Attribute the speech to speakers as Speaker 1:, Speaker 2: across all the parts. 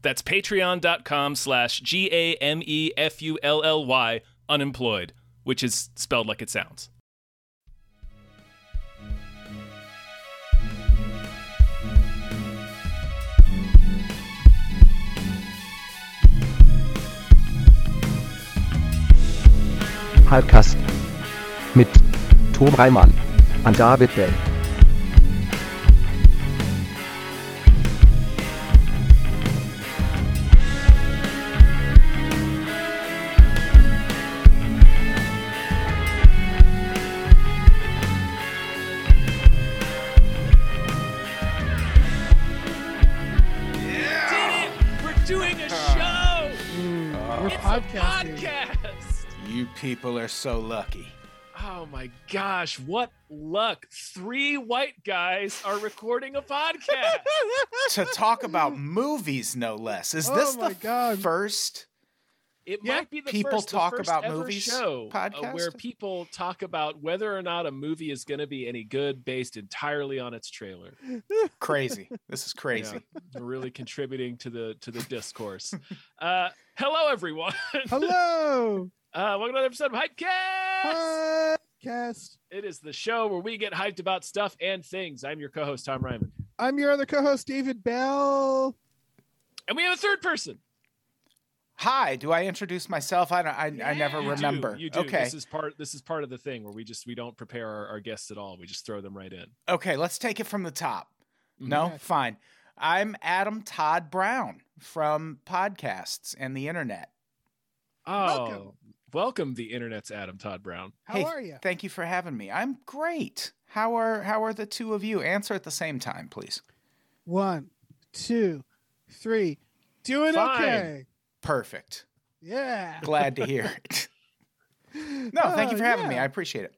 Speaker 1: That's patreon.com slash G A M E F U L L Y unemployed, which is spelled like it sounds.
Speaker 2: Halbkast mit Tom Reimann an David Bell.
Speaker 1: Did it! We're doing a show! Mm.
Speaker 3: We're podcasting.
Speaker 1: Podcast!
Speaker 4: You people are so lucky.
Speaker 1: Oh my gosh, what luck! Three white guys are recording a podcast.
Speaker 4: to talk about movies, no less. Is
Speaker 3: Oh
Speaker 4: this
Speaker 3: my
Speaker 4: the
Speaker 3: God.
Speaker 4: first?
Speaker 1: It
Speaker 3: Yeah,
Speaker 1: might be the
Speaker 4: people
Speaker 1: first, the
Speaker 4: talk
Speaker 1: first
Speaker 4: about
Speaker 1: ever
Speaker 4: movies
Speaker 1: show uh, where
Speaker 4: podcast?
Speaker 1: people talk about whether or not a movie is going to be any good based entirely on its trailer.
Speaker 4: Crazy. This is crazy.
Speaker 1: Yeah, really contributing to the to the discourse. Uh, hello, everyone.
Speaker 3: Hello,
Speaker 1: Uh, welcome to another episode of Hypecast.
Speaker 3: podcast.
Speaker 1: It is the show where we get hyped about stuff and things. I'm your co-host Tom Ryman,
Speaker 3: I'm your other co-host, David Bell.
Speaker 1: and we have a third person.
Speaker 4: Hi, do I introduce myself? I don't I, I never
Speaker 1: You do,
Speaker 4: remember.
Speaker 1: you do.
Speaker 4: Okay.
Speaker 1: This is part. This is part of the thing where we just we don't prepare our, our guests at all. We just throw them right in.
Speaker 4: Okay, let's take it from the top.
Speaker 1: Mm-hmm.
Speaker 4: No,
Speaker 3: Okay.
Speaker 4: fine. I'm Adam Todd Brown from podcasts and the internet.
Speaker 1: Oh, welcome,
Speaker 3: Welcome.
Speaker 1: the internet's Adam Todd Brown.
Speaker 3: How
Speaker 4: Hey.
Speaker 3: are you?
Speaker 4: Thank you for having me. I'm great. How are how are the two of you? Answer at the same time, please.
Speaker 3: One, two, three. Doing
Speaker 1: Fine.
Speaker 3: okay.
Speaker 4: Perfect.
Speaker 3: Yeah. Oh,
Speaker 4: Glad to hear it. No,
Speaker 1: Ah,
Speaker 4: thank you for having me. I appreciate it.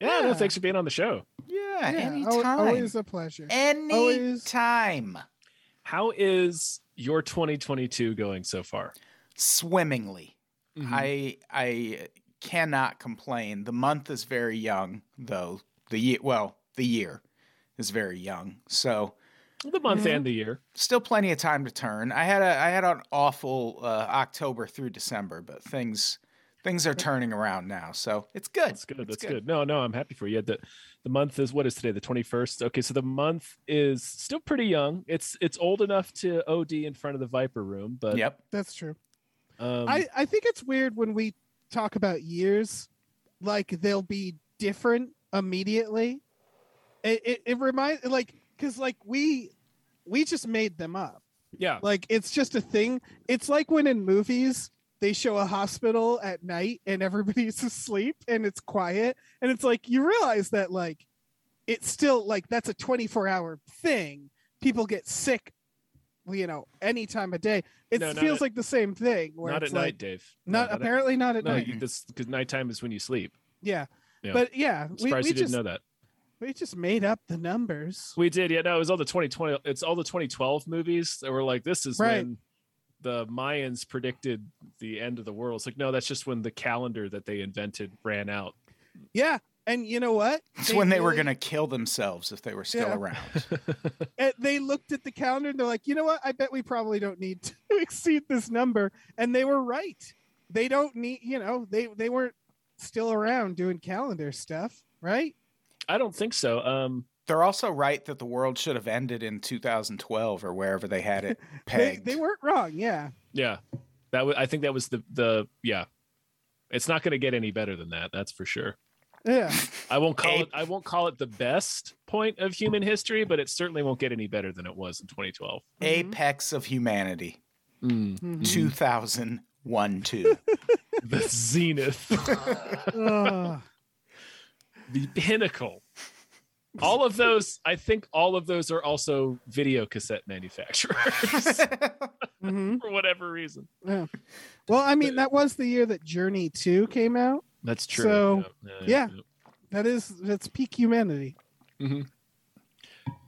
Speaker 1: Yeah, No,
Speaker 3: Yeah.
Speaker 1: thanks for being on the show.
Speaker 4: Yeah,
Speaker 3: yeah. al-
Speaker 4: anytime.
Speaker 3: Always a pleasure.
Speaker 4: Any
Speaker 3: Always-
Speaker 4: time.
Speaker 1: How is your 2022 going so far?
Speaker 4: Swimmingly.
Speaker 3: Mm-hmm.
Speaker 1: Mm-hmm.
Speaker 4: I I cannot complain. The month is very young, though. The year, well, the year is very young. So
Speaker 1: the month
Speaker 3: Mhm.
Speaker 1: and the year.
Speaker 4: still plenty of time to turn. I had a I had an awful uh, October through December, but things things are turning around now. So it's good.
Speaker 1: That's good. That's good. No, no, I'm happy for you. The the month is what is today? The 21st. Okay, so the month is still pretty young. It's it's old enough to OD in front of the Viper Room, but
Speaker 4: Yep.
Speaker 3: That's true.
Speaker 1: um,
Speaker 3: I, I think it's weird when we talk about years, like they'll be different immediately. It it, it reminds like because like we we just made them up.
Speaker 1: yeah,
Speaker 3: Like it's just a thing. It's like when in movies they show a hospital at night and everybody's asleep and it's quiet and it's like you realize that like it's still like that's a 24 hour thing. People get sick, you know, any time of day. It
Speaker 1: No, not
Speaker 3: feels
Speaker 1: at-
Speaker 3: like the same thing where
Speaker 1: not at
Speaker 3: it's like
Speaker 1: night, Dave.
Speaker 3: not,
Speaker 1: No, at-
Speaker 3: apparently not at
Speaker 1: no,
Speaker 3: night.
Speaker 1: you, this because nighttime is when you sleep.
Speaker 3: yeah.
Speaker 1: Yeah.
Speaker 3: But yeah,
Speaker 1: I'm
Speaker 3: we,
Speaker 1: surprised
Speaker 3: we
Speaker 1: you didn't
Speaker 3: just
Speaker 1: know that.
Speaker 3: we just made up the numbers.
Speaker 1: We did, yeah. No, it was all the 2020. It's all the 2012 movies that were like, this is
Speaker 3: Right.
Speaker 1: when the Mayans predicted the end of the world. It's like, no, that's just when the calendar that they invented ran out.
Speaker 3: Yeah. And you know what?
Speaker 4: It's when they were
Speaker 3: really-
Speaker 4: gonna kill themselves if they were still
Speaker 3: Yeah.
Speaker 4: around.
Speaker 3: and they looked at the calendar and they're like, you know what? I bet we probably don't need to exceed this number. And they were right. They don't need, you know, they they weren't still around doing calendar stuff, right?
Speaker 1: I don't think so. Um,
Speaker 4: They're also right that the world should have ended in 2012 or wherever they had it
Speaker 3: They,
Speaker 4: pegged.
Speaker 3: they weren't wrong. Yeah.
Speaker 1: yeah, that was. I think that was the the yeah. It's not going to get any better than that. That's for sure.
Speaker 3: Yeah.
Speaker 1: I won't call
Speaker 4: Hey.
Speaker 1: it. I won't call it the best point of human history, but it certainly won't get any better than it was in 2012.
Speaker 3: mm-hmm.
Speaker 4: Apex of humanity,
Speaker 3: Mhm.
Speaker 4: 2001 2.
Speaker 1: The zenith,
Speaker 3: Mm-hmm. Ugh.
Speaker 1: the pinnacle. All of those, I think, all of those are also video cassette manufacturers
Speaker 3: hmm
Speaker 1: for whatever reason.
Speaker 3: Yeah. Well, I mean, that was the year that Journey 2 came out.
Speaker 1: That's
Speaker 3: true. So,
Speaker 1: yeah.
Speaker 3: yeah. That is, that's peak humanity.
Speaker 1: yeah.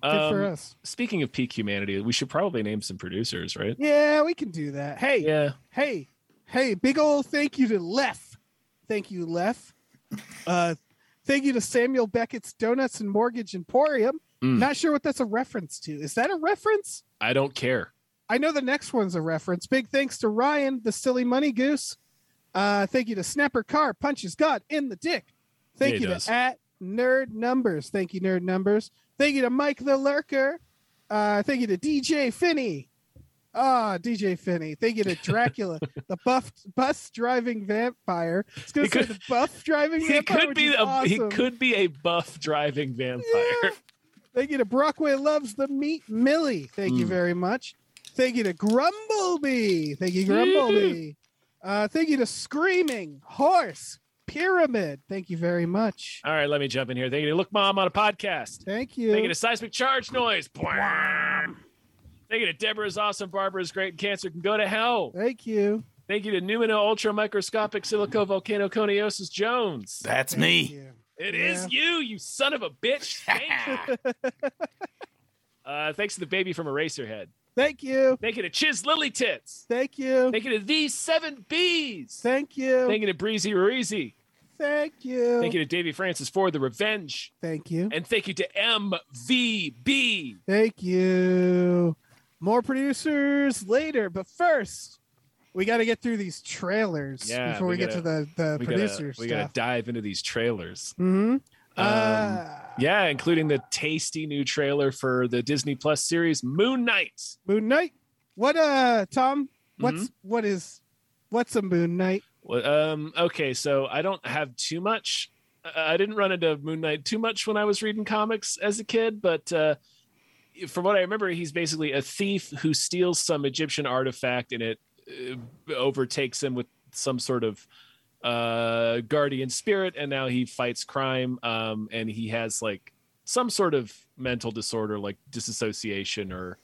Speaker 3: Good for
Speaker 1: Um,
Speaker 3: us.
Speaker 1: speaking of peak humanity, we should probably name some producers, right?
Speaker 3: Yeah, we can do that. Hey,
Speaker 1: Yeah.
Speaker 3: hey, hey, big old thank you to Lef. Thank you, Lef. Uh, thank you to Samuel Beckett's Donuts and Mortgage Emporium.
Speaker 1: Mm.
Speaker 3: Not sure what that's a reference to. Is that a reference?
Speaker 1: I don't care.
Speaker 3: I know the next one's a reference. Big thanks to Ryan, the silly money goose. Uh, thank you to Snapper Carr, punches God in the dick. Thank
Speaker 1: Yeah, he
Speaker 3: you
Speaker 1: does.
Speaker 3: to at Nerd Numbers. Thank you, Nerd Numbers. Thank you to Mike the Lurker. Uh, thank you to DJ Finney. Ah, DJ Finney. Thank you to Dracula, the buff bus driving vampire. It's gonna
Speaker 1: He
Speaker 3: say
Speaker 1: could-
Speaker 3: the buff driving
Speaker 1: He
Speaker 3: vampire.
Speaker 1: could
Speaker 3: which
Speaker 1: be
Speaker 3: is
Speaker 1: a he
Speaker 3: awesome.
Speaker 1: could be a buff driving vampire.
Speaker 3: Yeah. Thank you to Brockway Loves the Meat Millie. Thank you
Speaker 1: Mm.
Speaker 3: very much. Thank you to Grumbleby. Thank you, Grumbleby. Uh, thank you to Screaming Horse Pyramid. Thank you very much.
Speaker 1: All right, let me jump in here. Thank you to Look Mom on a podcast.
Speaker 3: Thank you.
Speaker 1: Thank you to Seismic Charge Noise. Bwam. Thank you to Deborah's Awesome, Barbara's Great, and Cancer Can Go to Hell.
Speaker 3: Thank you.
Speaker 1: Thank you to Numino Ultra Microscopic Silico Volcano Coniosis Jones.
Speaker 4: That's
Speaker 3: Thank
Speaker 4: me.
Speaker 3: you.
Speaker 1: It is you, you son of a bitch. Thank you. Uh, thanks to the baby from Eraserhead.
Speaker 3: Thank you.
Speaker 1: Thank you to Chiz Lily Tits.
Speaker 3: Thank you.
Speaker 1: Thank you to These Seven Bees.
Speaker 3: Thank you.
Speaker 1: Thank you to Breezy Ruizy.
Speaker 3: Thank you.
Speaker 1: Thank you to Davy Francis for the revenge.
Speaker 3: Thank you.
Speaker 1: And thank you to MVB.
Speaker 3: Thank you. More producers later, but first, we got to get through these trailers
Speaker 1: Yeah,
Speaker 3: before
Speaker 1: we
Speaker 3: we, get
Speaker 1: gotta-
Speaker 3: to the, the
Speaker 1: We gotta,
Speaker 3: producers.
Speaker 1: we gotta dive into these trailers.
Speaker 3: hmm
Speaker 1: Um,
Speaker 3: uh,
Speaker 1: Yeah, including the tasty new trailer for the Disney Plus series Moon Knight.
Speaker 3: Moon Knight. What uh Tom? What's
Speaker 1: Mm-hmm.
Speaker 3: what is what's a Moon Knight?
Speaker 1: Well, Um, okay, so I don't have too much. uh, I I didn't run into Moon Knight too much when I was reading comics as a kid, but uh, from what I remember, he's basically a thief who steals some Egyptian artifact and it uh, overtakes him with some sort of uh, guardian spirit, and now he fights crime. Um, and he has like some sort of mental disorder, like disassociation or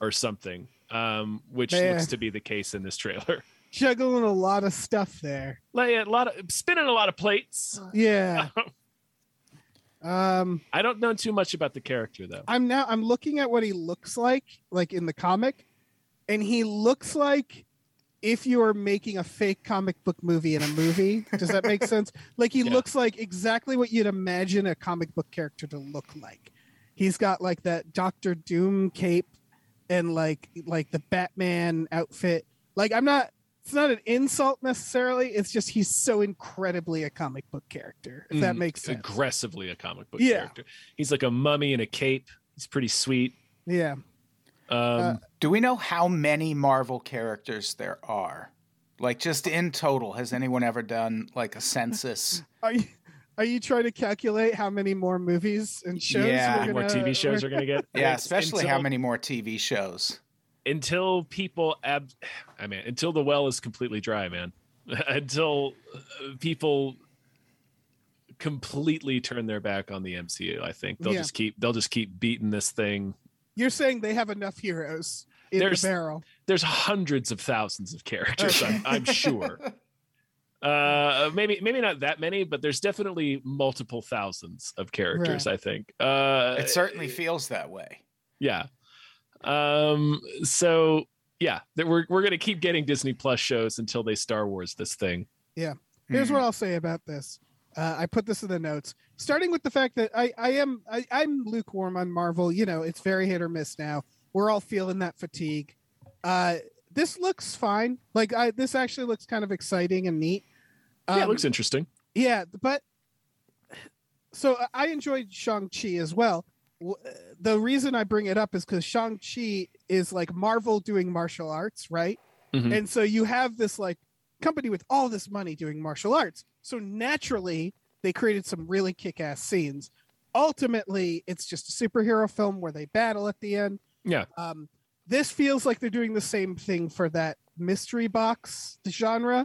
Speaker 1: or something, um, which
Speaker 3: Man.
Speaker 1: looks to be the case in this trailer.
Speaker 3: Juggling a lot of stuff there.
Speaker 1: Like a lot of spinning a lot of plates.
Speaker 4: Oh.
Speaker 3: Yeah. um
Speaker 1: I don't know too much about the character though.
Speaker 3: I'm now I'm looking at what he looks like, like in the comic, and he looks like if you are making a fake comic book movie in a movie. Does that make sense? Like he
Speaker 1: Yeah.
Speaker 3: looks like exactly what you'd imagine a comic book character to look like. He's got like that Doctor Doom cape and like like the Batman outfit. Like I'm not it's not an insult necessarily. It's just he's so incredibly a comic book character. If that
Speaker 1: Mm,
Speaker 3: makes sense.
Speaker 1: Aggressively a comic book
Speaker 3: Yeah.
Speaker 1: character. He's like a mummy in a cape. He's pretty sweet.
Speaker 3: yeah.
Speaker 1: Um,
Speaker 4: Do we know how many Marvel characters there are? Like just in total, has anyone ever done like a census?
Speaker 3: Are you are you trying to calculate how many more movies and shows?
Speaker 4: Yeah.
Speaker 1: more TV shows are gonna get.
Speaker 4: Yeah,
Speaker 1: Like,
Speaker 4: especially
Speaker 1: until,
Speaker 4: how many more TV shows.
Speaker 1: until people ab. I mean, until the well is completely dry, man. until uh, people completely turn their back on the MCU, I think they'll
Speaker 3: Yeah.
Speaker 1: just keep they'll just keep beating this thing.
Speaker 3: You're saying they have enough heroes in
Speaker 1: There's-
Speaker 3: the barrel.
Speaker 1: There's hundreds of thousands of characters. I'm, I'm sure. uh maybe maybe not that many but there's definitely multiple thousands of characters i think uh
Speaker 4: It certainly feels that way.
Speaker 1: yeah um so yeah that we're, we're gonna keep getting disney plus shows until they star wars this thing Hmm.
Speaker 4: Mm.
Speaker 3: Here's what I'll say about this. Uh, I put this in the notes, starting with the fact that I, I am I, I'm lukewarm on Marvel. You know, it's very hit or miss now. We're all feeling that fatigue. Uh, this looks fine. Like I, this actually looks kind of exciting and neat.
Speaker 1: yeah it
Speaker 3: Um,
Speaker 1: looks interesting
Speaker 3: Yeah, but so I- I enjoyed Shang Chi as well. W- uh, The reason I bring it up is because Shang Chi is like Marvel doing martial arts, right?
Speaker 4: Mm-hmm.
Speaker 1: Mhm.
Speaker 3: And so you have this like company with all this money doing martial arts. So naturally, they created some really kick-ass scenes. Ultimately, it's just a superhero film where they battle at the end.
Speaker 1: Yeah.
Speaker 3: Um, this feels like they're doing the same thing for that mystery box genre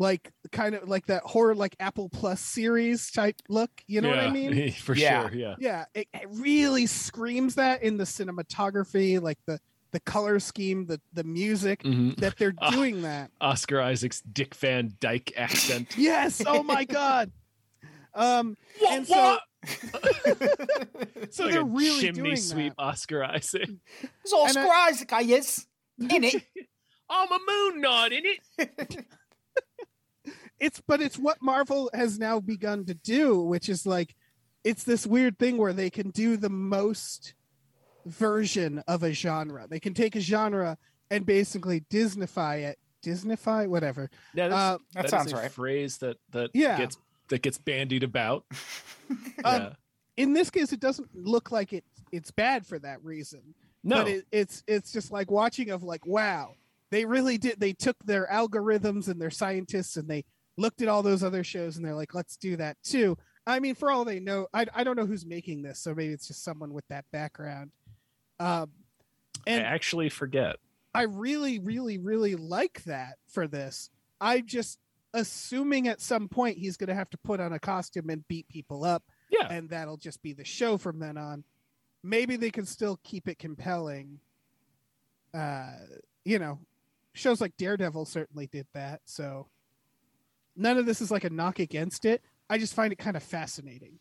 Speaker 3: like kind of like that horror like Apple Plus series type look. You know what I mean?
Speaker 1: For
Speaker 4: Yeah.
Speaker 1: sure. Yeah.
Speaker 3: yeah it, it really screams that in the cinematography like the the color scheme the the music
Speaker 1: Mhm.
Speaker 3: that they're
Speaker 1: Ah.
Speaker 3: doing that
Speaker 1: Oscar Isaac's Dick Van Dyke accent.
Speaker 3: yes oh my god um and so so
Speaker 1: Like
Speaker 3: they're
Speaker 1: a
Speaker 3: really
Speaker 1: chimney
Speaker 3: doing
Speaker 1: sweep Oscar Isaac.
Speaker 4: It's all
Speaker 3: And I-
Speaker 4: Oscar I is in it.
Speaker 1: I'm a moon nod in it.
Speaker 3: that it's but it's what marvel has now begun to do which is like it's this weird thing where they can do the most version of a genre they can take a genre and basically disneyfy it disneyfy whatever
Speaker 1: Yeah, that's,
Speaker 3: uh,
Speaker 4: That
Speaker 1: is
Speaker 4: sounds
Speaker 1: a
Speaker 4: right.
Speaker 1: Phrase that that
Speaker 3: Yeah.
Speaker 1: gets that gets bandied about.
Speaker 3: Um,
Speaker 1: Yeah.
Speaker 3: in this case it doesn't look like it it's bad for that reason
Speaker 1: No,
Speaker 3: but it, it's it's just like watching of like wow they really did they took their algorithms and their scientists and they looked at all those other shows and they're like let's do that too i mean for all they know i, I don't know who's making this so maybe it's just someone with that background um,
Speaker 1: I
Speaker 3: and
Speaker 1: actually forget.
Speaker 3: I really, really, really like that for this. I'm just assuming at some point he's going to have to put on a costume and beat people up.
Speaker 1: Yeah.
Speaker 3: And that'll just be the show from then on. Maybe they can still keep it compelling. Uh, you know, shows like Daredevil certainly did that. So none of this is like a knock against it. I just find it kind of fascinating.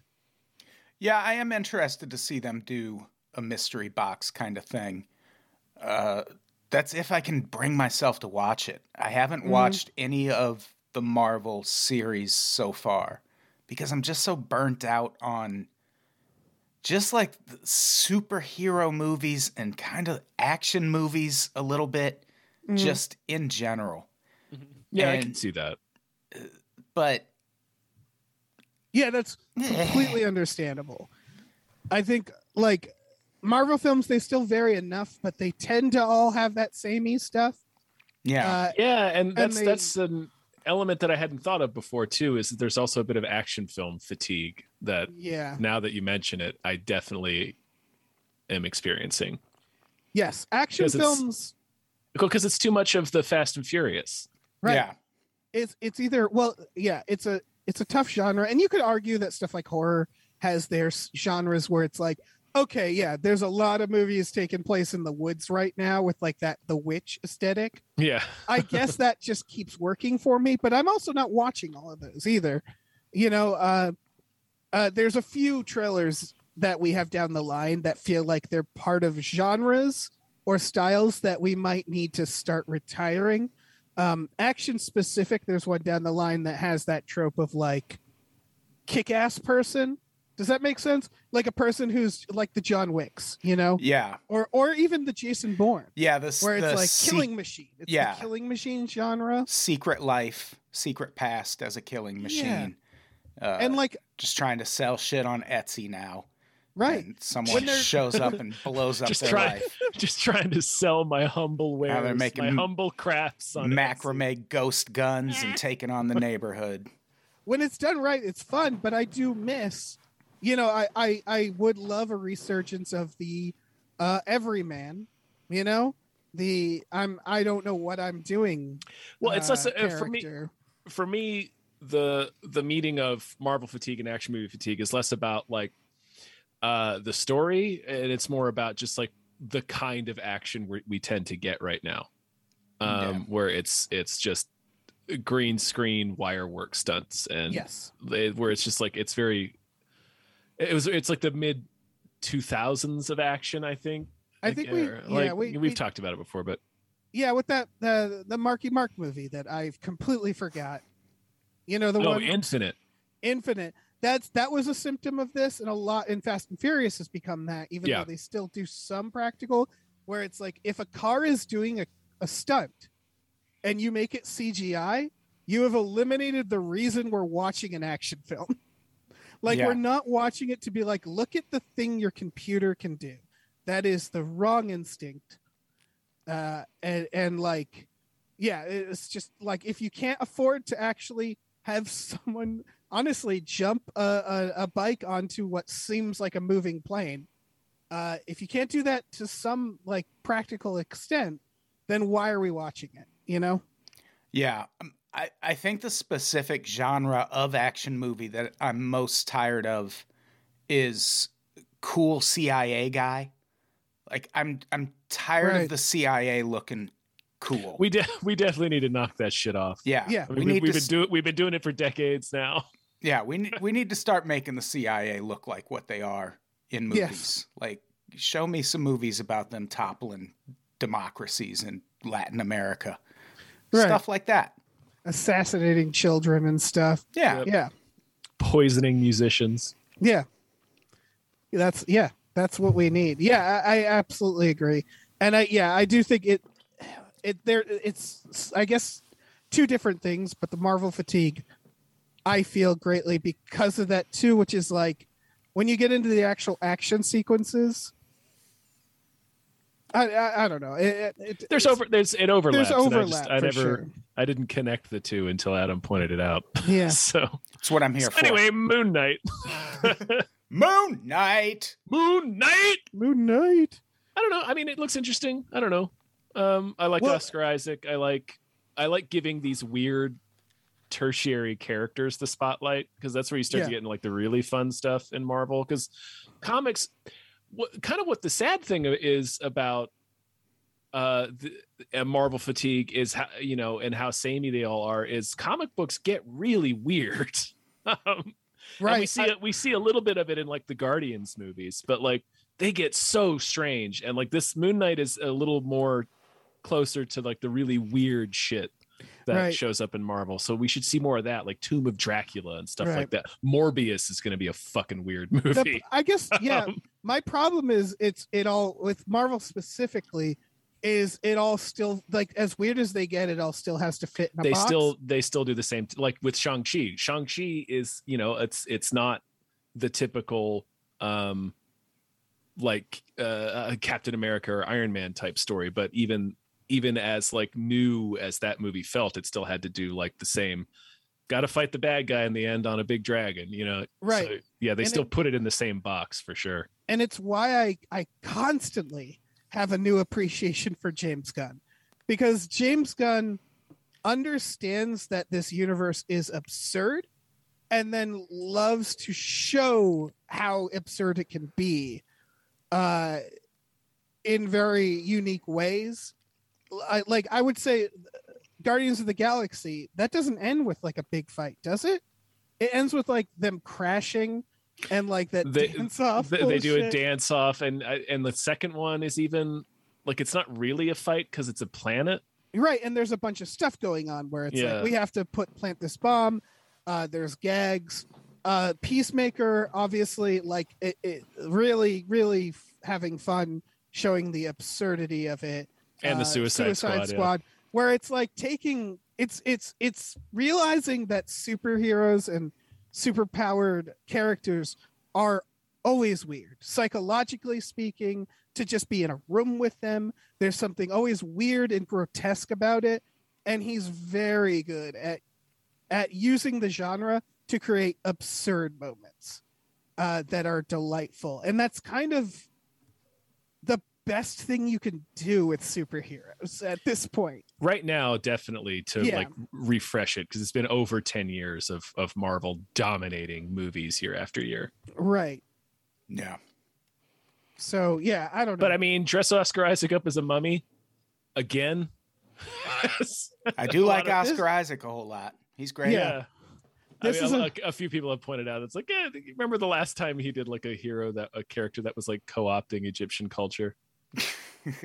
Speaker 4: Yeah, I am interested to see them do a mystery box kind of thing. Uh, that's if I can bring myself to watch it. I haven't
Speaker 3: Mhm.
Speaker 4: watched any of the Marvel series so far because I'm just so burnt out on just like the superhero movies and kind of action movies a little bit,
Speaker 3: Mm.
Speaker 4: just in general.
Speaker 1: Mm-hmm. Yeah, I
Speaker 4: And-
Speaker 1: can see that.
Speaker 4: But
Speaker 3: Yeah, that's completely understandable. I think like Marvel films, they still vary enough, but they tend to all have that samey stuff.
Speaker 4: yeah,
Speaker 3: Uh,
Speaker 1: Yeah, and that's
Speaker 3: they-
Speaker 1: that's an element that I hadn't thought of before too. Is that there's also a bit of action film fatigue that
Speaker 3: Uh, yeah.
Speaker 1: now that you mention it, I definitely am experiencing
Speaker 3: Yes. Action
Speaker 1: Because it's-
Speaker 3: films.
Speaker 1: because it's too much of the Fast and Furious.
Speaker 3: Right.
Speaker 4: yeah,
Speaker 3: It's it's either well, yeah. It's a it's a tough genre, and you could argue that stuff like horror has their s- genres where it's like, okay, yeah, there's a lot of movies taking place in the woods right now with like that the witch aesthetic.
Speaker 1: Yeah,
Speaker 3: I guess that just keeps working for me, but I'm also not watching all of those either. You know, uh, uh, there's a few trailers that we have down the line that feel like they're part of genres or styles that we might need to start retiring. Um, action specific, there's one down the line that has that trope of like kick ass person. Does that make sense? Like a person who's like the John Wicks, you know,
Speaker 4: yeah,
Speaker 3: or or even the Jason Bourne
Speaker 4: yeah. This
Speaker 3: where it's
Speaker 4: the
Speaker 3: like
Speaker 4: se-
Speaker 3: killing machine. It's
Speaker 4: Yeah.
Speaker 3: the killing machine genre.
Speaker 4: secret life, secret past as a killing machine. Uh,
Speaker 3: and like
Speaker 4: just trying to sell shit on Etsy now.
Speaker 3: right.
Speaker 4: And someone
Speaker 3: they're-
Speaker 4: shows up and blows up
Speaker 1: Just
Speaker 4: their
Speaker 1: try-
Speaker 4: life.
Speaker 1: just trying to sell my humble
Speaker 4: they're
Speaker 1: wares, my
Speaker 4: making
Speaker 1: humble crafts on Etsy.
Speaker 4: Macrame ghost guns and taking on the neighborhood.
Speaker 3: When it's done right, it's fun, but I do miss you know, I I, I would love a resurgence of the uh everyman, you know? The I'm I don't know what I'm doing.
Speaker 1: Well, it's
Speaker 3: uh,
Speaker 1: less uh, for me.
Speaker 3: character.
Speaker 1: for me the the meeting of marvel fatigue and action movie fatigue is less about like uh the story and it's more about just like the kind of action we, we tend to get right now um
Speaker 4: Yeah.
Speaker 1: where it's it's just green screen wire work stunts and
Speaker 3: Yes.
Speaker 1: they, where it's just like it's very it was it's like the mid 2000s of action i think
Speaker 3: I think we
Speaker 1: or,
Speaker 3: yeah,
Speaker 1: like,
Speaker 3: we,
Speaker 1: we've
Speaker 3: we
Speaker 1: talked about it before but
Speaker 3: yeah, with that the the Marky Mark movie that I've completely forgot. You know, the
Speaker 1: oh
Speaker 3: one
Speaker 1: infinite
Speaker 3: infinite that's that was a symptom of this and a lot in fast and furious has become that even
Speaker 1: Yeah.
Speaker 3: though they still do some practical where it's like if a car is doing a, a stunt and you make it cgi you have eliminated the reason we're watching an action film like
Speaker 4: Yeah.
Speaker 3: we're not watching it to be like look at the thing your computer can do that is the wrong instinct uh and and like yeah it's just like if you can't afford to actually have someone honestly jump a, a, a bike onto what seems like a moving plane uh if you can't do that to some like practical extent then why are we watching it you know
Speaker 4: Yeah. um, I, I think the specific genre of action movie that I'm most tired of is cool CIA guy. Like I'm I'm tired
Speaker 3: Right.
Speaker 4: of the CIA looking cool.
Speaker 1: We de- we definitely need to knock that shit off.
Speaker 4: yeah.
Speaker 3: Yeah.
Speaker 1: I
Speaker 4: We
Speaker 1: mean, we
Speaker 4: need
Speaker 1: have
Speaker 4: to
Speaker 1: been doing we've been doing it for decades now.
Speaker 4: Yeah, we need we need to start making the CIA look like what they are in movies.
Speaker 3: Yes.
Speaker 4: Like show me some movies about them toppling democracies in Latin America.
Speaker 3: Right.
Speaker 4: Stuff like that.
Speaker 3: assassinating children and stuff.
Speaker 4: Yeah.
Speaker 3: Yeah.
Speaker 1: Poisoning musicians.
Speaker 3: Yeah. That's yeah, that's what we need. Yeah, I, I absolutely agree. And I yeah, I do think it it there it's I guess two different things, but the Marvel fatigue I feel greatly because of that too, which is like when you get into the actual action sequences I, I, I don't know. It, it,
Speaker 1: There's
Speaker 3: it's-
Speaker 1: over there's it overlaps.
Speaker 3: there's
Speaker 1: and I
Speaker 3: overlap.
Speaker 1: just- I,
Speaker 3: for
Speaker 1: never
Speaker 3: sure.
Speaker 1: I didn't connect the two until Adam pointed it out.
Speaker 3: Yeah.
Speaker 1: so
Speaker 4: That's what I'm here
Speaker 1: so
Speaker 4: for.
Speaker 1: anyway, Moon Knight.
Speaker 4: Moon Knight.
Speaker 1: Moon Knight.
Speaker 3: Moon Knight.
Speaker 1: I don't know. I mean, it looks interesting. I don't know. Um, I like
Speaker 3: Well-
Speaker 1: Oscar Isaac. I like I like giving these weird tertiary characters the spotlight because that's where you start
Speaker 3: Yeah.
Speaker 1: to get into like the really fun stuff in Marvel. Because comics, what, kind of what the sad thing is about uh, the, uh, Marvel fatigue is how you know and how samey they all are is comic books get really weird. um, and we
Speaker 3: Right.
Speaker 1: see it we see a little bit of it in like the Guardians movies, but like they get so strange, and like this Moon Knight is a little more closer to like the really weird shit that
Speaker 3: Right.
Speaker 1: shows up in Marvel. So we should see more of that, like Tomb of Dracula and stuff
Speaker 3: Right.
Speaker 1: like that. Morbius is going to be a fucking weird
Speaker 3: The-
Speaker 1: movie.
Speaker 3: I guess yeah.
Speaker 1: Um,
Speaker 3: my problem is it's it all with Marvel specifically is it all still like as weird as they get it all still has to fit in a
Speaker 1: they
Speaker 3: box.
Speaker 1: still they still do the same t- like with Shang-Chi. Shang-Chi is, you know, it's it's not the typical um like uh, uh Captain America or Iron Man type story, but even even as like new as that movie felt, it still had to do like the same got to fight the bad guy in the end on a big dragon, you know.
Speaker 3: Right.
Speaker 1: So, yeah, they
Speaker 3: And
Speaker 1: still
Speaker 3: it-
Speaker 1: put it in the same box for sure.
Speaker 3: and it's why I I constantly have a new appreciation for James Gunn because James Gunn understands that this universe is absurd and then loves to show how absurd it can be uh in very unique ways I, like I would say Guardians of the Galaxy that doesn't end with like a big fight does it it ends with like them crashing and like that
Speaker 1: They-
Speaker 3: dance off
Speaker 1: they, they do a
Speaker 3: bullshit.
Speaker 1: dance off and I- and the second one is even like it's not really a fight cuz it's a planet
Speaker 3: You're right and there's a bunch of stuff going on where it's
Speaker 1: Yeah.
Speaker 3: like we have to put plant this bomb uh there's gags uh peacemaker obviously like it, it really really f- having fun showing the absurdity of it
Speaker 1: and
Speaker 3: uh,
Speaker 1: the Suicide, Squad. yeah.
Speaker 3: where it's like taking it's it's it's realizing that superheroes and superpowered characters are always weird psychologically speaking to just be in a room with them there's something always weird and grotesque about it and he's very good at at using the genre to create absurd moments uh, that are delightful and that's kind of the best thing you can do with superheroes at this point
Speaker 1: Right now, definitely to
Speaker 3: Yeah.
Speaker 1: like refresh it because it's been over ten years of of Marvel dominating movies year after year.
Speaker 3: right
Speaker 4: Yeah.
Speaker 3: so yeah i don't know
Speaker 1: But I mean, dress Oscar Isaac up as a mummy again.
Speaker 4: I do
Speaker 1: A
Speaker 4: like
Speaker 1: lot
Speaker 4: Oscar
Speaker 3: of-
Speaker 4: Isaac a whole lot. He's great.
Speaker 1: yeah. I
Speaker 3: This
Speaker 1: mean,
Speaker 3: is
Speaker 1: a, a few people have pointed out it's like, yeah, remember the last time he did like a hero that a character that was like co-opting Egyptian culture,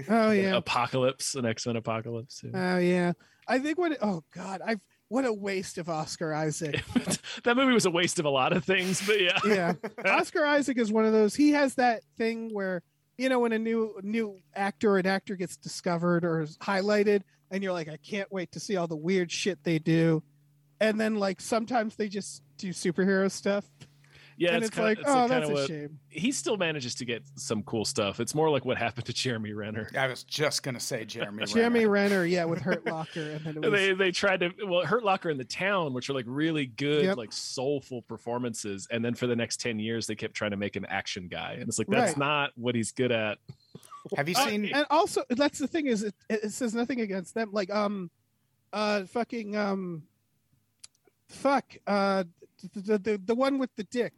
Speaker 3: oh yeah
Speaker 1: Apocalypse, an X Men Apocalypse. yeah.
Speaker 3: oh yeah i think what oh god i've what a waste of oscar isaac
Speaker 1: that movie was a waste of a lot of things, but yeah,
Speaker 3: yeah oscar isaac is one of those he has that thing where you know when a new new actor or an actor gets discovered or is highlighted and you're like i can't wait to see all the weird shit they do and then like sometimes they just do superhero stuff
Speaker 1: yeah.
Speaker 3: and it's,
Speaker 1: kinda-
Speaker 3: like oh
Speaker 1: kinda
Speaker 3: that's a
Speaker 1: what-
Speaker 3: shame
Speaker 1: he still manages to get some cool stuff. It's more like what happened to Jeremy Renner.
Speaker 4: I was just gonna say Jeremy.
Speaker 3: jeremy
Speaker 4: Renner.
Speaker 3: renner yeah with hurt locker and then it was
Speaker 1: They they tried to well Hurt Locker and The Town, which are like really good,
Speaker 3: Yep.
Speaker 1: like soulful performances, and then for the next ten years they kept trying to make an action guy, and it's like that's
Speaker 3: Right.
Speaker 1: not what he's good at.
Speaker 4: Have you
Speaker 1: Uh,
Speaker 4: seen?
Speaker 3: and also that's the thing is it, it says nothing against them like um uh fucking um Fuck. Uh, the, the the one with the dick.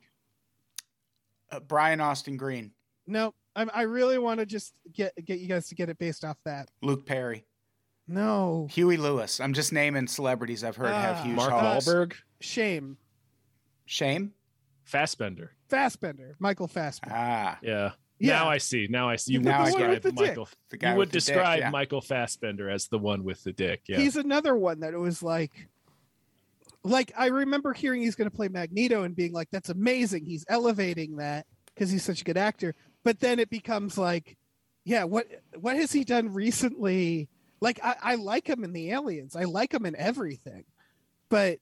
Speaker 4: Uh, Brian Austin Green,
Speaker 3: No, I, I really want to just get get you guys to get it based off that.
Speaker 4: Luke Perry,
Speaker 3: No
Speaker 4: Huey Lewis. I'm just naming celebrities I've heard
Speaker 3: Ah.
Speaker 4: have huge
Speaker 5: Mark
Speaker 4: hogs.
Speaker 5: Wahlberg,
Speaker 3: shame.
Speaker 4: Shame.
Speaker 1: Fassbender.
Speaker 3: Fassbender, Michael Fassbender.
Speaker 4: Ah,
Speaker 1: Yeah.
Speaker 3: Yeah.
Speaker 1: Now I see. Now I see. You would
Speaker 4: Now I get it.
Speaker 1: describe
Speaker 3: With the dick.
Speaker 1: Michael.
Speaker 4: the guy
Speaker 1: You
Speaker 4: with
Speaker 1: would
Speaker 4: the dick,
Speaker 1: describe
Speaker 4: yeah.
Speaker 1: Michael Fassbender as the one with the dick. Yeah.
Speaker 3: He's another one that it was like, like I remember hearing he's going to play Magneto and being like, "That's amazing." He's elevating that because he's such a good actor. But then it becomes like, yeah, what what has he done recently? Like I, I like him in the Aliens. I like him in everything, but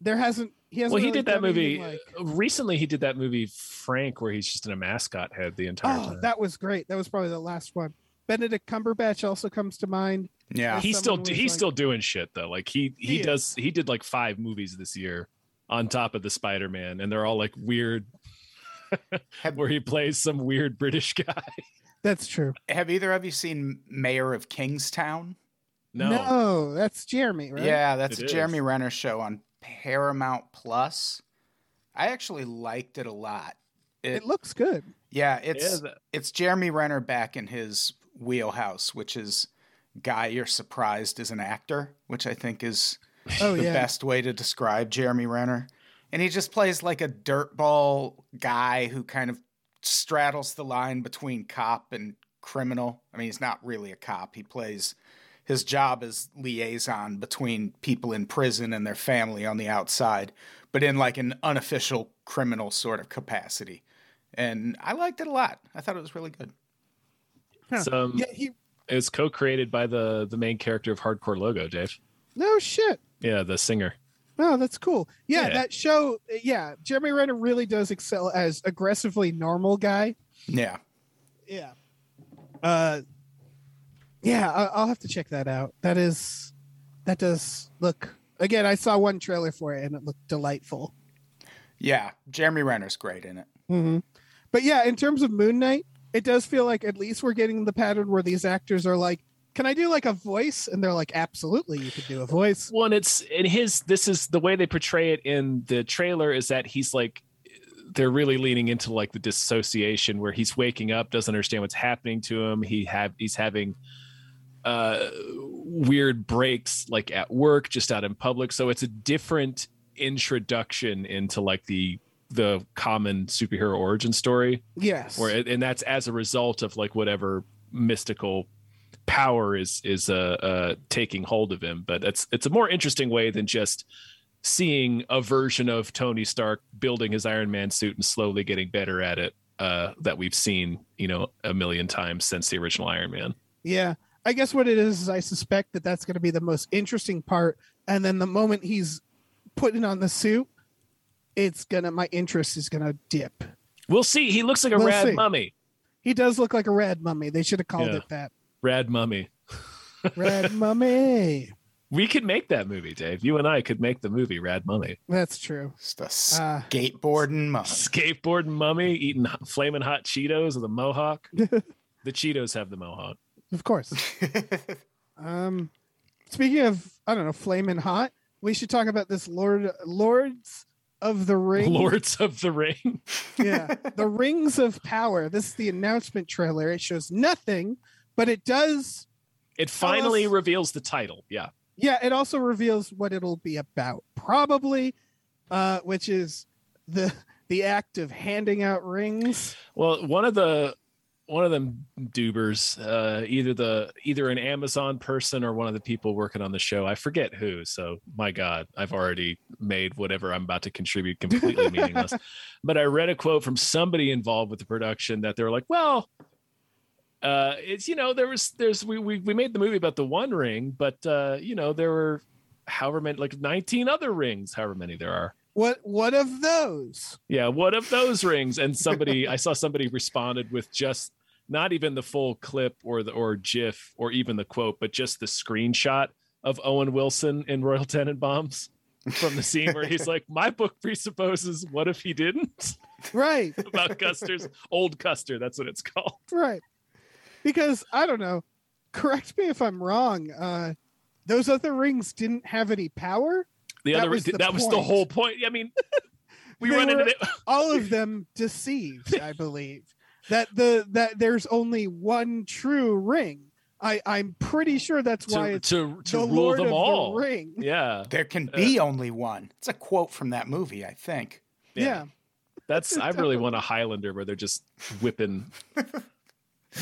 Speaker 3: there hasn't he hasn't.
Speaker 1: well, he
Speaker 3: really
Speaker 1: did that
Speaker 3: done anything
Speaker 1: movie
Speaker 3: like-
Speaker 1: recently. He did that movie Frank, where he's just in a mascot head the entire
Speaker 3: oh,
Speaker 1: time.
Speaker 3: that was great. That was probably the last one. Benedict Cumberbatch also comes to mind.
Speaker 4: yeah.
Speaker 1: he's still
Speaker 3: someone was
Speaker 1: he's
Speaker 3: like-
Speaker 1: still doing shit though. Like he he
Speaker 3: He is.
Speaker 1: does he did like five movies this year on top of the Spider Man, and they're all like weird.
Speaker 4: Have-
Speaker 1: where he plays some weird British guy.
Speaker 3: That's true.
Speaker 4: Have either of you seen Mayor of Kingstown?
Speaker 1: No,
Speaker 3: no that's Jeremy, right?
Speaker 4: Yeah, that's
Speaker 1: It
Speaker 4: a Jeremy
Speaker 1: is.
Speaker 4: Renner show on Paramount Plus. I actually liked it a lot. It,
Speaker 3: It looks good.
Speaker 4: yeah,
Speaker 1: Yeah,
Speaker 4: it's
Speaker 1: that-
Speaker 4: it's Jeremy Renner back in his wheelhouse, which is guy you're surprised is an actor, which I think is
Speaker 3: Oh
Speaker 4: the
Speaker 3: yeah.
Speaker 4: best way to describe Jeremy Renner. And he just plays like a dirtball guy who kind of straddles the line between cop and criminal. I mean, he's not really a cop. He plays his job as liaison between people in prison and their family on the outside, but in like an unofficial criminal sort of capacity. And I liked it a lot. I thought it was really good.
Speaker 3: Huh.
Speaker 1: some
Speaker 3: Yeah, he
Speaker 1: um, it's co-created by the the main character of Hardcore Logo, Dave.
Speaker 3: no shit.
Speaker 1: Yeah, the singer.
Speaker 3: Oh, that's cool. Yeah,
Speaker 1: Yeah.
Speaker 3: that show. Yeah, Jeremy Renner really does excel as aggressively normal guy.
Speaker 4: Yeah.
Speaker 3: Yeah. Uh, yeah, I, I'll have to check that out. That is, that does look. Again, I saw one trailer for it and it looked delightful.
Speaker 4: Yeah. Jeremy Renner's great in it.
Speaker 3: hmm But yeah, in terms of Moon Knight, it does feel like at least we're getting the pattern where these actors are like, "Can I do like a voice?" And they're like, "Absolutely, you could do a voice."
Speaker 1: Well, and it's in his. This is the way they portray it in the trailer. Is that he's like, they're really leaning into like the dissociation where he's waking up, doesn't understand what's happening to him. He have he's having uh weird breaks like at work, just out in public. So it's a different introduction into like the the common superhero origin story.
Speaker 3: Yes.
Speaker 1: or and that's as a result of like whatever mystical power is is uh, uh taking hold of him but that's it's a more interesting way than just seeing a version of tony stark building his iron man suit and slowly getting better at it uh that we've seen you know a million times since the original iron man
Speaker 3: Yeah. I guess what it is is I suspect that that's going to be the most interesting part and then the moment he's putting on the suit it's going to my interest is going to dip.
Speaker 1: we'll see he looks like a
Speaker 3: We'll
Speaker 1: rad
Speaker 3: see.
Speaker 1: mummy
Speaker 3: He does look like a rad mummy. They should have called
Speaker 1: Yeah.
Speaker 3: it that.
Speaker 1: rad mummy
Speaker 3: Rad mummy.
Speaker 1: we could make that movie dave you and i could make the movie rad mummy
Speaker 3: That's true.
Speaker 4: It's the
Speaker 3: Ah.
Speaker 4: skateboarding monk.
Speaker 1: skateboard mummy eating flaming hot cheetos with a mohawk the cheetos have the mohawk
Speaker 3: Of course. Um speaking of I don't know flaming hot, we should talk about this Lord Lords of the Ring.
Speaker 1: Lords of the Ring.
Speaker 3: yeah the rings of power this is the announcement trailer it shows nothing but it does
Speaker 1: It finally
Speaker 3: us-
Speaker 1: reveals the title. Yeah.
Speaker 3: yeah it also reveals what it'll be about probably uh which is the the act of handing out rings
Speaker 1: Well, one of the one of them doobers, uh, either the either an Amazon person or one of the people working on the show. I forget who. So my God, I've already made whatever I'm about to contribute completely meaningless. But I read a quote from somebody involved with the production that they were like, well, uh, it's you know there was there's we, we we made the movie about the One Ring, but uh, you know there were however many like 19 other rings, however many there are.
Speaker 3: what what of those
Speaker 1: Yeah, what of those rings? And somebody I saw somebody responded with just not even the full clip or the or GIF or even the quote, but just the screenshot of Owen Wilson in Royal Tenenbaums from the scene where he's like, "My book presupposes what if he didn't?"
Speaker 3: right
Speaker 1: about Custer's old Custer. That's what it's called.
Speaker 3: right because i don't know correct me if i'm wrong uh those other rings didn't have any power
Speaker 1: The
Speaker 3: That
Speaker 1: other
Speaker 3: was the
Speaker 1: that was the
Speaker 3: point.
Speaker 1: whole point. I mean, we
Speaker 3: They
Speaker 1: run into
Speaker 3: were-
Speaker 1: the,
Speaker 3: all of them deceived i believe that the that there's only one true ring i i'm pretty sure that's why
Speaker 1: to
Speaker 3: it's
Speaker 1: to, to
Speaker 3: the
Speaker 1: rule
Speaker 3: lord
Speaker 1: them
Speaker 3: of
Speaker 1: all.
Speaker 3: the ring
Speaker 1: Yeah,
Speaker 4: There can be only one. It's a quote from that movie, I think.
Speaker 1: Yeah.
Speaker 3: yeah,
Speaker 1: that's I really want a Highlander where they're just whipping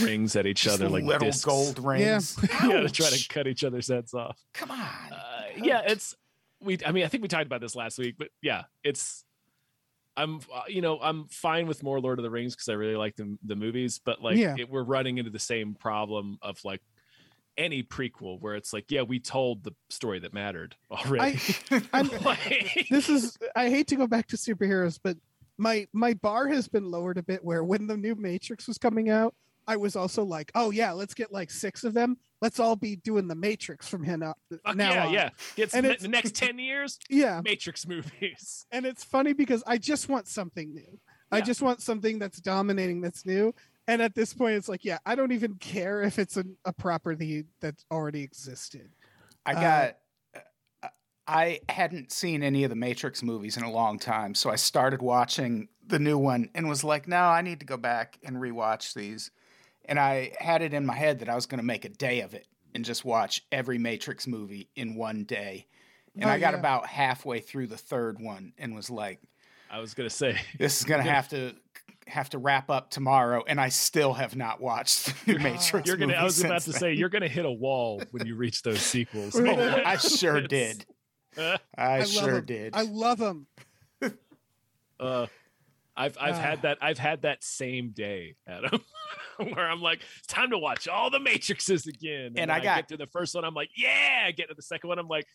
Speaker 1: rings at each
Speaker 4: Just
Speaker 1: other like
Speaker 4: little
Speaker 1: discs.
Speaker 4: gold rings.
Speaker 1: Yeah, to try
Speaker 4: Ouch.
Speaker 1: to Uh, cut each other's heads off.
Speaker 4: Come on.
Speaker 1: Uh, yeah, it's we. I mean, I think we talked about this last week, but yeah, it's. I'm, uh, you know, I'm fine with more Lord of the Rings because I really like the the movies, but like
Speaker 3: Yeah.
Speaker 1: it, we're running into the same problem of like any prequel where it's like, yeah, we told the story that mattered already.
Speaker 3: I'm,
Speaker 1: Like-
Speaker 3: this is i hate to go back to superheroes but my my bar has been lowered a bit where when the new matrix was coming out i was also like oh yeah let's get like six of them let's all be doing the matrix from him up
Speaker 1: Fuck
Speaker 3: now
Speaker 1: yeah,
Speaker 3: on.
Speaker 1: yeah. Gets
Speaker 3: And
Speaker 1: ne-
Speaker 3: it's-
Speaker 1: the next ten years,
Speaker 3: yeah
Speaker 1: Matrix movies.
Speaker 3: and it's funny because I just want something new. I
Speaker 1: Yeah.
Speaker 3: just want something that's dominating, that's new. And at this point, it's like, yeah, I don't even care if it's a, a property that already existed.
Speaker 4: I
Speaker 3: Uh,
Speaker 4: got. uh, I hadn't seen any of the Matrix movies in a long time, so I started watching the new one and was like, "No, I need to go back and rewatch these." And I had it in my head that I was going to make a day of it and just watch every Matrix movie in one day. And
Speaker 3: Oh,
Speaker 4: I got
Speaker 3: yeah.
Speaker 4: about halfway through the third one and was like,
Speaker 1: I was gonna say
Speaker 4: "This is going to have to have to wrap up tomorrow." And I still have not watched the new Matrix.
Speaker 1: you're gonna. I
Speaker 4: movie
Speaker 1: was about
Speaker 4: since
Speaker 1: to
Speaker 4: then.
Speaker 1: say you're gonna hit a wall when you reach those sequels.
Speaker 3: We're
Speaker 4: Oh,
Speaker 3: gonna-
Speaker 4: I sure
Speaker 1: It's-
Speaker 4: did.
Speaker 1: Uh,
Speaker 4: I,
Speaker 3: love
Speaker 4: sure
Speaker 3: 'em.
Speaker 4: did.
Speaker 3: I love them.
Speaker 1: Uh, I've I've had
Speaker 3: Ah.
Speaker 1: that I've had that same day, Adam, where I'm like, it's time to watch all the Matrixes again.
Speaker 4: And
Speaker 1: when
Speaker 4: I got-
Speaker 1: get through the first one, I'm like, yeah. I get to the second one, I'm like,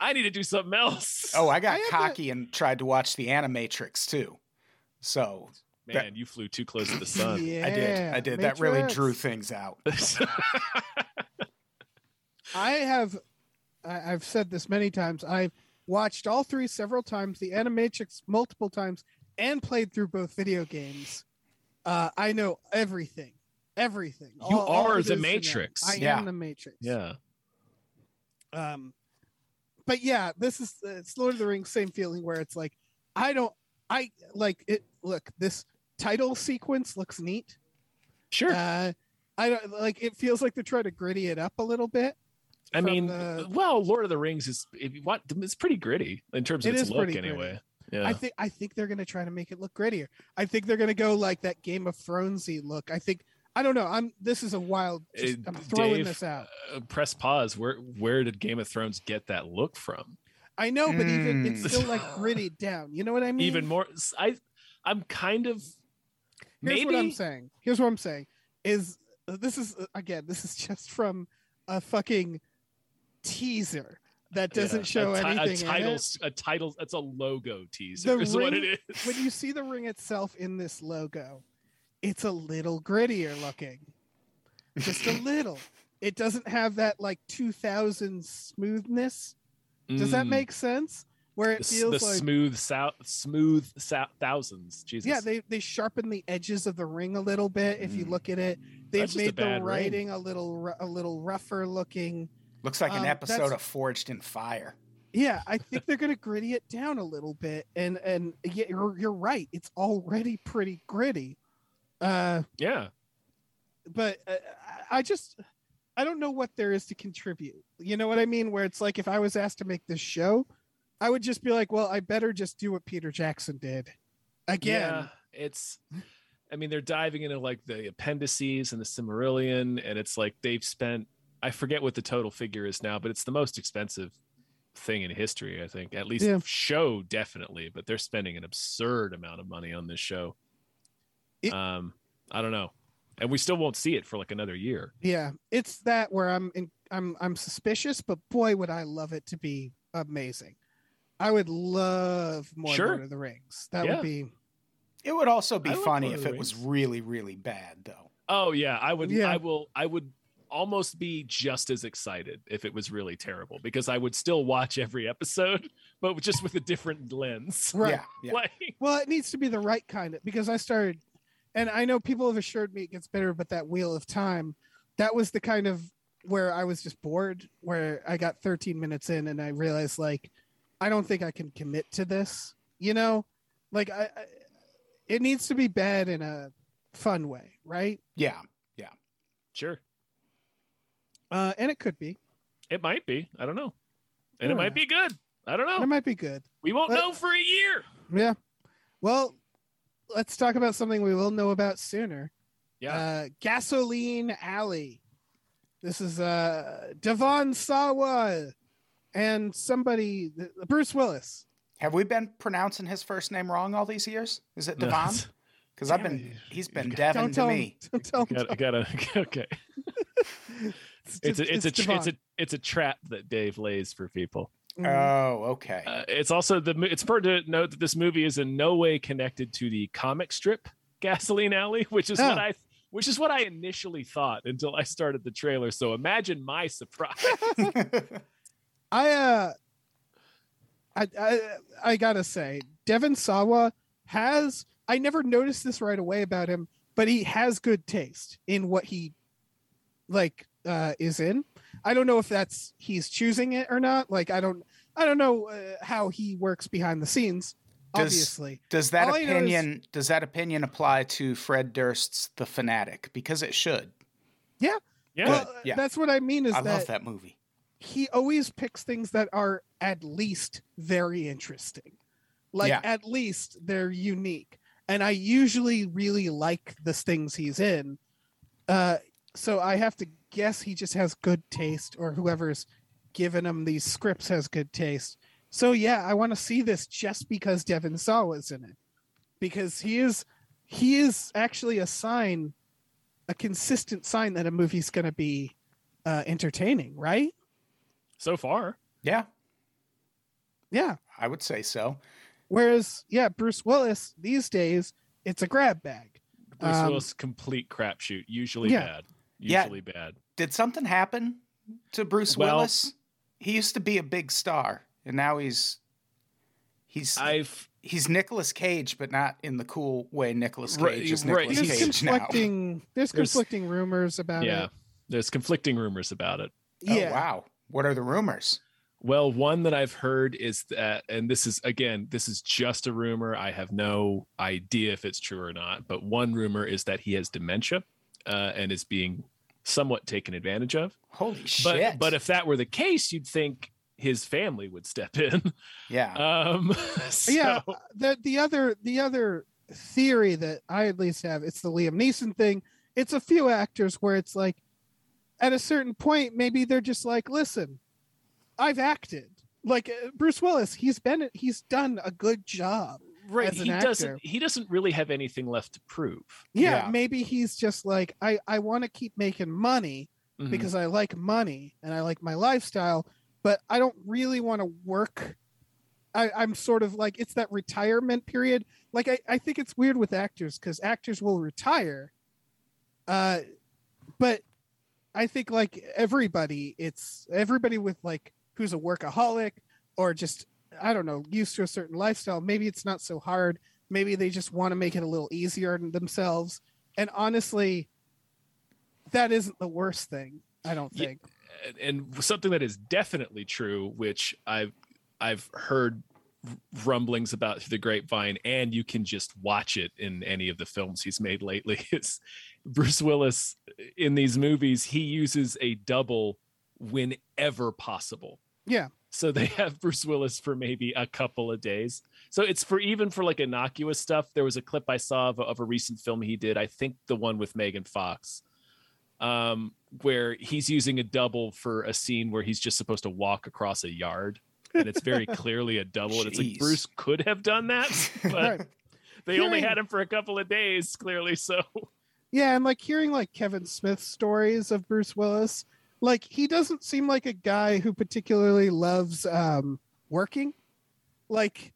Speaker 1: I need to do something else.
Speaker 4: Oh, I got
Speaker 3: I had
Speaker 4: cocky and tried to watch the Animatrix too. So
Speaker 1: man, you flew too close to the sun.
Speaker 3: yeah,
Speaker 4: I did. I did. That really drew
Speaker 3: Matrix.
Speaker 4: things out.
Speaker 3: I have, I, I've said this many times. I've watched all three several times, the Animatrix multiple times, and played through both video games. Uh, I know everything, everything.
Speaker 1: You are
Speaker 3: it
Speaker 1: the
Speaker 3: is to know.
Speaker 1: Matrix.
Speaker 3: I
Speaker 4: Yeah.
Speaker 3: am the Matrix.
Speaker 1: yeah,
Speaker 3: um but yeah this is uh, it's lord of the rings same feeling where it's like i don't i like it look this title sequence looks neat
Speaker 1: sure.
Speaker 3: uh i don't like it feels like they're trying to gritty it up a little bit
Speaker 1: I
Speaker 3: from
Speaker 1: mean,
Speaker 3: the-
Speaker 1: well, Lord of the Rings is if you want, it's pretty gritty in terms of
Speaker 3: It
Speaker 1: its
Speaker 3: is
Speaker 1: look,
Speaker 3: pretty
Speaker 1: anyway.
Speaker 3: i
Speaker 1: Yeah,
Speaker 3: think i think they're gonna try to make it look grittier i think they're gonna go like that game of thronesy look i think i don't know i'm this is a wild just,
Speaker 1: Uh,
Speaker 3: i'm throwing
Speaker 1: Dave,
Speaker 3: this out
Speaker 1: uh, press pause. Where where did Game of Thrones get that look from?
Speaker 3: i know but even it's
Speaker 4: Mm.
Speaker 3: still like gritty down you know what i mean
Speaker 1: even more i i'm kind of
Speaker 3: here's
Speaker 1: maybe
Speaker 3: what I'm saying. Here's what I'm saying is uh, this is again this is just from a fucking teaser that
Speaker 1: Yeah,
Speaker 3: doesn't show
Speaker 1: a ti-
Speaker 3: anything.
Speaker 1: a
Speaker 3: in
Speaker 1: title
Speaker 3: it.
Speaker 1: a title that's a logo teaser
Speaker 3: The
Speaker 1: is what
Speaker 3: ring-
Speaker 1: it is
Speaker 3: When you see the ring itself in this logo, it's a little grittier looking, just a little. It doesn't have that like 2000 smoothness. Does that
Speaker 1: Mm,
Speaker 3: make sense? Where
Speaker 1: the,
Speaker 3: it
Speaker 1: s-
Speaker 3: feels
Speaker 1: the
Speaker 3: like
Speaker 1: smooth south smooth south thousands jesus
Speaker 3: yeah, they they sharpen the edges of the ring a little bit. If you
Speaker 4: Mm.
Speaker 3: look at it, they've
Speaker 1: That's just a
Speaker 3: made the
Speaker 1: bad ring.
Speaker 3: writing a little ru- a little rougher looking.
Speaker 4: Looks like an
Speaker 3: Um,
Speaker 4: episode
Speaker 3: that's-
Speaker 4: of Forged in Fire.
Speaker 3: Yeah, I think they're gonna gritty it down a little bit, and and yeah, you're, you're right. It's already pretty gritty, uh,
Speaker 1: yeah
Speaker 3: but uh, I I just I don't know what there is to contribute. You know what I mean? Where it's like if I was asked to make this show, I would just be like, well, I better just do what Peter Jackson did again.
Speaker 1: Yeah, it's. I mean, they're diving into like the appendices and the Cimmerillion, and it's like they've spent. I forget what the total figure is now, but it's the most expensive thing in history, I think. At least
Speaker 3: Yeah.
Speaker 1: show definitely, but they're spending an absurd amount of money on this show.
Speaker 3: It-
Speaker 1: um, I don't know, and we still won't see it for like another year.
Speaker 3: Yeah, it's that where I'm in, I'm I'm suspicious, but boy, would I love it to be amazing. I would love more
Speaker 1: Sure.
Speaker 3: Lord of the Rings. That
Speaker 1: Yeah.
Speaker 3: would be
Speaker 4: It would also be
Speaker 1: I like
Speaker 4: funny
Speaker 1: Lord of
Speaker 4: if
Speaker 1: the
Speaker 4: it was
Speaker 1: Rings.
Speaker 4: really, really bad, though.
Speaker 1: Oh yeah, I would.
Speaker 3: Yeah.
Speaker 1: I will. I would almost be just as excited if it was really terrible because I would still watch every episode, but just with a different lens.
Speaker 3: right.
Speaker 4: Yeah, yeah.
Speaker 1: Like,
Speaker 3: Well, it needs to be the right kind of because I started, and I know people have assured me it gets better, but that Wheel of Time, that was the kind of where I was just bored, where I got 13 minutes in and I realized like I don't think I can commit to this. You know, like I, I it needs to be bad in a fun way, right?
Speaker 4: Yeah.
Speaker 1: Sure.
Speaker 3: Uh, and it could be.
Speaker 1: It might be. I don't know. And
Speaker 3: Yeah.
Speaker 1: it might be good. I don't
Speaker 3: It
Speaker 1: know.
Speaker 3: might be good.
Speaker 1: We won't
Speaker 3: Uh,
Speaker 1: know for a year.
Speaker 3: Yeah. Well, let's talk about something we will know about sooner.
Speaker 1: Yeah.
Speaker 3: Uh, Gasoline Alley. This is uh, Devon Sawa and somebody, Bruce Willis.
Speaker 4: Have we been pronouncing his first name wrong all these years? Is it
Speaker 1: No,
Speaker 4: Devon?
Speaker 1: it's-
Speaker 4: Because I've
Speaker 1: Damn
Speaker 4: been he's been
Speaker 3: Don't
Speaker 4: Devon to
Speaker 3: tell
Speaker 4: me.
Speaker 3: him. Don't tell him.
Speaker 1: gotta, gotta okay. It's a, it's a tr- it's a
Speaker 3: Devon.
Speaker 1: it's a trap that Dave lays for people.
Speaker 3: Mhm.
Speaker 4: Oh, okay.
Speaker 1: Uh, it's also the mo- it's important to note that this movie is in no way connected to the comic strip Gasoline Alley, which is what
Speaker 3: Oh.
Speaker 1: I which is what I initially thought until I started the trailer. So imagine my surprise. Uh,
Speaker 3: I uh, I I I gotta say, Devon Sawa has. I never noticed this right away about him, but he has good taste in what he like uh, is in. I don't know if that's he's choosing it or not. Like I don't I don't know uh, how he works behind the scenes.
Speaker 4: Does-
Speaker 3: obviously,
Speaker 4: does that
Speaker 3: all I know is-
Speaker 4: opinion does that opinion apply to Fred Durst's The Fanatic? Because it should.
Speaker 1: Yeah.
Speaker 3: well,
Speaker 4: yeah.
Speaker 3: that's what I mean. Is
Speaker 4: I
Speaker 3: that
Speaker 4: love that movie.
Speaker 3: he always picks things that are at least very interesting. Like
Speaker 4: Yeah.
Speaker 3: at least they're unique. And I usually really like the things he's in. Uh so I have to guess he just has good taste or whoever's given him these scripts has good taste. So yeah, I want to see this just because Devin Saw was in it. Because he is he is actually a sign a consistent sign that a movie's going to be uh entertaining, right?
Speaker 1: so far.
Speaker 4: Yeah,
Speaker 3: Yeah.
Speaker 4: I would say so.
Speaker 3: Whereas, yeah, Bruce Willis these days, it's a grab bag.
Speaker 1: Bruce
Speaker 3: Um,
Speaker 1: Willis complete crapshoot. Usually
Speaker 3: yeah.
Speaker 1: bad.
Speaker 4: Yeah.
Speaker 1: Usually bad.
Speaker 4: Did something happen to Bruce
Speaker 1: Well-
Speaker 4: Willis? He used to be a big star, and now he's he's
Speaker 1: I've
Speaker 4: he's Nicolas Cage, but not in the cool way Nicolas Cage
Speaker 1: Right,
Speaker 4: is
Speaker 1: right.
Speaker 4: Nicolas
Speaker 1: He's
Speaker 3: There's
Speaker 4: Cage now.
Speaker 3: conflicting. There's
Speaker 1: There's-
Speaker 3: conflicting rumors about
Speaker 1: yeah.
Speaker 3: it.
Speaker 1: There's conflicting rumors about it.
Speaker 3: Yeah.
Speaker 4: Oh, wow. What are the rumors?
Speaker 1: Well, one that I've heard is that, and this is again, this is just a rumor. I have no idea if it's true or not, but one rumor is that he has dementia uh, and is being somewhat taken advantage of.
Speaker 4: Holy
Speaker 1: But
Speaker 4: shit.
Speaker 1: but if that were the case, you'd think his family would step in.
Speaker 4: yeah.
Speaker 1: Um, so-
Speaker 3: Yeah, The the other the other theory that I at least have it's the Liam Neeson thing. It's a few actors where it's like, at a certain point, maybe they're just like, listen, I've acted. Like uh, Bruce Willis, he's been he's done a good job.
Speaker 1: right.
Speaker 3: as an
Speaker 1: He
Speaker 3: actor.
Speaker 1: doesn't. He doesn't really have anything left to prove.
Speaker 3: Yeah,
Speaker 4: Yeah.
Speaker 3: maybe he's just like, I I want to keep making money.
Speaker 1: Mhm.
Speaker 3: because I like money and I like my lifestyle, but I don't really want to work. I, I'm sort of like it's that retirement period. Like I, I think it's weird with actors because actors will retire. Uh but I think like everybody, it's everybody with like who's a workaholic or just I don't know, used to a certain lifestyle. Maybe it's not so hard. Maybe they just want to make it a little easier on themselves. And honestly, that isn't the worst thing. I don't
Speaker 1: Ye-
Speaker 3: think.
Speaker 1: and- and something that is definitely true, which I've I've heard rumblings about through the grapevine, and you can just watch it in any of the films he's made lately. Is Bruce Willis in these movies? He uses a double whenever possible.
Speaker 3: Yeah.
Speaker 1: So they have Bruce Willis for maybe a couple of days. So it's for even for like innocuous stuff. There was a clip I saw of, of a recent film he did. I think the one with Megan Fox, um, where he's using a double for a scene where he's just supposed to walk across a yard. And it's very clearly a double. And it's
Speaker 4: Jeez.
Speaker 1: like Bruce could have done that, but
Speaker 3: Right.
Speaker 1: they only
Speaker 3: Hearing-
Speaker 1: had him for a couple of days, clearly. So
Speaker 3: Yeah, and like hearing like Kevin Smith's stories of Bruce Willis, like he doesn't seem like a guy who particularly loves um working. Like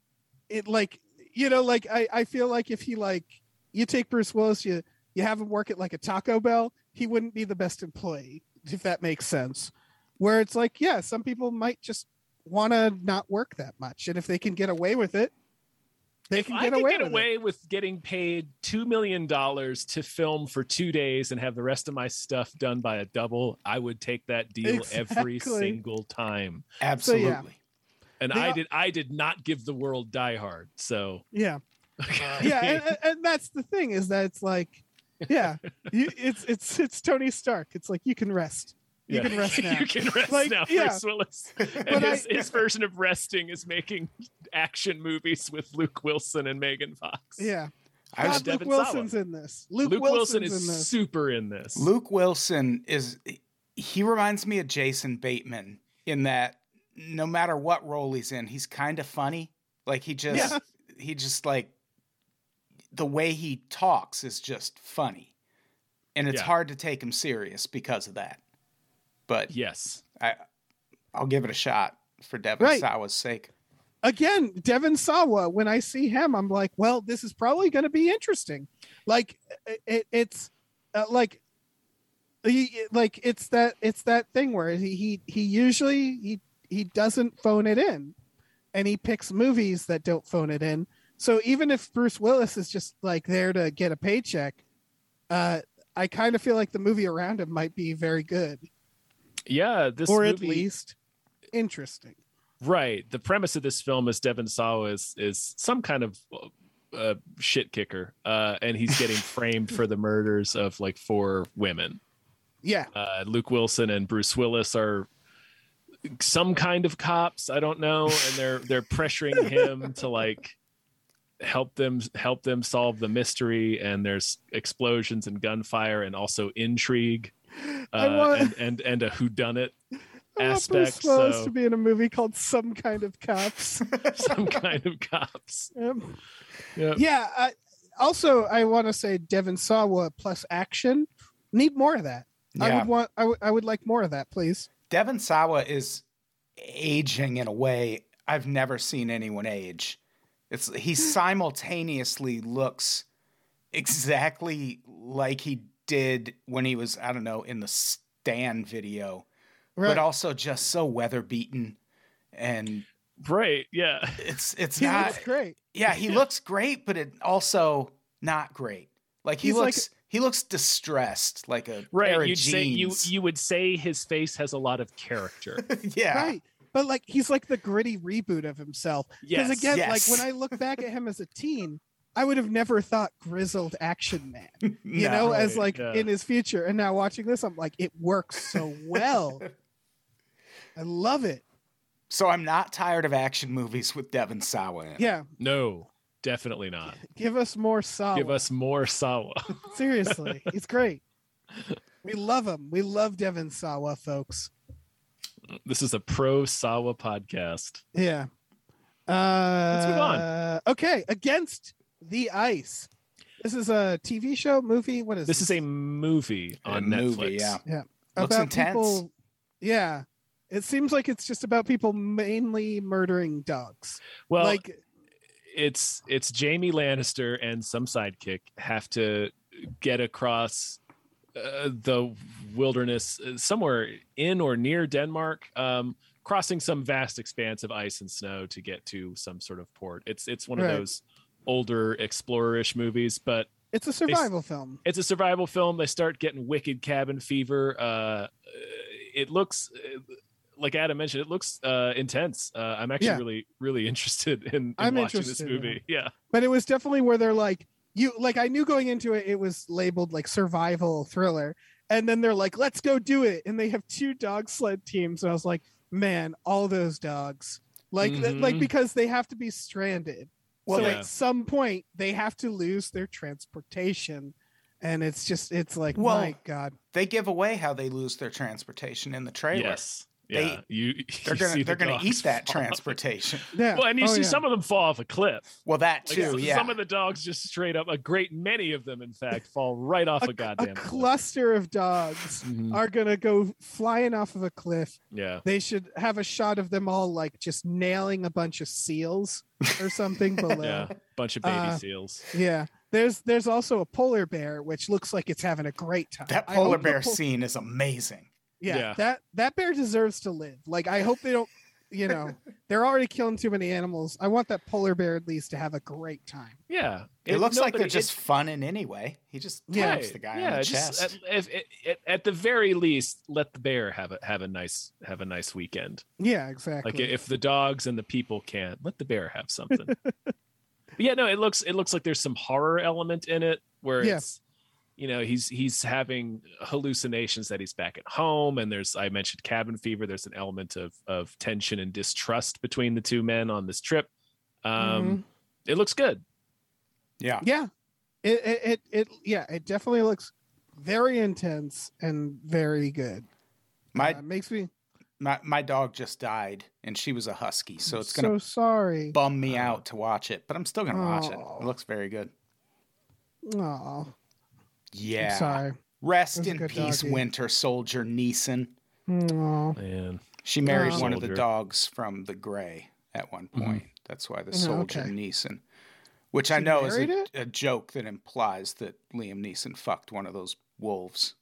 Speaker 3: it like you know, like I, I feel like if he like you take Bruce Willis, you you have him work at like a Taco Bell, he wouldn't be the best employee, if that makes sense. Where it's like, yeah, some people might just wanna not work that much. And if they can get away with it, they can
Speaker 1: I
Speaker 3: get
Speaker 1: could
Speaker 3: away
Speaker 1: get
Speaker 3: with it.
Speaker 1: away with getting paid $2 million to film for two days and have the rest of my stuff done by a double. I would take that deal every
Speaker 3: Exactly.
Speaker 1: single time.
Speaker 4: Absolutely.
Speaker 3: yeah.
Speaker 1: and
Speaker 3: They
Speaker 1: I
Speaker 3: all-
Speaker 1: did I did not give the world Die Hard. So
Speaker 3: yeah yeah and, and- and that's the thing is that it's like yeah you, it's it's it's tony stark it's like you can rest you
Speaker 1: Yeah.
Speaker 3: can rest now
Speaker 1: you can rest
Speaker 3: Like,
Speaker 1: now,
Speaker 3: yeah.
Speaker 1: Bruce Willis. And
Speaker 3: But I-
Speaker 1: his, his version of resting is making action movies with Luke Wilson and Megan Fox.
Speaker 3: yeah
Speaker 4: I was
Speaker 3: God, luke
Speaker 1: Devin Sawa.
Speaker 3: wilson's in this luke,
Speaker 1: Luke, Wilson
Speaker 3: wilson's
Speaker 1: is
Speaker 3: in this
Speaker 1: super in this.
Speaker 4: Luke Wilson is he reminds me of Jason Bateman in that no matter what role he's in, he's kind of funny. Like he just
Speaker 3: Yeah.
Speaker 4: he just like the way he talks is just funny. And it's
Speaker 1: Yeah.
Speaker 4: hard to take him serious because of that. But
Speaker 1: Yes.
Speaker 4: I'll give it a shot for Devin
Speaker 3: Right.
Speaker 4: Sawa's sake.
Speaker 3: again, Devin Sawa, when I see him, I'm like, well, this is probably going to be interesting. Like it- it, it's uh, like he- like it's that it's that thing where he he, he usually he he doesn't phone it in and he picks movies that don't phone it in. So even if Bruce Willis is just like there to get a paycheck, uh, I kind of feel like the movie around him might be very good
Speaker 1: Yeah, this
Speaker 3: or at
Speaker 1: movie,
Speaker 3: least interesting.
Speaker 1: Right. The premise of this film is Devin Sawa is is some kind of uh, shit kicker, uh, and he's getting framed for the murders of like four women.
Speaker 3: Yeah.
Speaker 1: Uh, Luke Wilson and Bruce Willis are some kind of cops. I don't know, and they're they're pressuring him to like help them help them solve the mystery. And there's explosions and gunfire, and also intrigue,
Speaker 3: I
Speaker 1: uh,
Speaker 3: want-
Speaker 1: and and and a whodunit
Speaker 3: I want
Speaker 1: aspect.
Speaker 3: Bruce Willis
Speaker 1: So
Speaker 3: to be in a movie called Some Kind of Cops.
Speaker 1: some kind of cops.
Speaker 3: Um,
Speaker 1: Yep.
Speaker 3: Yeah. I, also, I want to say Devin Sawa plus action. Need more of that. I
Speaker 4: Yeah.
Speaker 3: would want. I would- I would like more of that, please.
Speaker 4: Devin Sawa is aging in a way I've never seen anyone age. It's
Speaker 3: Hmm.
Speaker 4: he simultaneously looks exactly like he did when he was I don't know in the Stan video,
Speaker 3: Right.
Speaker 4: but also just so weather beaten, and
Speaker 1: Right. Yeah.
Speaker 4: it's it's
Speaker 3: he
Speaker 4: not
Speaker 3: looks great.
Speaker 4: yeah he looks great, but it also not great. Like he
Speaker 3: He's like-
Speaker 4: looks he looks distressed like a
Speaker 1: Right.
Speaker 4: pair of
Speaker 1: You'd say you
Speaker 4: jeans.
Speaker 1: you would say his face has a lot of character.
Speaker 4: yeah
Speaker 3: Right. But like he's like the gritty reboot of himself. Because
Speaker 1: Yes.
Speaker 3: again, like
Speaker 4: yes.
Speaker 3: when I look back at him as a teen, I would have never thought grizzled action man. you
Speaker 4: No.
Speaker 3: know, as
Speaker 1: Right,
Speaker 3: like
Speaker 1: yeah.
Speaker 3: in his future. And now watching this, I'm like, it works so well. I love it.
Speaker 4: So I'm not tired of action movies with Devin Sawa in. it.
Speaker 3: Yeah,
Speaker 1: no, definitely not.
Speaker 3: give us more Sawa.
Speaker 1: Give us more Sawa.
Speaker 3: seriously, he's great. We love him. We love Devin Sawa, folks.
Speaker 1: This is a pro Sawa podcast.
Speaker 3: Yeah. Uh,
Speaker 1: move
Speaker 3: Okay, against the ice. This is a TV show, movie. What is
Speaker 1: This is a movie
Speaker 4: A
Speaker 1: on Netflix.
Speaker 4: movie, yeah. Looks intense.
Speaker 3: people? Yeah, it seems like it's just about people mainly murdering dogs.
Speaker 1: Well,
Speaker 3: like
Speaker 1: it's it's Jamie Lannister and some sidekick have to get across uh, the wilderness uh, somewhere in or near Denmark, um, crossing some vast expanse of ice and snow to get to some sort of port. It's it's one
Speaker 3: Right.
Speaker 1: of those older explorerish movies, but
Speaker 3: it's a survival film.
Speaker 1: it's a survival film. They start getting wicked cabin fever. Uh, it looks uh, like Adam mentioned. It looks uh, intense. Uh, I'm actually
Speaker 3: Yeah.
Speaker 1: really really interested in, in
Speaker 3: I'm
Speaker 1: watching
Speaker 3: interested in
Speaker 1: this movie. Yeah.
Speaker 3: but it was definitely where they're like you like i knew going into it it was labeled like survival thriller and then they're like let's go do it and they have two dog sled teams and i was like man all those dogs like th- like
Speaker 1: Mhm.
Speaker 3: because they have to be stranded
Speaker 4: Well,
Speaker 3: so
Speaker 1: Yeah.
Speaker 3: at some point they have to lose their transportation and it's just it's like
Speaker 4: Well,
Speaker 3: my god
Speaker 4: They give away how they lose their transportation in the trailer.
Speaker 1: Yes.
Speaker 4: They-
Speaker 1: yeah. you,
Speaker 4: They're
Speaker 1: you
Speaker 4: gonna
Speaker 1: see the
Speaker 4: they're gonna
Speaker 1: dogs
Speaker 4: eat that
Speaker 1: fall.
Speaker 4: transportation.
Speaker 3: yeah
Speaker 1: Well, and you
Speaker 3: Oh,
Speaker 1: see
Speaker 3: yeah.
Speaker 1: some of them fall off a cliff.
Speaker 4: Well, that
Speaker 1: Like,
Speaker 4: too,
Speaker 1: s-
Speaker 4: yeah.
Speaker 1: Some of the dogs just straight up, a great many of them, in fact, fall right off a,
Speaker 3: a
Speaker 1: goddamn cliff.
Speaker 3: cluster of dogs
Speaker 1: Mhm.
Speaker 3: are gonna go flying off of a cliff
Speaker 1: Yeah.
Speaker 3: they should have a shot of them all like just nailing a bunch of seals or something below.
Speaker 1: Yeah.
Speaker 3: yeah.
Speaker 1: Bunch of baby
Speaker 3: Uh,
Speaker 1: seals.
Speaker 3: There's there's also a polar bear which looks like it's having a great time.
Speaker 4: that
Speaker 3: I
Speaker 4: polar
Speaker 3: hope the
Speaker 4: bear
Speaker 3: pol-
Speaker 4: scene is amazing.
Speaker 3: yeah,
Speaker 1: Yeah.
Speaker 3: That that bear deserves to live. Like I hope they don't you know, they're already killing too many animals. I want that polar bear at least to have a great time.
Speaker 1: Yeah,
Speaker 4: It, looks like they're
Speaker 1: nobody-
Speaker 4: just
Speaker 1: it-
Speaker 4: fun in any way. He just
Speaker 3: Yeah.
Speaker 4: taps the guy
Speaker 1: yeah,
Speaker 4: on the
Speaker 1: just
Speaker 4: chest.
Speaker 1: At, if, at, at the very least, let the bear have a have a nice have a nice weekend.
Speaker 3: Yeah, exactly.
Speaker 1: Like if the dogs and the people can't, let the bear have something. but yeah, no, it looks it looks like there's some horror element in it where
Speaker 3: Yeah.
Speaker 1: it's you know he's he's having hallucinations that he's back at home and there's i mentioned cabin fever there's an element of of tension and distrust between the two men on this trip um
Speaker 3: Mm-hmm.
Speaker 1: it looks good
Speaker 4: yeah.
Speaker 3: yeah, it, it it it yeah, it definitely looks very intense and very good.
Speaker 4: My,
Speaker 3: uh, makes me
Speaker 4: my my dog just died and she was a husky, so it's
Speaker 3: so
Speaker 4: gonna
Speaker 3: sorry.
Speaker 4: bum me
Speaker 1: Oh.
Speaker 4: out to watch it, but I'm still gonna watch it.
Speaker 3: Aw.
Speaker 4: It looks very good.
Speaker 3: Oh,
Speaker 4: Yeah.
Speaker 3: I'm sorry.
Speaker 4: Rest
Speaker 3: That's a
Speaker 4: in
Speaker 3: good
Speaker 4: peace,
Speaker 3: doggy.
Speaker 4: Winter Soldier Neeson.
Speaker 3: Aw.
Speaker 1: man
Speaker 4: She married
Speaker 3: Aw.
Speaker 4: one of the
Speaker 1: Soldier.
Speaker 4: dogs from the Gray at one point. That's why the
Speaker 3: Oh,
Speaker 4: Soldier
Speaker 3: okay.
Speaker 4: Neeson, which I
Speaker 3: She
Speaker 4: know is
Speaker 3: married
Speaker 4: a,
Speaker 3: it?
Speaker 4: a joke that implies that Liam Neeson fucked one of those wolves,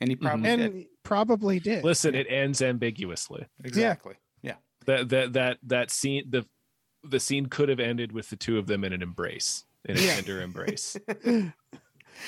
Speaker 4: and he probably did.
Speaker 3: Mm-hmm. and probably did.
Speaker 1: listen it ends ambiguously
Speaker 4: Exactly. Yeah.
Speaker 1: that that that that scene the the scene could have ended with the two of them in an embrace in a
Speaker 3: Yeah.
Speaker 1: tender embrace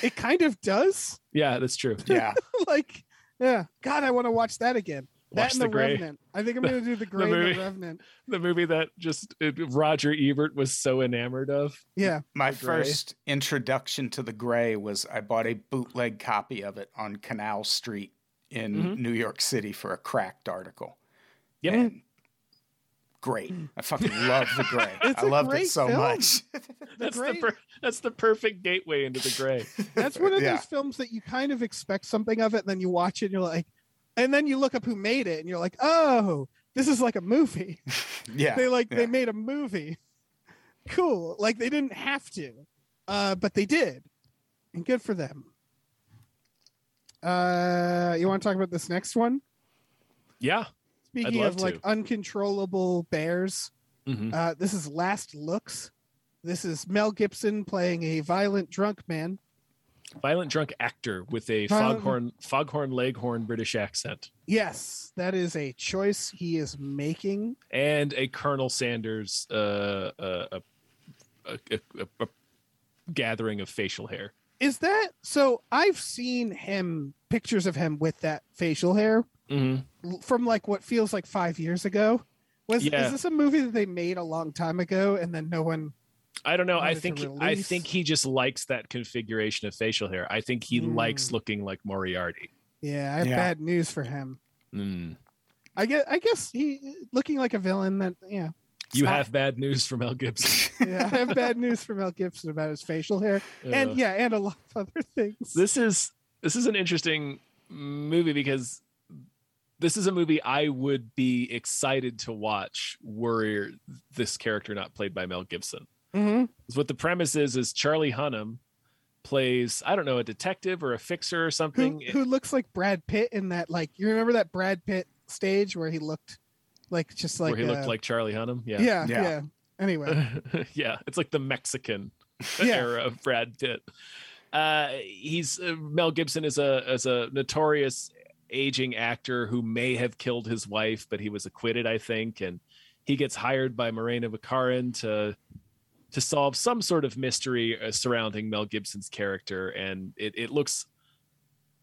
Speaker 3: It kind of does.
Speaker 1: yeah that's true
Speaker 4: Yeah.
Speaker 3: like, yeah. God, I want to watch that again.
Speaker 1: Watch
Speaker 3: that and
Speaker 1: The
Speaker 3: the,
Speaker 1: Grey.
Speaker 3: Revenant. I think I'm gonna do the Gray and
Speaker 1: movie.
Speaker 3: the Revenant.
Speaker 1: the movie that just it, roger ebert was so enamored of
Speaker 3: Yeah.
Speaker 4: My
Speaker 1: The Grey.
Speaker 4: first introduction to the Gray was I bought a bootleg copy of it on Canal Street in
Speaker 3: Mm-hmm.
Speaker 1: Mhm.
Speaker 4: New York City for a cracked article.
Speaker 1: Yep.
Speaker 4: And great. I fucking love the Gray.
Speaker 3: It's
Speaker 4: I
Speaker 3: a
Speaker 4: loved
Speaker 3: great
Speaker 4: it so
Speaker 3: film.
Speaker 4: much.
Speaker 3: The
Speaker 1: that's
Speaker 3: Grey-
Speaker 1: the per- that's the perfect gateway into the gray
Speaker 3: That's one of
Speaker 4: Yeah.
Speaker 3: those films that you kind of expect something of it, and then you watch it, and you're like, and then you look up who made it, and you're like, oh, this is like a movie.
Speaker 4: Yeah.
Speaker 3: they like
Speaker 4: yeah.
Speaker 3: they made a movie. Cool. Like they didn't have to, uh, but they did, and good for them. Uh, you want to talk about this next one?
Speaker 1: yeah
Speaker 3: Speaking
Speaker 1: love
Speaker 3: of like uncontrollable bears,
Speaker 4: Hmm.
Speaker 1: Mhm.
Speaker 3: uh, this is Last Looks. This is Mel Gibson playing a violent drunk man
Speaker 1: violent drunk actor with a
Speaker 3: Violent-
Speaker 1: foghorn foghorn leghorn british accent
Speaker 3: Yes, that is a choice he is making.
Speaker 1: and a colonel sanders uh uh a, a, a, a, a gathering of facial hair
Speaker 3: Is that so? I've seen him pictures of him with that facial hair
Speaker 1: mm-hmm.
Speaker 3: l- from like what feels like five years ago. Was
Speaker 1: Yeah.
Speaker 3: is this a movie that they made a long time ago and then no one?
Speaker 1: I don't know. I
Speaker 3: wanted to
Speaker 1: think I
Speaker 3: release.
Speaker 1: think he just likes that configuration of facial hair. I think he
Speaker 3: Mm.
Speaker 1: likes looking like Moriarty.
Speaker 3: Yeah, I have
Speaker 4: Yeah.
Speaker 3: bad news for him.
Speaker 1: Mm.
Speaker 3: I guess I guess he looking like a villain. That yeah,
Speaker 1: You
Speaker 3: Stop.
Speaker 1: have bad news from Mel Gibson.
Speaker 3: yeah. I have bad news for Mel Gibson about his facial hair
Speaker 1: Uh,
Speaker 3: and yeah, and a lot of other things.
Speaker 1: this is this is an interesting movie because this is a movie I would be excited to watch were this character not played by Mel Gibson.
Speaker 4: Mm-hmm.
Speaker 3: Mhm.
Speaker 1: 'Cause what the premise is is Charlie Hunnam plays I don't know a detective or a fixer or
Speaker 3: who
Speaker 1: something.
Speaker 3: who looks like Brad Pitt in that like you remember that Brad Pitt stage where he looked like just like
Speaker 1: where he
Speaker 3: uh,
Speaker 1: looked like Charlie Hunnam.
Speaker 3: yeah yeah,
Speaker 4: Yeah.
Speaker 3: anyway
Speaker 1: yeah, it's like the Mexican
Speaker 3: Yeah.
Speaker 1: era of Brad Pitt. Uh, he's uh, Mel Gibson is a as a notorious aging actor who may have killed his wife, but he was acquitted, I think, and he gets hired by Morena Baccarin to to solve some sort of mystery uh, surrounding Mel Gibson's character, and it it looks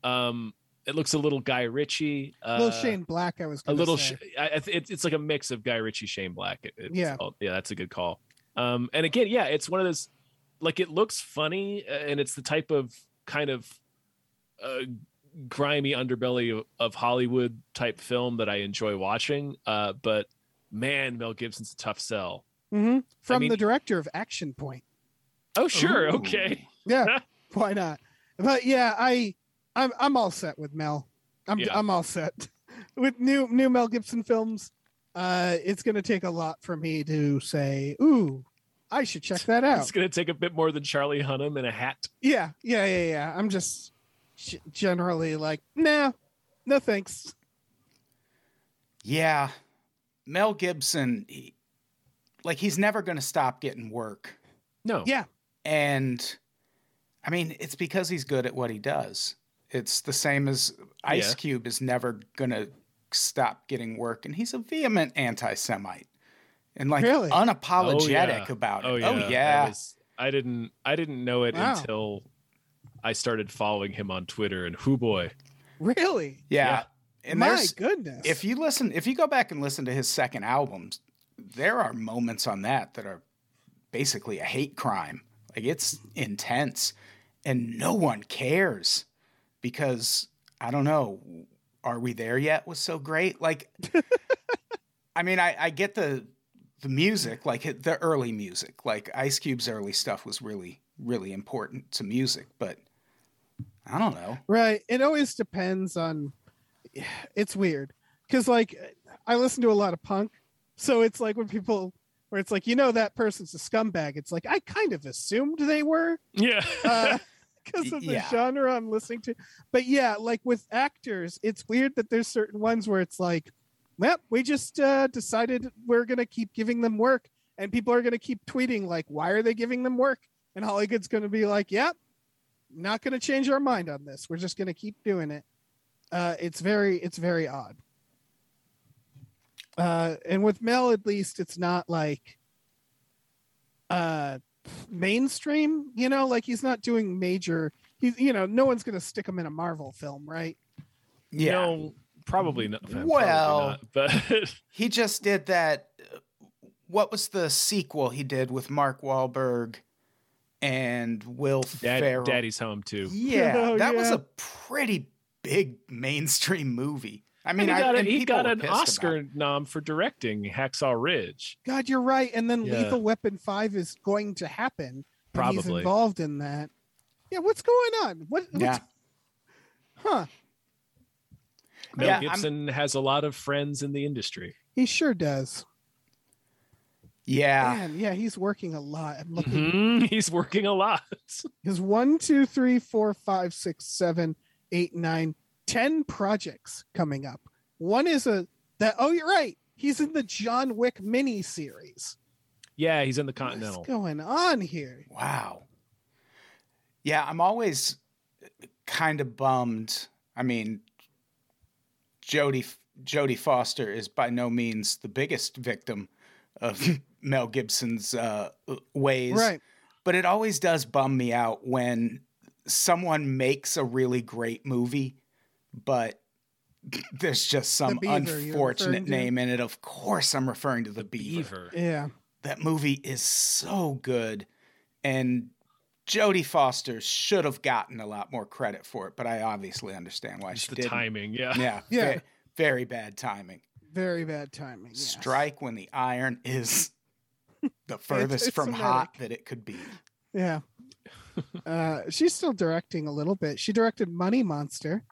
Speaker 1: um it looks a little Guy Ritchie, uh,
Speaker 3: little Shane Black I was
Speaker 1: a
Speaker 3: gonna
Speaker 1: little sh-
Speaker 3: say.
Speaker 1: I, I th- it's, it's like a mix of guy ritchie shane black It- it's
Speaker 3: Yeah.
Speaker 1: all- yeah that's a good call um and again yeah it's one of those like it looks funny uh, and it's the type of kind of uh, grimy underbelly of, of hollywood type film that i enjoy watching uh but man mel gibson's a tough sell
Speaker 4: Mm-hmm.
Speaker 3: Mhm. from
Speaker 1: mean-
Speaker 3: the director of Action Point
Speaker 1: oh sure
Speaker 4: Ooh.
Speaker 1: okay
Speaker 3: yeah why not but yeah I I'm I'm all set with Mel I'm
Speaker 1: Yeah.
Speaker 3: I'm all set with new new Mel Gibson films uh it's gonna take a lot for me to say ooh I should check that out
Speaker 1: it's gonna take a bit more than charlie hunnam and a hat
Speaker 3: Yeah, yeah, yeah, yeah. I'm just g- generally like, nah, no thanks.
Speaker 4: Yeah. Mel Gibson, he, like, he's never going to stop getting work.
Speaker 1: no
Speaker 3: Yeah,
Speaker 4: And I mean, it's because he's good at what he does. It's the same as Ice
Speaker 1: Yeah.
Speaker 4: Cube is never going to stop getting work, and he's a vehement anti-Semite and like
Speaker 3: Really?
Speaker 1: Oh,
Speaker 4: unapologetic
Speaker 1: yeah.
Speaker 4: about it.
Speaker 1: Oh yeah.
Speaker 4: Oh
Speaker 1: that
Speaker 4: yeah.
Speaker 1: was- I didn't I didn't know it
Speaker 3: Wow.
Speaker 1: until I started following him on Twitter and who boy.
Speaker 3: Really?
Speaker 1: Yeah.
Speaker 4: yeah. And
Speaker 3: My
Speaker 4: there's
Speaker 3: goodness.
Speaker 4: if you listen if you go back and listen to his second albums there are moments on that that are basically a hate crime like it's intense and no one cares because i don't know are we there yet was so great like i mean i, I get the the music like it- the early music like ice cube's early stuff was really really important to music but i don't know
Speaker 3: Right. It always depends on. It's weird because like I listen to a lot of punk, so it's like when people where it's like you know that person's a scumbag. It's like I kind of assumed they were
Speaker 1: Yeah.
Speaker 3: because of the
Speaker 4: Yeah.
Speaker 3: genre I'm listening to. But yeah, like with actors, it's weird that there's certain ones where it's like, well, we just uh, decided we're gonna keep giving them work, and people are gonna keep tweeting like, why are they giving them work? And Hollywood's gonna be like, yep, not gonna change our mind on this. We're just gonna keep doing it. Uh, it's very, it's very odd. Uh, and with Mel, at least, it's not like. Uh, mainstream you know like he's not doing major he's you know no one's gonna stick him in a marvel film right
Speaker 4: yeah
Speaker 1: No, probably not. probably
Speaker 4: Well-
Speaker 1: not, but
Speaker 4: He just did that. uh, What was the sequel he did with Mark Wahlberg and Will
Speaker 1: Dad,
Speaker 4: Ferrell?
Speaker 1: Daddy's home too.
Speaker 4: Yeah,
Speaker 3: Oh,
Speaker 4: that was
Speaker 3: yeah.
Speaker 4: a pretty big mainstream movie. I
Speaker 1: And
Speaker 4: mean,
Speaker 1: he
Speaker 4: I,
Speaker 1: got, a-
Speaker 4: and
Speaker 1: he
Speaker 4: people
Speaker 1: got
Speaker 4: were
Speaker 1: an
Speaker 4: pissed about
Speaker 1: Oscar
Speaker 4: it.
Speaker 1: nom for directing Hacksaw Ridge.
Speaker 3: god you're right and then
Speaker 1: Yeah.
Speaker 3: lethal weapon 5 is going to happen and he's
Speaker 1: Probably.
Speaker 3: involved in that yeah what's going on what what's,
Speaker 4: Yeah,
Speaker 3: huh
Speaker 1: Mel
Speaker 4: Yeah, I'm-
Speaker 1: Gibson has a lot of friends in the industry.
Speaker 3: he sure does
Speaker 4: yeah.
Speaker 3: man yeah he's working a lot i'm looking
Speaker 1: Mhm, He's working a lot.
Speaker 3: his one two three four five six seven eight nine ten projects coming up one is a that oh you're right he's in the john wick mini series
Speaker 1: Yeah, he's in the
Speaker 3: what's
Speaker 1: Continental.
Speaker 3: going on here
Speaker 4: Wow. Yeah, I'm always uh, kind of bummed. I mean, Jodie Jodie Foster is by no means the biggest victim of Mel Gibson's uh, ways,
Speaker 3: right
Speaker 4: but it always does bum me out when someone makes a really great movie, but there's just some
Speaker 3: Beaver you're referring
Speaker 4: unfortunate
Speaker 3: to?
Speaker 4: name in it. Of course, I'm referring to the, beaver
Speaker 1: Beaver.
Speaker 3: Yeah.
Speaker 4: that movie is so good and Jodie Foster should have gotten a lot more credit for it, but I obviously understand why
Speaker 1: Just
Speaker 4: she
Speaker 1: the
Speaker 4: didn't.
Speaker 1: timing. Yeah.
Speaker 4: Yeah,
Speaker 3: Yeah.
Speaker 4: ve- very bad timing.
Speaker 3: Very bad timing. yes.
Speaker 4: Strike when the iron is the furthest
Speaker 3: it's
Speaker 4: from
Speaker 3: somatic.
Speaker 4: hot that it could be.
Speaker 3: Yeah. uh, she's still directing a little bit. She directed Money Monster.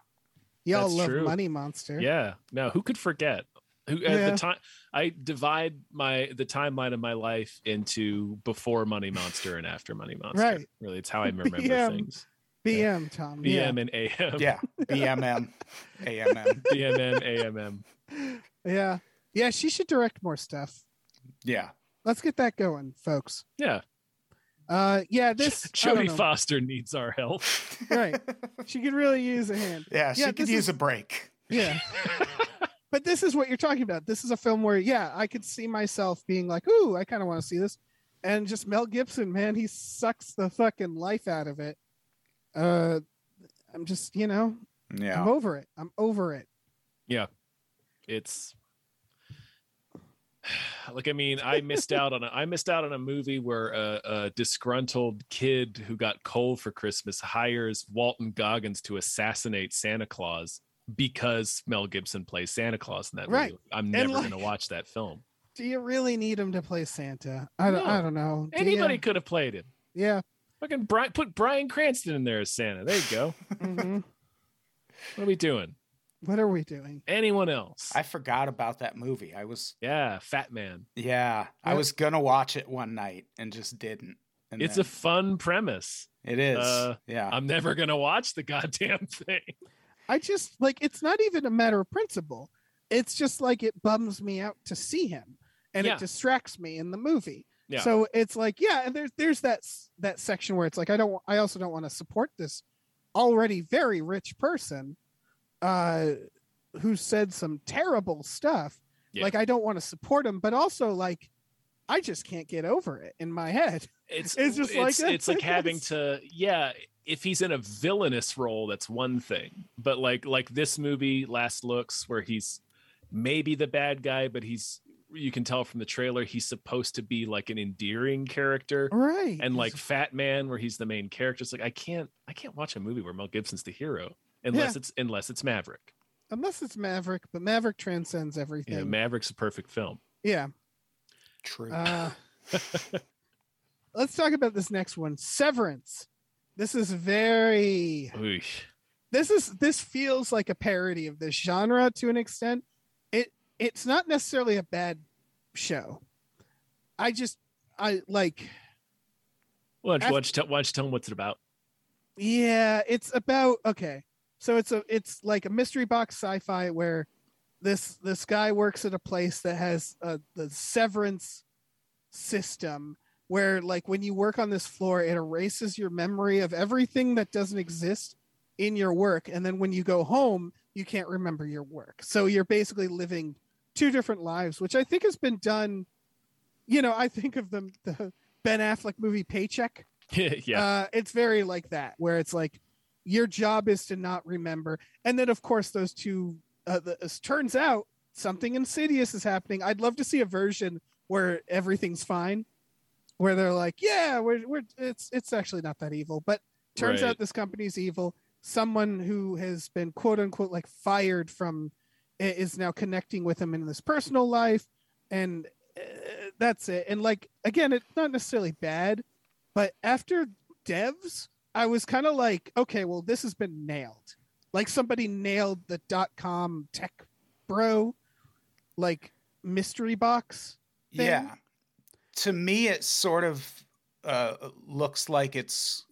Speaker 3: Y'all
Speaker 1: That's
Speaker 3: love
Speaker 1: true.
Speaker 3: Money Monster.
Speaker 1: Yeah. No, who could forget? Who at
Speaker 3: Yeah.
Speaker 1: the time I divide my the timeline of my life into before Money Monster and after Money Monster.
Speaker 3: Right.
Speaker 1: Really, it's how I remember
Speaker 3: BM.
Speaker 1: things.
Speaker 3: BM Tom.
Speaker 1: BM
Speaker 3: Yeah.
Speaker 1: and AM.
Speaker 4: Yeah, BMM, AMM.
Speaker 1: BMM, AMM.
Speaker 3: Yeah. Yeah. She should direct more stuff.
Speaker 4: Yeah,
Speaker 3: Let's get that going, folks.
Speaker 1: Yeah.
Speaker 3: Uh, yeah. This I don't
Speaker 1: Jodie
Speaker 3: know.
Speaker 1: Foster needs our help.
Speaker 3: Right. She could really use a hand.
Speaker 4: yeah. She
Speaker 3: Yeah,
Speaker 4: could
Speaker 3: this
Speaker 4: use
Speaker 3: is-
Speaker 4: a break.
Speaker 3: Yeah. but this is what you're talking about. This is a film where, yeah, I could see myself being like, ooh, I kind of want to see this. And just Mel Gibson, man, he sucks the fucking life out of it. Uh, I'm just, you know, I'm
Speaker 4: Yeah,
Speaker 3: over it. I'm over it.
Speaker 1: it's like I mean, I missed out on a I missed out on a movie where a, a disgruntled kid who got coal for Christmas hires Walton Goggins to assassinate Santa Claus because Mel Gibson plays Santa Claus in that
Speaker 3: Right.
Speaker 1: movie. I'm never
Speaker 3: like-
Speaker 1: gonna watch that film.
Speaker 3: Do you really need him to play Santa? I don't,
Speaker 1: No.
Speaker 3: I don't know. Do
Speaker 1: Anybody
Speaker 3: ya?
Speaker 1: could have played him.
Speaker 3: Yeah.
Speaker 1: Fucking Brian, put Brian Cranston in there as Santa. There you go.
Speaker 3: mhm.
Speaker 1: What are we doing?
Speaker 3: what are we doing?
Speaker 1: Anyone else?
Speaker 4: I forgot about that movie. I was
Speaker 1: yeah, Fat Man.
Speaker 4: yeah, I
Speaker 3: Yep.
Speaker 4: was gonna watch it one night and just didn't. And
Speaker 1: It's
Speaker 4: then-
Speaker 1: a fun premise.
Speaker 4: It is.
Speaker 1: Uh,
Speaker 4: yeah.
Speaker 1: I'm never gonna watch the goddamn thing.
Speaker 3: I just like it's not even a matter of principle. It's just like it bums me out to see him, and
Speaker 1: Yeah.
Speaker 3: it distracts me in the movie.
Speaker 1: Yeah.
Speaker 3: So it's like yeah, and there's there's that s- that section where it's like I don't I also don't want to support this already very rich person, uh, who said some terrible stuff
Speaker 1: Yeah.
Speaker 3: like i don't want to support him but also like i just can't get over it in my head
Speaker 1: it's
Speaker 3: It's just like
Speaker 1: it's,
Speaker 3: that.
Speaker 1: it's like
Speaker 3: Like,
Speaker 1: having
Speaker 3: it's-
Speaker 1: to yeah if he's in a villainous role that's one thing but like like this movie last looks where he's maybe the bad guy but he's you can tell from the trailer he's supposed to be like an endearing character
Speaker 3: right
Speaker 1: and like fat man where he's the main character it's like i can't i can't watch a movie where mel gibson's the hero unless
Speaker 3: Yeah.
Speaker 1: it's unless it's maverick
Speaker 3: unless it's maverick but maverick transcends
Speaker 1: you
Speaker 3: everything
Speaker 1: know, maverick's a perfect film
Speaker 3: yeah
Speaker 4: True.
Speaker 3: Uh, let's talk about this next one severance this is very
Speaker 1: Oosh.
Speaker 3: this is this feels like a parody of this genre to an extent it it's not necessarily a bad show i just i like
Speaker 1: why don't you-
Speaker 3: Af-
Speaker 1: why don't you tell- why don't you tell him what's it about
Speaker 3: yeah it's about okay so it's a it's like a mystery box sci-fi where this this guy works at a place that has uh, the severance system where like when you work on this floor it erases your memory of everything that doesn't exist in your work and then when you go home you can't remember your work so you're basically living two different lives which i think has been done you know i think of them the ben affleck movie paycheck
Speaker 1: yeah
Speaker 3: uh, it's very like that, where it's like your job is to not remember. And then, of course, those two, uh, the, it turns out something insidious is happening. I'd love to see a version where everything's fine, where they're like, yeah, we're, we're it's, it's actually not that evil. But turns
Speaker 1: Right.
Speaker 3: out this company's evil. Someone who has been quote unquote like fired from i- is now connecting with him in this personal life. And uh, that's it. And like, again, it's not necessarily bad, but after devs, I was kind of like, okay, well, this has been nailed. Like somebody nailed the dot com tech bro, like mystery box. thing.
Speaker 4: Yeah. To me, it sort of uh, looks like it's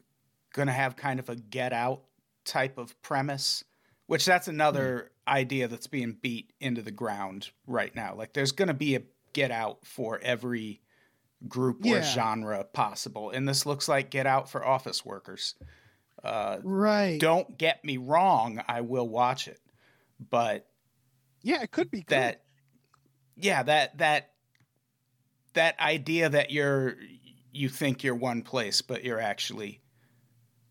Speaker 4: going to have kind of a get out type of premise, which that's another
Speaker 3: Hmm.
Speaker 4: idea that's being beat into the ground right now. Like, there's going to be a get out for every group or
Speaker 3: Yeah.
Speaker 4: genre possible. And this looks like get out for office workers. Uh,
Speaker 3: Right.
Speaker 4: don't get me wrong, I will watch it. But
Speaker 3: yeah, it could be cool.
Speaker 4: that yeah that that that idea that you're you think you're one place but you're actually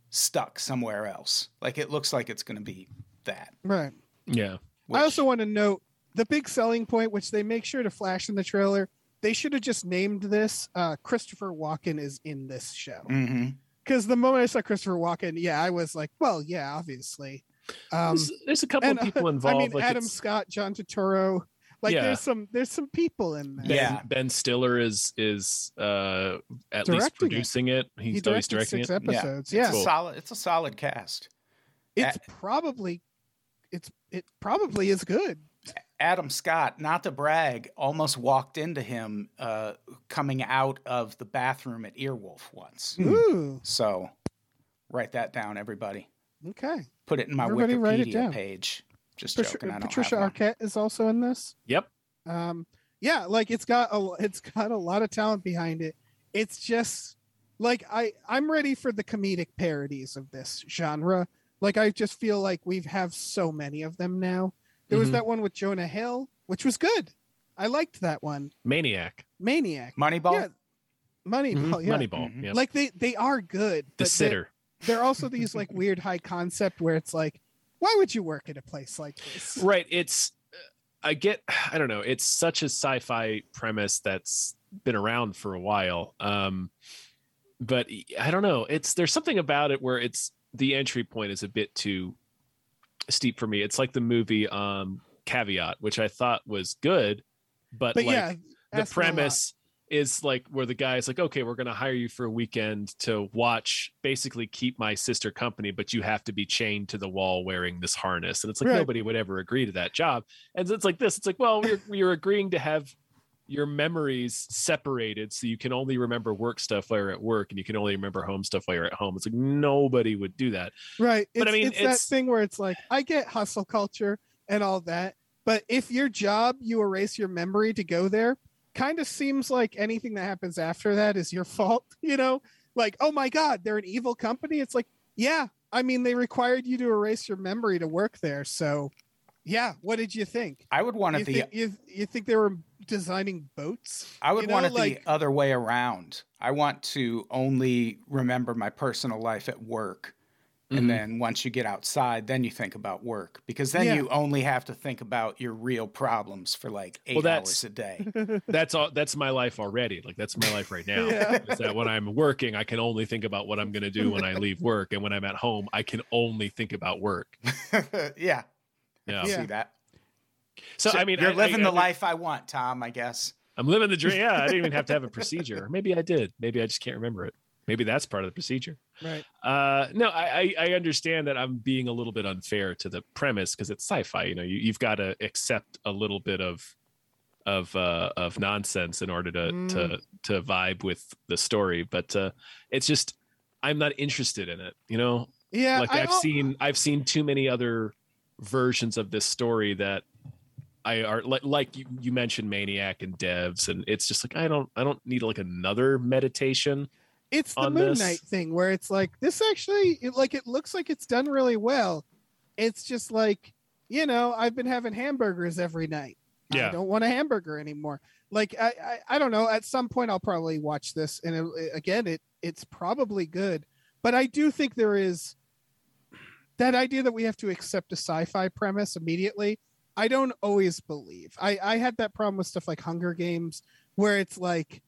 Speaker 4: stuck somewhere else like it looks like it's going to be that
Speaker 3: Right.
Speaker 1: yeah
Speaker 4: which-
Speaker 3: I also want to note the big selling point, which they make sure to flash in the trailer. They should have just named this uh, Christopher Walken is in this show.
Speaker 1: Mm.
Speaker 4: Mhm.
Speaker 3: Because the moment I saw Christopher Walken, yeah, I was like, well, yeah, obviously. Um,
Speaker 1: there's, there's a couple
Speaker 3: and,
Speaker 1: of people
Speaker 3: I
Speaker 1: involved
Speaker 3: mean,
Speaker 1: like
Speaker 3: Adam
Speaker 1: it's-
Speaker 3: Scott, John Turturro. Like,
Speaker 1: Yeah.
Speaker 3: there's some there's some people in there.
Speaker 1: Ben,
Speaker 4: Yeah.
Speaker 1: Ben Stiller is is uh at
Speaker 3: Directing it.
Speaker 1: least producing it. He's,
Speaker 3: he
Speaker 1: oh, he's
Speaker 3: directed
Speaker 1: directing
Speaker 3: six
Speaker 1: it.
Speaker 3: episodes.
Speaker 4: it's
Speaker 3: Yeah,
Speaker 4: a
Speaker 1: Cool.
Speaker 4: solid it's a solid cast
Speaker 3: it's probably it's it probably is good.
Speaker 4: adam scott not to brag almost walked into him uh, coming out of the bathroom at earwolf once
Speaker 1: Hmm.
Speaker 3: Ooh,
Speaker 4: so write that down everybody
Speaker 3: okay.
Speaker 4: put it in my
Speaker 3: Everybody write it
Speaker 4: wikipedia
Speaker 3: down.
Speaker 4: page just
Speaker 3: Patri-
Speaker 4: joking I don't
Speaker 3: Patricia
Speaker 4: have one.
Speaker 3: Arquette is also in this.
Speaker 1: Yep.
Speaker 3: Um, yeah, like it's got a it's got a lot of talent behind it. It's just like I I'm ready for the comedic parodies of this genre. Like I just feel like we've have so many of them now. There was
Speaker 1: Mhm.
Speaker 3: that one with Jonah Hill, which was good. I liked that one.
Speaker 1: Maniac.
Speaker 3: Maniac.
Speaker 4: moneyball
Speaker 3: Yeah. Moneyball.
Speaker 1: Mhm.
Speaker 3: Yeah. Mm-hmm.
Speaker 1: Moneyball.
Speaker 4: Mhm.
Speaker 1: yeah.
Speaker 3: Like they they are good.
Speaker 1: the
Speaker 3: but they-
Speaker 1: sitter.
Speaker 3: they're also these like weird high concept where it's like, why would you work at a place like this?
Speaker 1: Right. It's I get I don't know, it's such a sci-fi premise that's been around for a while. Um but I don't know. It's there's something about it where it's the entry point is a bit too steep for me. It's like the movie um Caveat, which I thought was good, but,
Speaker 3: But
Speaker 1: like
Speaker 3: yeah,
Speaker 1: the
Speaker 3: asking a lot.
Speaker 1: premise is like where the guy is like, okay, we're gonna hire you for a weekend to watch, basically keep my sister company, but you have to be chained to the wall wearing this harness. And it's like
Speaker 3: Right.
Speaker 1: nobody would ever agree to that job. And so it's like this. It's like, well, you're, you're agreeing to have your memories separated so you can only remember work stuff while you're at work and you can only remember home stuff while you're at home. It's like nobody would do that.
Speaker 3: Right. It's,
Speaker 1: But I mean,
Speaker 3: it's,
Speaker 1: it's-
Speaker 3: that thing where it's like, I get hustle culture and all that, but if your job, you erase your memory to go there, kind of seems like anything that happens after that is your fault, you know? Like, oh my God, they're an evil company. It's like, yeah, I mean, they required you to erase your memory to work there. So Yeah, what did you think?
Speaker 4: I would want
Speaker 3: you,
Speaker 4: it the
Speaker 3: think you, you think they were designing boats?
Speaker 4: I would
Speaker 3: you know,
Speaker 4: want it
Speaker 3: like-
Speaker 4: the other way around. I want to only remember my personal life at work.
Speaker 3: Mm-hmm.
Speaker 1: Mhm.
Speaker 4: And then once you get outside, then you think about work because then
Speaker 3: Yeah.
Speaker 4: you only have to think about your real problems for like eight
Speaker 1: Well, that's-
Speaker 4: hours a day.
Speaker 1: That's all. That's my life already. Like that's my life right now.
Speaker 3: Yeah.
Speaker 1: Is that when I'm working, I can only think about what I'm going to do when I leave work, and when I'm at home, I can only think about work. Yeah.
Speaker 4: yeah, I
Speaker 3: Yeah.
Speaker 4: see that.
Speaker 1: So, I mean,
Speaker 4: you're
Speaker 1: I-
Speaker 4: living
Speaker 1: I-
Speaker 4: the
Speaker 1: I-
Speaker 4: life I want, Tom. I guess.
Speaker 1: I'm living the dream. Yeah, I didn't even have to have a procedure. Or Maybe I did. Maybe I just can't remember it. Maybe that's part of the procedure.
Speaker 3: right.
Speaker 1: Uh, no, I, I I understand that I'm being a little bit unfair to the premise because it's sci-fi. You know, you, you've got to accept a little bit of of uh, of nonsense in order to to
Speaker 3: Mm.
Speaker 1: to vibe with the story. But uh, it's just I'm not interested in it. You know,
Speaker 3: Yeah,
Speaker 1: like
Speaker 3: I
Speaker 1: I've
Speaker 3: al-
Speaker 1: seen I've seen too many other versions of this story that I are like like you, you mentioned Maniac and Devs, and it's just like I don't I don't need like another meditation.
Speaker 3: it's the
Speaker 1: on
Speaker 3: Moon
Speaker 1: this.
Speaker 3: Knight thing where it's like this actually it, like it looks like it's done really well. It's just like you know I've been having hamburgers every night. I don't want a hamburger anymore. Like I, I, I don't know. At some point, I'll probably watch this, and it, again, it it's probably good. But I do think there is that idea that we have to accept a sci-fi premise immediately. I don't always believe. I I had that problem with stuff like Hunger Games, where it's like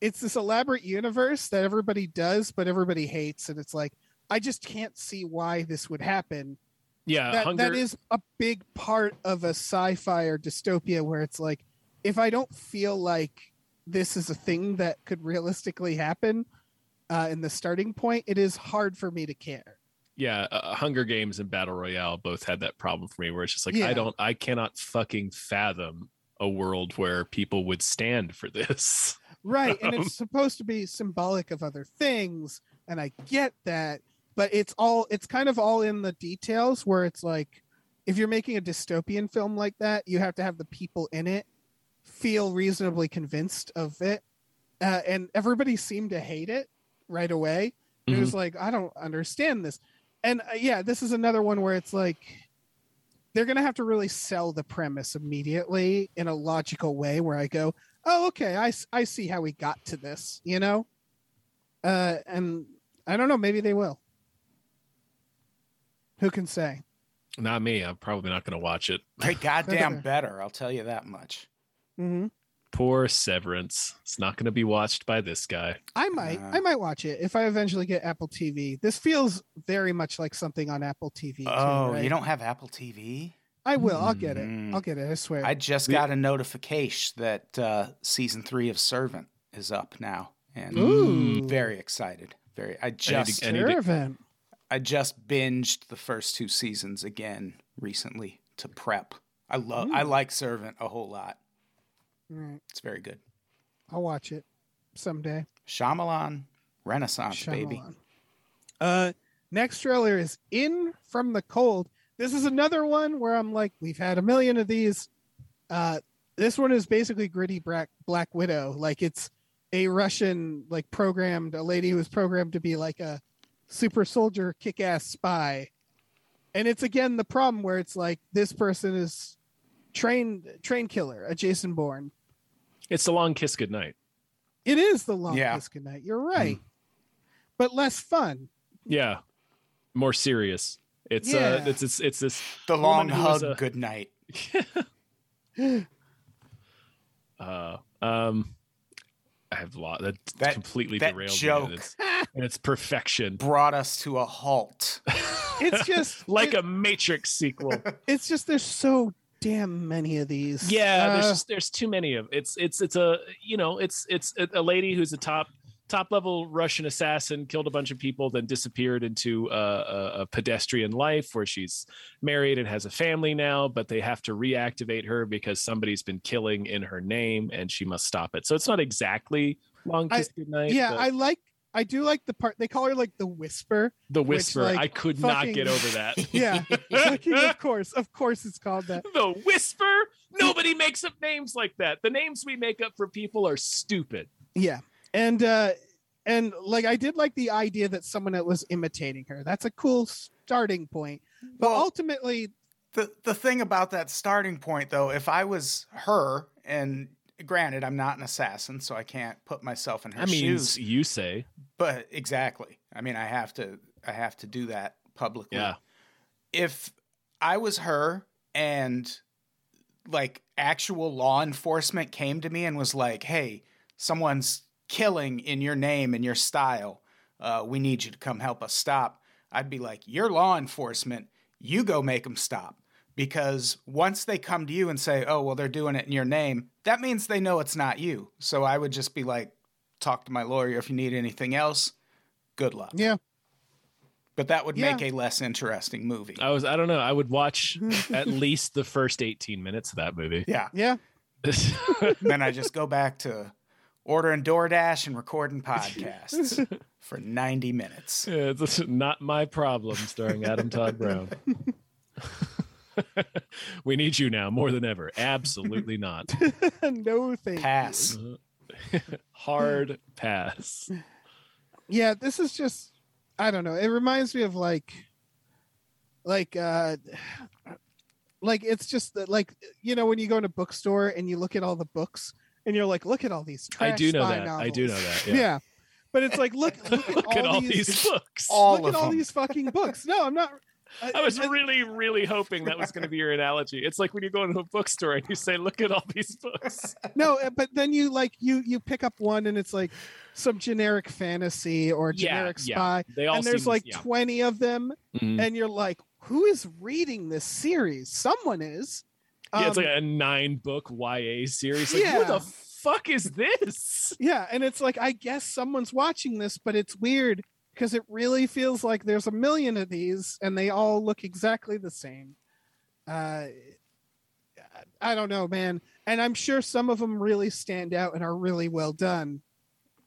Speaker 3: it's this elaborate universe that everybody does, but everybody hates, and it's like I just can't see why this would happen
Speaker 1: yeah.
Speaker 3: that,
Speaker 1: hunger,
Speaker 3: that is a big part of a sci-fi or dystopia where it's like if i don't feel like this is a thing that could realistically happen uh, in the starting point it is hard for me to care
Speaker 1: yeah, uh, Hunger Games and Battle Royale both had that problem for me, where it's just like I
Speaker 3: Yeah.
Speaker 1: don't, I cannot fucking fathom a world where people would stand for this.
Speaker 3: right and it's supposed to be symbolic of other things and i get that but it's all it's kind of all in the details where it's like if you're making a dystopian film like that you have to have the people in it feel reasonably convinced of it uh, and everybody seemed to hate it right away it was like i don't understand this and uh, yeah this is another one where it's like they're gonna have to really sell the premise immediately in a logical way where i go oh okay i, s- I see how we got to this you know uh and i don't know maybe they will who can say
Speaker 1: Not me. I'm probably not going to watch it.
Speaker 4: They goddamn better. I'll tell you that much.
Speaker 3: mm-hmm.
Speaker 1: Poor Severance. It's not going to be watched by this guy.
Speaker 3: i might
Speaker 4: Uh.
Speaker 3: i might watch it if i eventually get apple tv this feels very much like something on apple tv too,
Speaker 4: Oh,
Speaker 3: right?
Speaker 4: you don't have Apple TV?
Speaker 3: i will i'll get it
Speaker 4: Mm.
Speaker 3: i'll get it i swear
Speaker 4: I just
Speaker 1: We-
Speaker 4: got a notification that uh, season three of Servant is up now, and
Speaker 3: Ooh.
Speaker 4: I'm very excited. Very, I
Speaker 1: need to-
Speaker 4: just
Speaker 1: I
Speaker 4: I,
Speaker 1: need to-
Speaker 3: Servant.
Speaker 4: just binged the first two seasons again recently to prep. I love, I like Servant a whole lot.
Speaker 3: Right.
Speaker 4: It's very good.
Speaker 3: I'll watch it someday.
Speaker 4: Shyamalan Renaissance baby.
Speaker 3: Shyamalan. Uh, next trailer is In from the Cold. This is another one where I'm like, we've had a million of these. Uh, this one is basically gritty Black Black Widow. Like it's a Russian like programmed a lady who was programmed to be like a super soldier, kick ass spy. And it's again the problem where it's like this person is trained train killer, a Jason Bourne.
Speaker 1: It's a long kiss goodnight.
Speaker 3: It is the long
Speaker 4: Yeah. Mm.
Speaker 3: disconnect. You're right, but less fun.
Speaker 1: Yeah, more serious. It's uh,
Speaker 3: Yeah.
Speaker 1: it's it's it's this.
Speaker 4: The long
Speaker 1: Woman who was
Speaker 4: hug.
Speaker 1: a-
Speaker 4: Good night.
Speaker 1: Uh, um, I have lot that,
Speaker 4: That-
Speaker 1: completely
Speaker 4: that
Speaker 1: derailed
Speaker 4: joke.
Speaker 1: me. and It's, and it's perfection,
Speaker 4: Brought us to a halt.
Speaker 3: It's just
Speaker 1: like
Speaker 3: it-
Speaker 1: a Matrix sequel.
Speaker 3: It's just there's so damn many of these.
Speaker 1: Yeah, there's
Speaker 3: Uh,
Speaker 1: just, there's too many of it's it's it's a you know it's it's a- a lady who's a top top level Russian assassin killed a bunch of people then disappeared into uh, a, a pedestrian life where she's married and has a family now but they have to reactivate her because somebody's been killing in her name and she must stop it so it's not exactly long
Speaker 3: I-
Speaker 1: kiss goodnight
Speaker 3: yeah.
Speaker 1: but
Speaker 3: I like. I do like the part they call her like the whisper.
Speaker 1: the
Speaker 3: which,
Speaker 1: whisper
Speaker 3: like,
Speaker 1: I could
Speaker 3: fucking-
Speaker 1: not get over that
Speaker 3: Yeah, Fucking of course, of course, it's called that.
Speaker 1: the whisper nobody makes up names like that the names we make up for people are stupid
Speaker 3: Yeah, and uh and like I did like the idea that someone that was imitating her. That's a cool starting point. But
Speaker 4: Well-
Speaker 3: ultimately,
Speaker 4: the the thing about that starting point though, if I was her, and granted, I'm not an assassin, so I can't put myself in her
Speaker 1: That means
Speaker 4: shoes.
Speaker 1: you say,
Speaker 4: But exactly, I mean, I have to I have to do that publicly.
Speaker 1: yeah,
Speaker 4: If I was her and like actual law enforcement came to me and was like, "Hey, someone's killing in your name and your style. Uh, we need you to come help us stop." I'd be like, "You're law enforcement. You go make them stop." Because once they come to you and say, "Oh, well, they're doing it in your name," that means they know it's not you. So I would just be like, "Talk to my lawyer if you need anything else. Good luck."
Speaker 3: Yeah.
Speaker 4: But that would
Speaker 3: Yeah.
Speaker 4: make a less interesting movie.
Speaker 1: I was. I don't know. I would watch at least the first 18 minutes of that movie.
Speaker 4: yeah.
Speaker 3: Yeah.
Speaker 4: And then I just go back to ordering DoorDash and recording podcasts for 90 minutes.
Speaker 1: Yeah, this is not my problem, starring Adam Todd Brown. we need you now more than ever. Absolutely not.
Speaker 3: no thank
Speaker 4: Pass.
Speaker 1: Hard pass.
Speaker 3: you. Yeah, this is just I don't know. It reminds me of like like uh like it's just that like you know when you go in a bookstore and you look at all the books and you're like, look at all these
Speaker 1: I
Speaker 3: trash
Speaker 1: do know
Speaker 3: spy
Speaker 1: that. I do know
Speaker 3: novels."
Speaker 1: that.
Speaker 3: Yeah.
Speaker 1: Yeah.
Speaker 3: But it's like look look at,
Speaker 1: Look
Speaker 3: all,
Speaker 1: at all
Speaker 3: these,
Speaker 1: these books.
Speaker 4: All
Speaker 3: look
Speaker 4: of
Speaker 3: at all
Speaker 4: them.
Speaker 3: these fucking books. No, I'm not
Speaker 1: I was really, really hoping that was going to be your analogy. It's like when you go into a bookstore and you say, "Look at all these books."
Speaker 3: no uh, but then you like you you pick up one and it's like some generic fantasy or generic spy
Speaker 1: They all
Speaker 3: and there's
Speaker 1: seem-
Speaker 3: like
Speaker 1: yeah.
Speaker 3: 20 of them
Speaker 1: Mhm.
Speaker 3: and you're like who is reading this series someone is
Speaker 1: yeah, it's
Speaker 3: Um,
Speaker 1: like a nine book YA series. Like, who
Speaker 3: Yeah.
Speaker 1: the fuck is this?
Speaker 3: yeah and it's like i guess someone's watching this but it's weird because it really feels like there's a million of these and they all look exactly the same uh i don't know man and i'm sure some of them really stand out and are really well done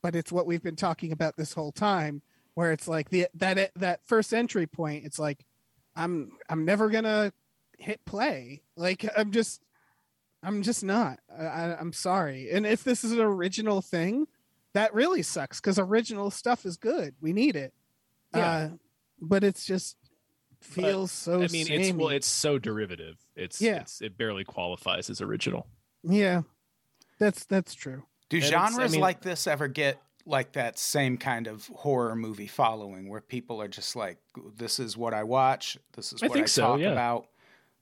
Speaker 3: but it's what we've been talking about this whole time where it's like the that that first entry point it's like i'm i'm never gonna hit play like i'm just i'm just not I, I, i'm sorry and if this is an original thing that really sucks because original stuff is good we need it uh,
Speaker 1: Yeah.
Speaker 3: but it's just
Speaker 1: But,
Speaker 3: feels so
Speaker 1: I mean, it's well,
Speaker 3: samey.
Speaker 1: it's so derivative. It's
Speaker 3: Yeah.
Speaker 1: it's it barely qualifies as original.
Speaker 3: yeah that's that's true
Speaker 4: Do
Speaker 1: And it's- I
Speaker 4: genres
Speaker 1: mean-
Speaker 4: like this ever get like that same kind of horror movie following where people are just like, this is what I watch, this is
Speaker 1: I
Speaker 4: what
Speaker 1: think
Speaker 4: I
Speaker 1: so,
Speaker 4: talk
Speaker 1: yeah.
Speaker 4: about?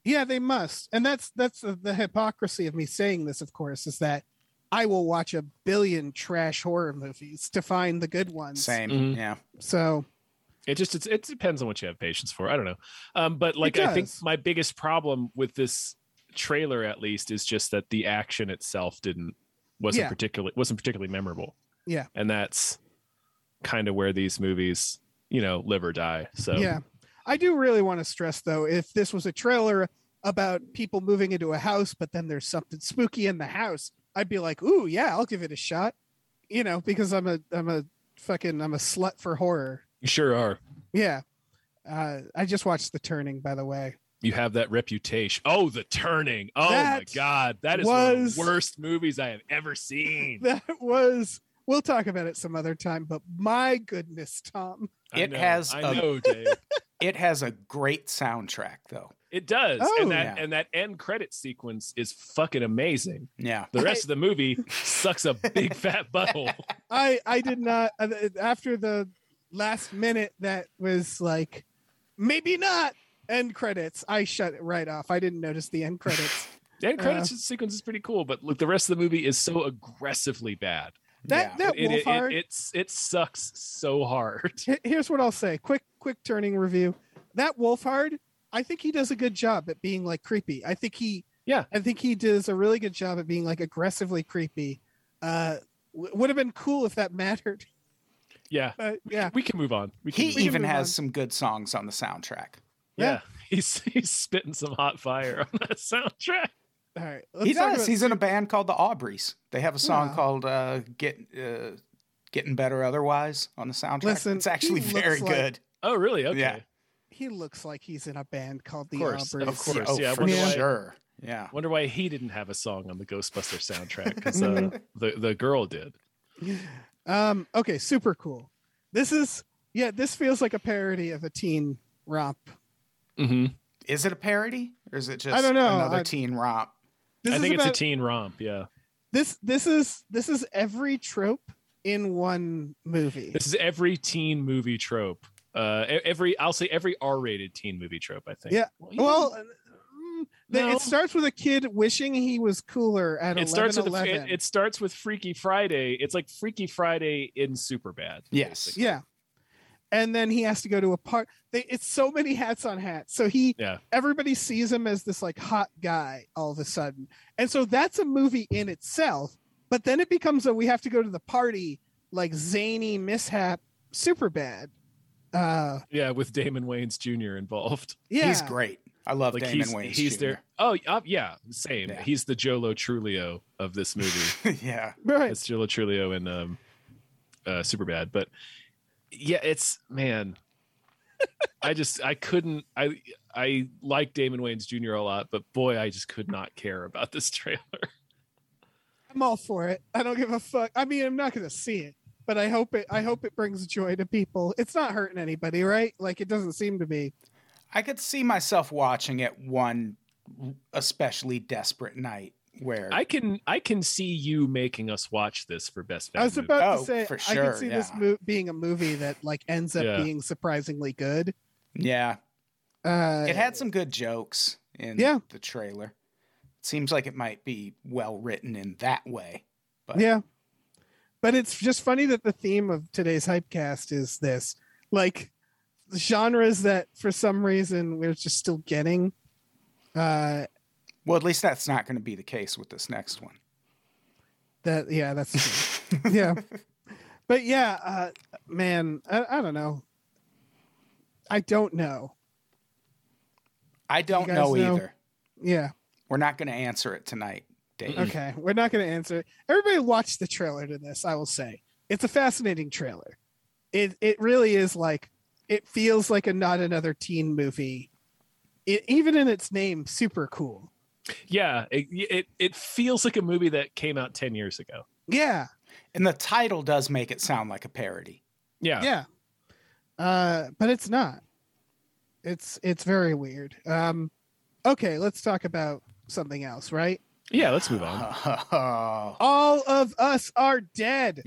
Speaker 3: Yeah, they must. And that's that's the, the hypocrisy of me saying this, of course, is that I will watch a billion trash horror movies to find the good ones.
Speaker 4: Same.
Speaker 1: Mhm.
Speaker 4: Yeah.
Speaker 3: So
Speaker 1: It just it's, it depends on what you have patience for. I don't know. Um, but like I think
Speaker 3: does.
Speaker 1: my biggest problem with this trailer, at least, is just that the action itself didn't wasn't
Speaker 3: Yeah.
Speaker 1: particularly wasn't particularly memorable.
Speaker 3: Yeah.
Speaker 1: and that's kind of where these movies, you know, live or die. So
Speaker 3: yeah. I do really want to stress though, if this was a trailer about people moving into a house, but then there's something spooky in the house, I'd be like, ooh, yeah, I'll give it a shot. You know, because I'm a I'm a fucking I'm a slut for horror.
Speaker 1: you sure are.
Speaker 3: Yeah. Uh, I just watched The Turning, by the way.
Speaker 1: You have that reputation. Oh, the turning. Oh
Speaker 3: That
Speaker 1: my god, that is one of
Speaker 3: was-
Speaker 1: the worst movies I have ever seen.
Speaker 3: That was we'll talk about it some other time, but my goodness, Tom.
Speaker 1: I
Speaker 4: It
Speaker 1: know,
Speaker 4: has
Speaker 1: I
Speaker 4: a-
Speaker 1: know, Dave.
Speaker 4: It has a great soundtrack, though.
Speaker 1: It does.
Speaker 3: Oh.
Speaker 1: and that
Speaker 4: Yeah.
Speaker 1: and that end credit sequence is fucking amazing.
Speaker 4: Yeah.
Speaker 1: The rest of the movie sucks a big fat butthole.
Speaker 3: I I did not uh, after the last minute that was like maybe not end credits. I shut it right off. I didn't notice the end credits.
Speaker 1: The end credits sequence is pretty cool, but look, the rest of the movie is so aggressively bad.
Speaker 3: That
Speaker 4: Yeah.
Speaker 3: that
Speaker 1: It, it,
Speaker 3: Wolfhard.
Speaker 1: it, it's, it sucks so hard.
Speaker 3: he- here's what I'll say. Quick quick turning review. That Wolfhard, I think he does a good job at being like creepy. I think he
Speaker 1: Yeah.
Speaker 3: I think he does a really good job at being like aggressively creepy. Uh w- would have been cool if that mattered.
Speaker 1: Yeah.
Speaker 3: But yeah.
Speaker 1: We can move on. We can
Speaker 4: He
Speaker 1: move
Speaker 3: can
Speaker 4: even
Speaker 3: move
Speaker 4: has
Speaker 3: on.
Speaker 4: some good songs on the soundtrack.
Speaker 1: on. yeah. He's he's spitting some hot fire on that soundtrack.
Speaker 3: All right.
Speaker 4: he
Speaker 3: talk
Speaker 4: does.
Speaker 3: about-
Speaker 4: He's in a band called the Aubreys. They have a song
Speaker 3: Yeah.
Speaker 4: called uh, "Get uh, Getting Better Otherwise" on the soundtrack.
Speaker 3: Listen,
Speaker 4: it's actually
Speaker 3: he looks
Speaker 4: very
Speaker 3: like-
Speaker 4: good.
Speaker 1: Oh, really? Okay.
Speaker 4: Yeah.
Speaker 3: he looks like he's in a band called the
Speaker 1: Of course,
Speaker 3: Aubreys.
Speaker 1: of course.
Speaker 4: Oh,
Speaker 1: yeah, I
Speaker 4: for
Speaker 3: wonder why-
Speaker 4: sure. Yeah.
Speaker 1: Wonder why he didn't have a song on the Ghostbuster soundtrack because uh, the the girl did.
Speaker 3: Um, okay, super cool. This is yeah, this feels like a parody of a teen romp.
Speaker 1: Mm-hmm.
Speaker 4: Is it a parody or is it just
Speaker 3: I don't know.
Speaker 4: another
Speaker 3: I-
Speaker 4: teen romp?
Speaker 3: This
Speaker 1: I
Speaker 3: is
Speaker 1: think
Speaker 3: about,
Speaker 1: it's a teen romp. Yeah,
Speaker 3: this this is this is every trope in one movie.
Speaker 1: this is every teen movie trope. Uh, e- every I'll say every R-rated teen movie trope. I think.
Speaker 3: Yeah.
Speaker 1: you
Speaker 3: Well, mm, the-
Speaker 1: No.
Speaker 3: it starts with a kid wishing he was cooler at
Speaker 1: it
Speaker 3: 11,
Speaker 1: starts with a,
Speaker 3: 11.
Speaker 1: it, it starts with Freaky Friday. It's like Freaky Friday in Superbad.
Speaker 4: Yes.
Speaker 1: basically.
Speaker 3: yeah. And then he has to go to a park. They, it's so many hats on hats. So he,
Speaker 1: Yeah.
Speaker 3: everybody sees him as this like hot guy all of a sudden. And so that's a movie in itself. But then it becomes a we have to go to the party like zany mishap super bad. Uh,
Speaker 1: yeah, with Damon Wayans Jr. involved.
Speaker 3: yeah,
Speaker 4: He's great. I love
Speaker 1: Like
Speaker 4: Damon
Speaker 1: he's
Speaker 4: Wayans.
Speaker 1: he's
Speaker 4: Jr.
Speaker 1: there. Oh, uh, yeah, same.
Speaker 4: Yeah.
Speaker 1: He's the Jolo Trulio of this movie.
Speaker 4: yeah.
Speaker 3: right.
Speaker 1: it's Jolo Trulio and um, uh, Superbad, but yeah, it's man. I just I couldn't I I like Damon Wayans Jr. a lot, but boy, I just could not care about this trailer.
Speaker 3: I'm all for it. I don't give a fuck. I mean, I'm not gonna see it, but I hope it. I hope it brings joy to people. It's not hurting anybody, right? Like it doesn't seem to be.
Speaker 4: I could see myself watching it one especially desperate night where
Speaker 1: I can I can see you making us watch this for best
Speaker 3: I
Speaker 1: Bad
Speaker 3: was
Speaker 1: Movie.
Speaker 3: about
Speaker 4: Oh,
Speaker 3: to say
Speaker 4: for
Speaker 3: I
Speaker 4: sure,
Speaker 3: could see this
Speaker 4: yeah.
Speaker 3: mo- being a movie that like ends up
Speaker 1: Yeah.
Speaker 3: being surprisingly good.
Speaker 4: yeah,
Speaker 3: Uh,
Speaker 4: it had some good jokes in
Speaker 3: Yeah.
Speaker 4: the trailer. It seems like it might be well written in that way. But
Speaker 3: yeah, but it's just funny that the theme of today's hypecast is this, like genres that for some reason we're just still getting. Uh,
Speaker 4: well, at least that's not going to be the case with this next one.
Speaker 3: That yeah, that's true. yeah, but yeah, uh, man, I, I don't know. I don't know.
Speaker 4: I don't
Speaker 3: guys
Speaker 4: know,
Speaker 3: know?
Speaker 4: either.
Speaker 3: Yeah.
Speaker 4: We're not going to answer it tonight, Dave.
Speaker 3: Okay. We're not going to answer it. Everybody watch the trailer to this. I will say it's a fascinating trailer. It it really is like it feels like a not another teen movie. It even in its name, super cool.
Speaker 1: Yeah, it, it it feels like a movie that came out ten years ago.
Speaker 3: Yeah.
Speaker 4: And the title does make it sound like a parody.
Speaker 1: Yeah,
Speaker 3: yeah uh but it's not it's it's very weird um okay let's talk about something else right
Speaker 1: Yeah, Let's move on.
Speaker 4: Oh.
Speaker 3: all of us are dead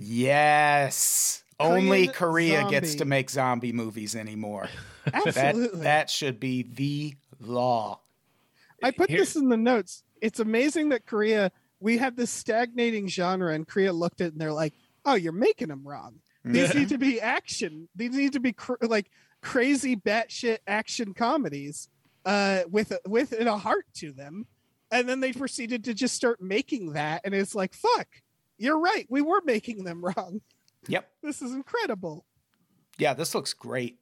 Speaker 4: yes. Only
Speaker 3: Korean
Speaker 4: Korea gets
Speaker 3: zombie.
Speaker 4: to make zombie movies anymore. that,
Speaker 3: absolutely
Speaker 4: that should be the law.
Speaker 3: i put
Speaker 1: Here-
Speaker 3: this in the notes it's amazing that korea we had this stagnating genre and korea looked at it and they're like oh you're making them wrong these
Speaker 4: Mm.
Speaker 3: need to be action these need to be cr- like crazy batshit action comedies uh with a, with a heart to them and then they proceeded to just start making that and it's like fuck you're right we were making them wrong
Speaker 4: Yep.
Speaker 3: this is incredible
Speaker 4: Yeah, this looks great.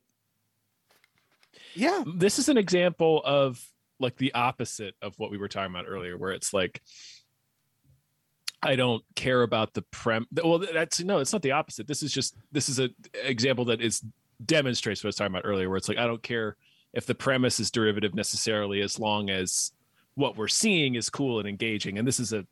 Speaker 3: yeah
Speaker 1: this is an example of like the opposite of what we were talking about earlier where it's like i don't care about the prem well that's no it's not the opposite this is just this is a example that is demonstrates what i was talking about earlier where it's like i don't care if the premise is derivative necessarily as long as what we're seeing is cool and engaging and this is a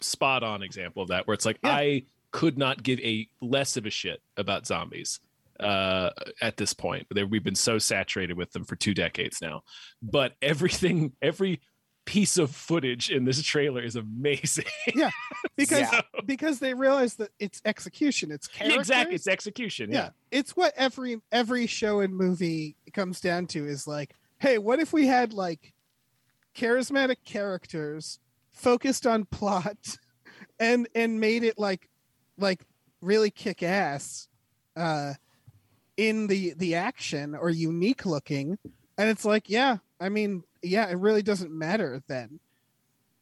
Speaker 1: spot on example of that where it's like
Speaker 3: Yeah.
Speaker 1: i could not give a less of a shit about zombies uh, at this point. They, we've been so saturated with them for two decades now. But everything, every piece of footage in this trailer is amazing.
Speaker 3: because
Speaker 4: Yeah.
Speaker 3: because they realize that it's execution it's characters.
Speaker 1: exactly, it's execution.
Speaker 3: yeah it's what every every show and movie comes down to is like hey what if we had like charismatic characters focused on plot and and made it like like really kick ass uh in the the action or unique looking and it's like yeah i mean yeah it really doesn't matter then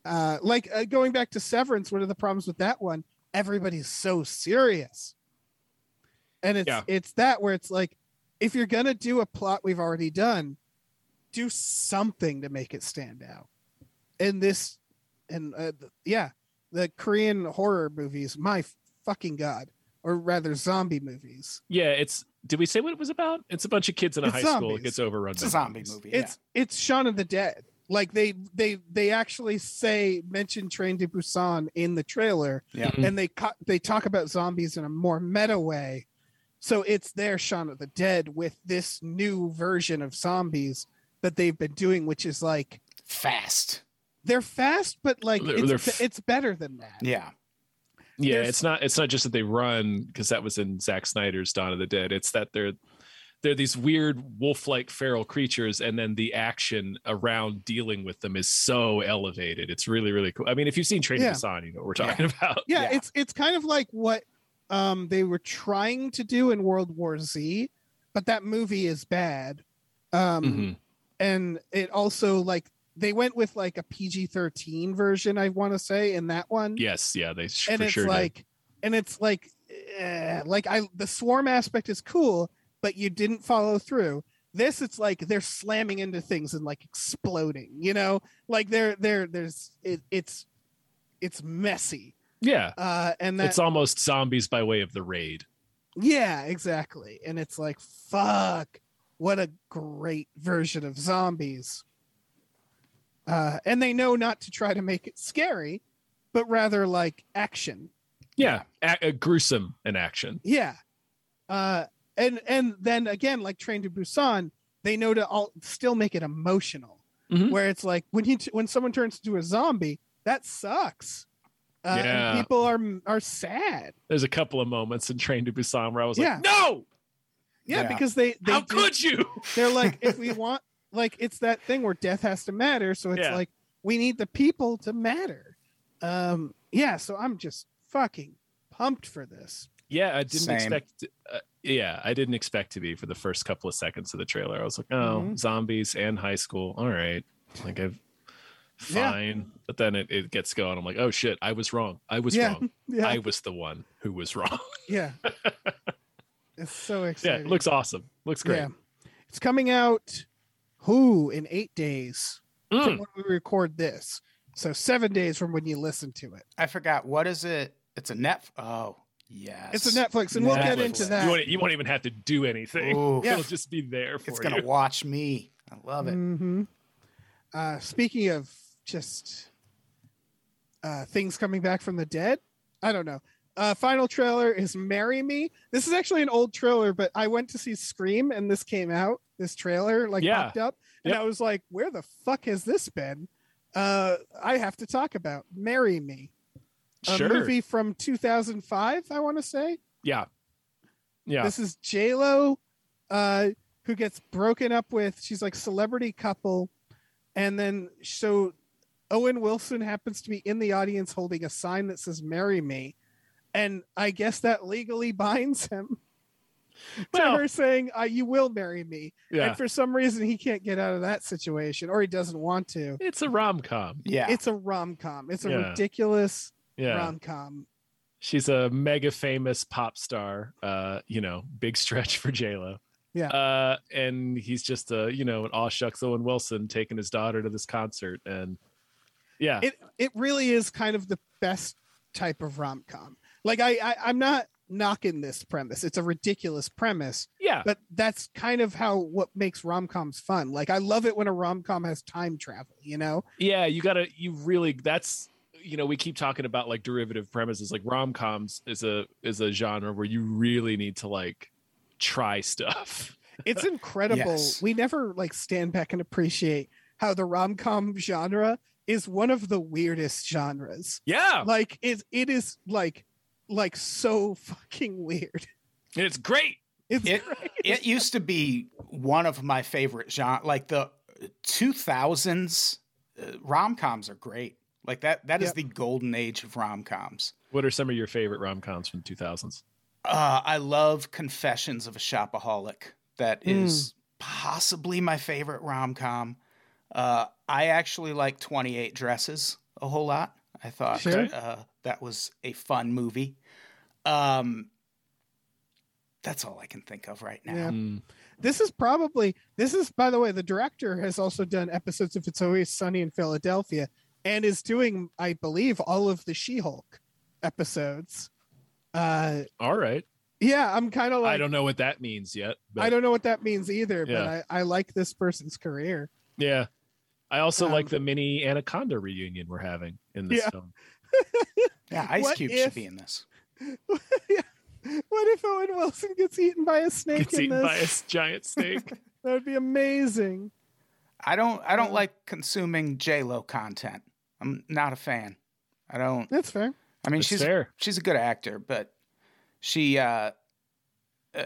Speaker 3: uh like uh, going back to severance one of the problems with that one everybody's so serious and it's
Speaker 1: Yeah.
Speaker 3: it's that where it's like if you're gonna do a plot we've already done do something to make it stand out and this and uh, th- yeah the korean horror movies my fucking god or rather zombie movies
Speaker 1: Yeah, it's. Did we say what it was about? It's a bunch of kids in a
Speaker 3: It's
Speaker 1: high school.
Speaker 3: zombies.
Speaker 1: It gets overrun.
Speaker 4: It's
Speaker 1: by
Speaker 4: a zombie
Speaker 1: zombies.
Speaker 4: movie.
Speaker 3: it's it's Shaun of the Dead. Like they they they actually say mention Train to Busan in the trailer,
Speaker 4: Yeah.
Speaker 1: Mhm.
Speaker 3: and they co- they talk about zombies in a more meta way. So it's their Shaun of the Dead with this new version of zombies that they've been doing, which is like
Speaker 4: Fast.
Speaker 3: they're fast, but like
Speaker 1: They're-
Speaker 3: it's,
Speaker 1: they're f-
Speaker 3: it's better than that.
Speaker 4: Yeah.
Speaker 1: yeah
Speaker 3: There's-
Speaker 1: it's not it's not just that they run because that was in Zack Snyder's Dawn of the Dead it's that they're they're these weird wolf-like feral creatures and then the action around dealing with them is so elevated it's really really cool I mean if you've seen Training
Speaker 3: Yeah.
Speaker 1: yeah. you know what we're talking about
Speaker 3: yeah,
Speaker 4: Yeah.
Speaker 3: it's it's kind of like what um they were trying to do in World War Z, but that movie is bad. Um
Speaker 1: Mhm.
Speaker 3: and it also like they went with like a PG-13 version I want to say in that one.
Speaker 1: yes yeah they sh-
Speaker 3: and
Speaker 1: for
Speaker 3: it's
Speaker 1: sure did.
Speaker 3: like and it's like eh, like I the swarm aspect is cool, but you didn't follow through. This it's like they're slamming into things and like exploding, you know? Like they're they're there's it, it's it's messy.
Speaker 1: yeah
Speaker 3: Uh and that
Speaker 1: it's almost zombies by way of the raid
Speaker 3: Yeah, exactly. And it's like, fuck, what a great version of zombies. Uh, and they know not to try to make it scary, but rather like action.
Speaker 1: yeah, A- a gruesome in action
Speaker 3: Yeah. Uh, and and then again, like Train to Busan, they know to all still make it emotional,
Speaker 1: Mhm.
Speaker 3: where it's like when you t- when someone turns into a zombie, that sucks. Uh, and
Speaker 1: Yeah.
Speaker 3: people are are sad.
Speaker 1: there's a couple of moments in Train to Busan where I was
Speaker 3: Yeah.
Speaker 1: like no
Speaker 3: Yeah,
Speaker 4: Yeah.
Speaker 3: because they, they
Speaker 1: how
Speaker 3: do-
Speaker 1: could you
Speaker 3: they're like if we want like it's that thing where death has to matter so it's
Speaker 1: Yeah.
Speaker 3: like we need the people to matter um yeah so i'm just fucking pumped for this
Speaker 1: Yeah, I didn't
Speaker 4: Same.
Speaker 1: expect. Uh, yeah, I didn't expect to be for the first couple of seconds of the trailer. I was like, oh,
Speaker 3: Mhm.
Speaker 1: zombies and high school. All right, like I've
Speaker 3: Yeah.
Speaker 1: fine. But then it, it gets going. I'm like, oh shit, I was wrong. I was
Speaker 3: yeah
Speaker 1: wrong.
Speaker 3: yeah
Speaker 1: I was the one who was wrong.
Speaker 3: yeah it's so
Speaker 1: yeah,
Speaker 3: exciting
Speaker 1: it looks awesome. Looks great.
Speaker 3: it's coming out who in eight days
Speaker 1: Mm.
Speaker 3: from when we record this so seven days from when you listen to it
Speaker 4: I forgot. What is it? It's a net. Oh, yes.
Speaker 3: it's a netflix and we'll get
Speaker 1: Netflix.
Speaker 3: into that Oh,
Speaker 1: You won't, you won't even have to do anything.
Speaker 4: Ooh,
Speaker 3: Yeah.
Speaker 1: It'll just be there for
Speaker 4: It's
Speaker 1: you.
Speaker 4: going to watch me. I love it.
Speaker 3: hmm Uh, speaking of just uh, things coming back from the dead, I don't know. Uh, final trailer is "Marry Me." This is actually an old trailer, but I went to see Scream, and this came out. This trailer like
Speaker 1: Yeah.
Speaker 3: popped up, and
Speaker 1: Yep.
Speaker 3: I was like, "Where the fuck has this been?" Uh, I have to talk about "Marry Me," a
Speaker 1: sure.
Speaker 3: movie from 2005. I want to say
Speaker 1: Yeah. Yeah.
Speaker 3: this is J Lo, uh, who gets broken up with. She's like celebrity couple, and then so Owen Wilson happens to be in the audience holding a sign that says "Marry Me," and I guess that legally binds him
Speaker 1: Well-
Speaker 3: to her saying, uh, "You will marry me."
Speaker 1: yeah.
Speaker 3: And for some reason, he can't get out of that situation, or he doesn't want to.
Speaker 1: It's a rom com.
Speaker 4: Yeah.
Speaker 3: It's a rom com. It's a
Speaker 1: Yeah.
Speaker 3: ridiculous
Speaker 1: Yeah.
Speaker 3: rom com.
Speaker 1: she's a mega famous pop star uh you know big stretch for j-lo
Speaker 3: Yeah.
Speaker 1: uh and he's just a you know an aw shucks owen wilson taking his daughter to this concert and yeah
Speaker 3: it it really is kind of the best type of rom com. Like I, I I'm not knocking this premise. It's a ridiculous premise,
Speaker 1: yeah
Speaker 3: but that's kind of how what makes rom coms fun. Like I love it when a rom com has time travel. You know?
Speaker 1: yeah you gotta you really that's you know we keep talking about like derivative premises like rom-coms is a is a genre where you really need to like try stuff
Speaker 3: It's incredible.
Speaker 4: Yes.
Speaker 3: We never like stand back and appreciate how the rom com genre is one of the weirdest genres.
Speaker 4: Oh.
Speaker 1: yeah
Speaker 3: Like it it is like like so fucking weird.
Speaker 1: it's great
Speaker 3: It's
Speaker 4: It-
Speaker 3: great.
Speaker 4: it used to be one of my favorite genre like the 2000s uh, rom-coms are great like that That is
Speaker 3: Yep.
Speaker 4: the golden age of rom-coms
Speaker 1: what are some of your favorite rom-coms from 2000s
Speaker 4: uh, i love confessions of a shopaholic that
Speaker 3: Hmm.
Speaker 4: is possibly my favorite rom-com uh, i actually like 28 dresses a whole lot i thought
Speaker 3: Sure.
Speaker 4: uh, that was a fun movie um, that's all i can think of right now
Speaker 3: Yeah.
Speaker 1: Mm.
Speaker 3: this is probably this is by the way the director has also done episodes of it's always sunny in philadelphia and is doing i believe all of the she-hulk episodes uh
Speaker 1: all right
Speaker 3: yeah i'm kind of like
Speaker 1: i don't know what that means yet but
Speaker 3: I don't know what that means either
Speaker 1: Yeah.
Speaker 3: but I, I like this person's career
Speaker 1: Yeah. I also
Speaker 3: Um,
Speaker 1: like the mini Anaconda reunion we're having in this
Speaker 3: Yeah.
Speaker 1: film.
Speaker 4: yeah ice
Speaker 3: What
Speaker 4: cube
Speaker 3: if-
Speaker 4: should be in this
Speaker 3: what if owen wilson gets eaten by a snake
Speaker 1: Gets
Speaker 3: in
Speaker 1: eaten by a s-
Speaker 3: this
Speaker 1: giant snake.
Speaker 3: that would be amazing
Speaker 4: I don't I
Speaker 1: Mm-hmm.
Speaker 4: don't like consuming J Lo content. I'm not a fan. I don't.
Speaker 3: That's fair.
Speaker 4: I mean,
Speaker 1: That's
Speaker 4: she's
Speaker 1: fair.
Speaker 4: she's a good actor, but she, uh, uh,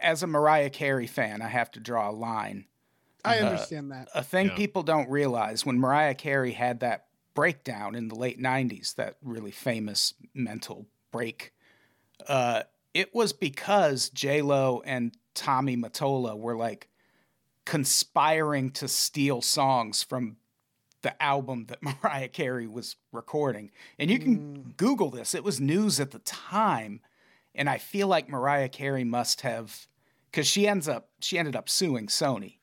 Speaker 4: as a Mariah Carey fan, I have to draw a line.
Speaker 3: I
Speaker 4: Uh,
Speaker 3: understand that.
Speaker 4: A thing
Speaker 1: Yeah.
Speaker 4: people don't realize when Mariah Carey had that breakdown in the late 90s, that really famous mental break, uh, it was because J-Lo and Tommy Mottola were like conspiring to steal songs from the album that Mariah Carey was recording. And you can Google this, it was news at the time. And I feel like Mariah Carey must have, because she ends up, she ended up suing Sony.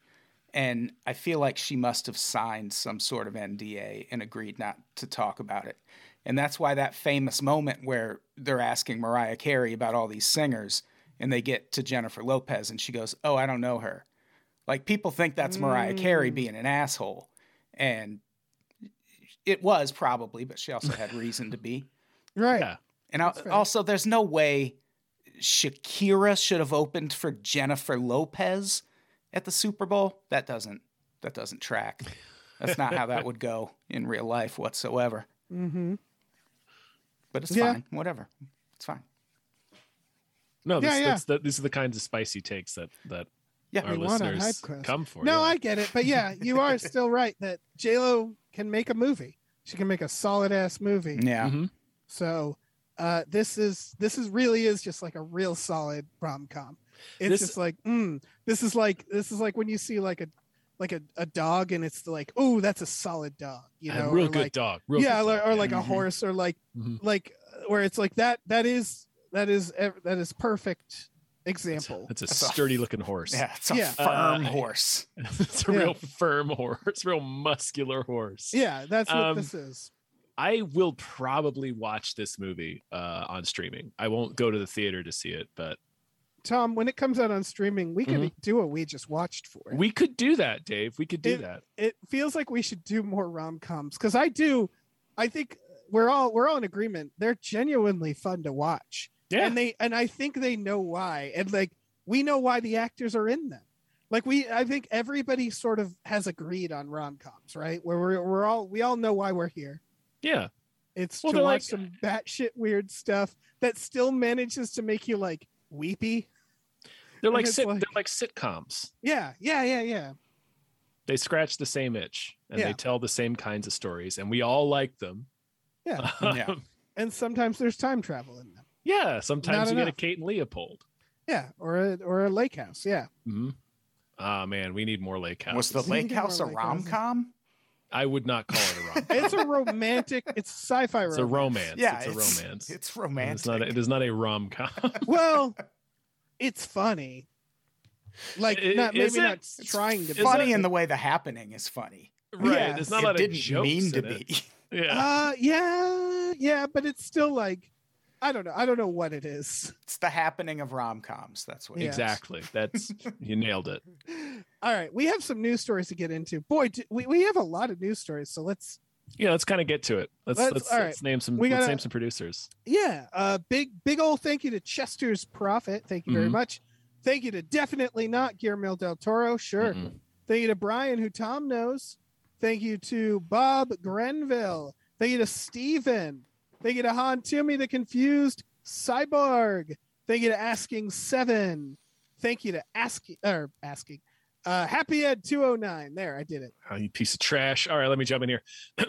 Speaker 4: And I feel like she must have signed some sort of NDA and agreed not to talk about it. And that's why that famous moment where they're asking Mariah Carey about all these singers and they get to Jennifer Lopez and she goes, Oh, I don't know her. Like people think that's Mariah Carey being an asshole. And it was probably, but she also had reason to be.
Speaker 3: Right.
Speaker 1: Yeah.
Speaker 4: And al-
Speaker 3: fair.
Speaker 4: also, there's no way Shakira should have opened for Jennifer Lopez at the Super Bowl. That doesn't that doesn't track. That's not how that would go in real life whatsoever.
Speaker 3: Mm-hmm.
Speaker 4: But it's
Speaker 3: Yeah.
Speaker 4: fine. Whatever. It's fine.
Speaker 1: No, this,
Speaker 3: Yeah, yeah.
Speaker 1: That's the, these are the kinds of spicy takes that that
Speaker 4: Yeah.
Speaker 1: our
Speaker 3: We want our
Speaker 1: listeners
Speaker 3: hype crest.
Speaker 1: come for.
Speaker 3: No,
Speaker 1: yeah.
Speaker 3: I get it. But yeah, you are still right that Lo can make a movie. She can make a solid ass movie.
Speaker 4: Yeah.
Speaker 1: Mhm.
Speaker 3: So uh, this is this is really is just like a real solid rom com. It's
Speaker 1: This-
Speaker 3: just like mm, this is like this is like when you see like a like a, a dog and it's like oh that's a solid dog you
Speaker 1: A
Speaker 3: know
Speaker 1: real
Speaker 3: or
Speaker 1: good
Speaker 3: like,
Speaker 1: dog. Real
Speaker 3: yeah
Speaker 1: good dog,
Speaker 3: or,
Speaker 1: Mm-hmm.
Speaker 3: or
Speaker 1: yeah.
Speaker 3: like a
Speaker 4: Mhm.
Speaker 3: horse or like
Speaker 1: Mhm.
Speaker 3: like uh, where it's like that that is that is ev- that is perfect example
Speaker 1: It's a
Speaker 4: That's a-
Speaker 1: sturdy looking horse.
Speaker 4: Yeah. It's a
Speaker 3: Mm-hmm. Yeah.
Speaker 4: firm
Speaker 1: Uh,
Speaker 4: horse.
Speaker 1: it's a
Speaker 3: Yeah.
Speaker 1: real firm horse, real muscular horse.
Speaker 3: yeah that's what
Speaker 1: Um,
Speaker 3: this is
Speaker 1: I will probably watch this movie uh, on streaming. I won't go to the theater to see it, but
Speaker 3: tom when it comes out on streaming we
Speaker 1: mm-hmm.
Speaker 3: can do what we just watched for it.
Speaker 1: we could do that, Dave. We could do
Speaker 3: It-
Speaker 1: that.
Speaker 3: it feels like we should do more rom-coms because i do i think we're all we're all in agreement they're genuinely fun to watch
Speaker 1: Yeah.
Speaker 3: and they and i think they know why and like we know why the actors are in them like we i think everybody sort of has agreed on rom-coms right where we're, we're all we all know why we're here
Speaker 1: yeah.
Speaker 3: it's
Speaker 1: Well,
Speaker 3: to
Speaker 1: they're
Speaker 3: watch
Speaker 1: like-
Speaker 3: some batshit weird stuff that still manages to make you like weepy
Speaker 1: They're
Speaker 3: And
Speaker 1: like,
Speaker 3: it's
Speaker 1: sit,
Speaker 3: like-
Speaker 1: they're like sitcoms.
Speaker 3: yeah yeah yeah yeah
Speaker 1: They scratch the same itch and they
Speaker 3: Yeah.
Speaker 1: tell the same kinds of stories, and we all like them.
Speaker 3: Yeah.
Speaker 4: Yeah.
Speaker 3: and sometimes there's time travel in them
Speaker 1: yeah. Sometimes
Speaker 3: Not
Speaker 1: you get a
Speaker 3: enough.
Speaker 1: Kate and Leopold.
Speaker 3: yeah or a or a lake house yeah
Speaker 1: hmm Ah, man, we need more lake house.
Speaker 4: Was the
Speaker 3: Houses.
Speaker 4: lake house a
Speaker 3: More lake
Speaker 4: rom
Speaker 3: houses.
Speaker 4: com?
Speaker 1: I would not call it a rom.
Speaker 3: It's a romantic. It's sci-fi.
Speaker 1: it's a
Speaker 3: romance.
Speaker 1: romance.
Speaker 4: Yeah.
Speaker 1: it's a romance.
Speaker 4: It's
Speaker 1: And
Speaker 4: romantic.
Speaker 1: It's not. A, it is not a rom com.
Speaker 3: well, it's funny. Like
Speaker 1: I-
Speaker 3: not
Speaker 1: is
Speaker 3: maybe
Speaker 1: it?
Speaker 3: not
Speaker 4: It's
Speaker 3: trying to be
Speaker 4: funny
Speaker 1: it-
Speaker 4: in the way the happening is funny.
Speaker 1: right.
Speaker 3: Yeah.
Speaker 1: It's not a
Speaker 4: it
Speaker 1: lot
Speaker 4: didn't
Speaker 1: of jokes.
Speaker 4: mean to
Speaker 1: in it.
Speaker 4: be.
Speaker 1: Yeah.
Speaker 3: Uh, yeah, yeah, but it's still like, I don't know. I don't know what it is.
Speaker 4: It's the happening of rom coms. That's what it is.
Speaker 1: Exactly. That's you nailed it.
Speaker 3: All right, we have some news stories to get into. Boy, do, we we have a lot of news stories. So let's
Speaker 1: Yeah, let's kind of get to it. Let's let's,
Speaker 3: Let's-
Speaker 1: let's,
Speaker 3: all right.
Speaker 1: name some
Speaker 3: We
Speaker 1: let's
Speaker 3: gotta-
Speaker 1: name some producers.
Speaker 3: yeah uh big big old thank you to chester's prophet thank you very
Speaker 1: Mhm.
Speaker 3: much thank you to definitely not guillermo del toro sure
Speaker 1: Mhm.
Speaker 3: thank you to brian who tom knows thank you to bob grenville thank you to steven thank you to han toomey the confused cyborg thank you to asking seven thank you to asking or asking uh happy ed 209 there i did it
Speaker 1: Oh, you piece of trash. All right, let me jump in here.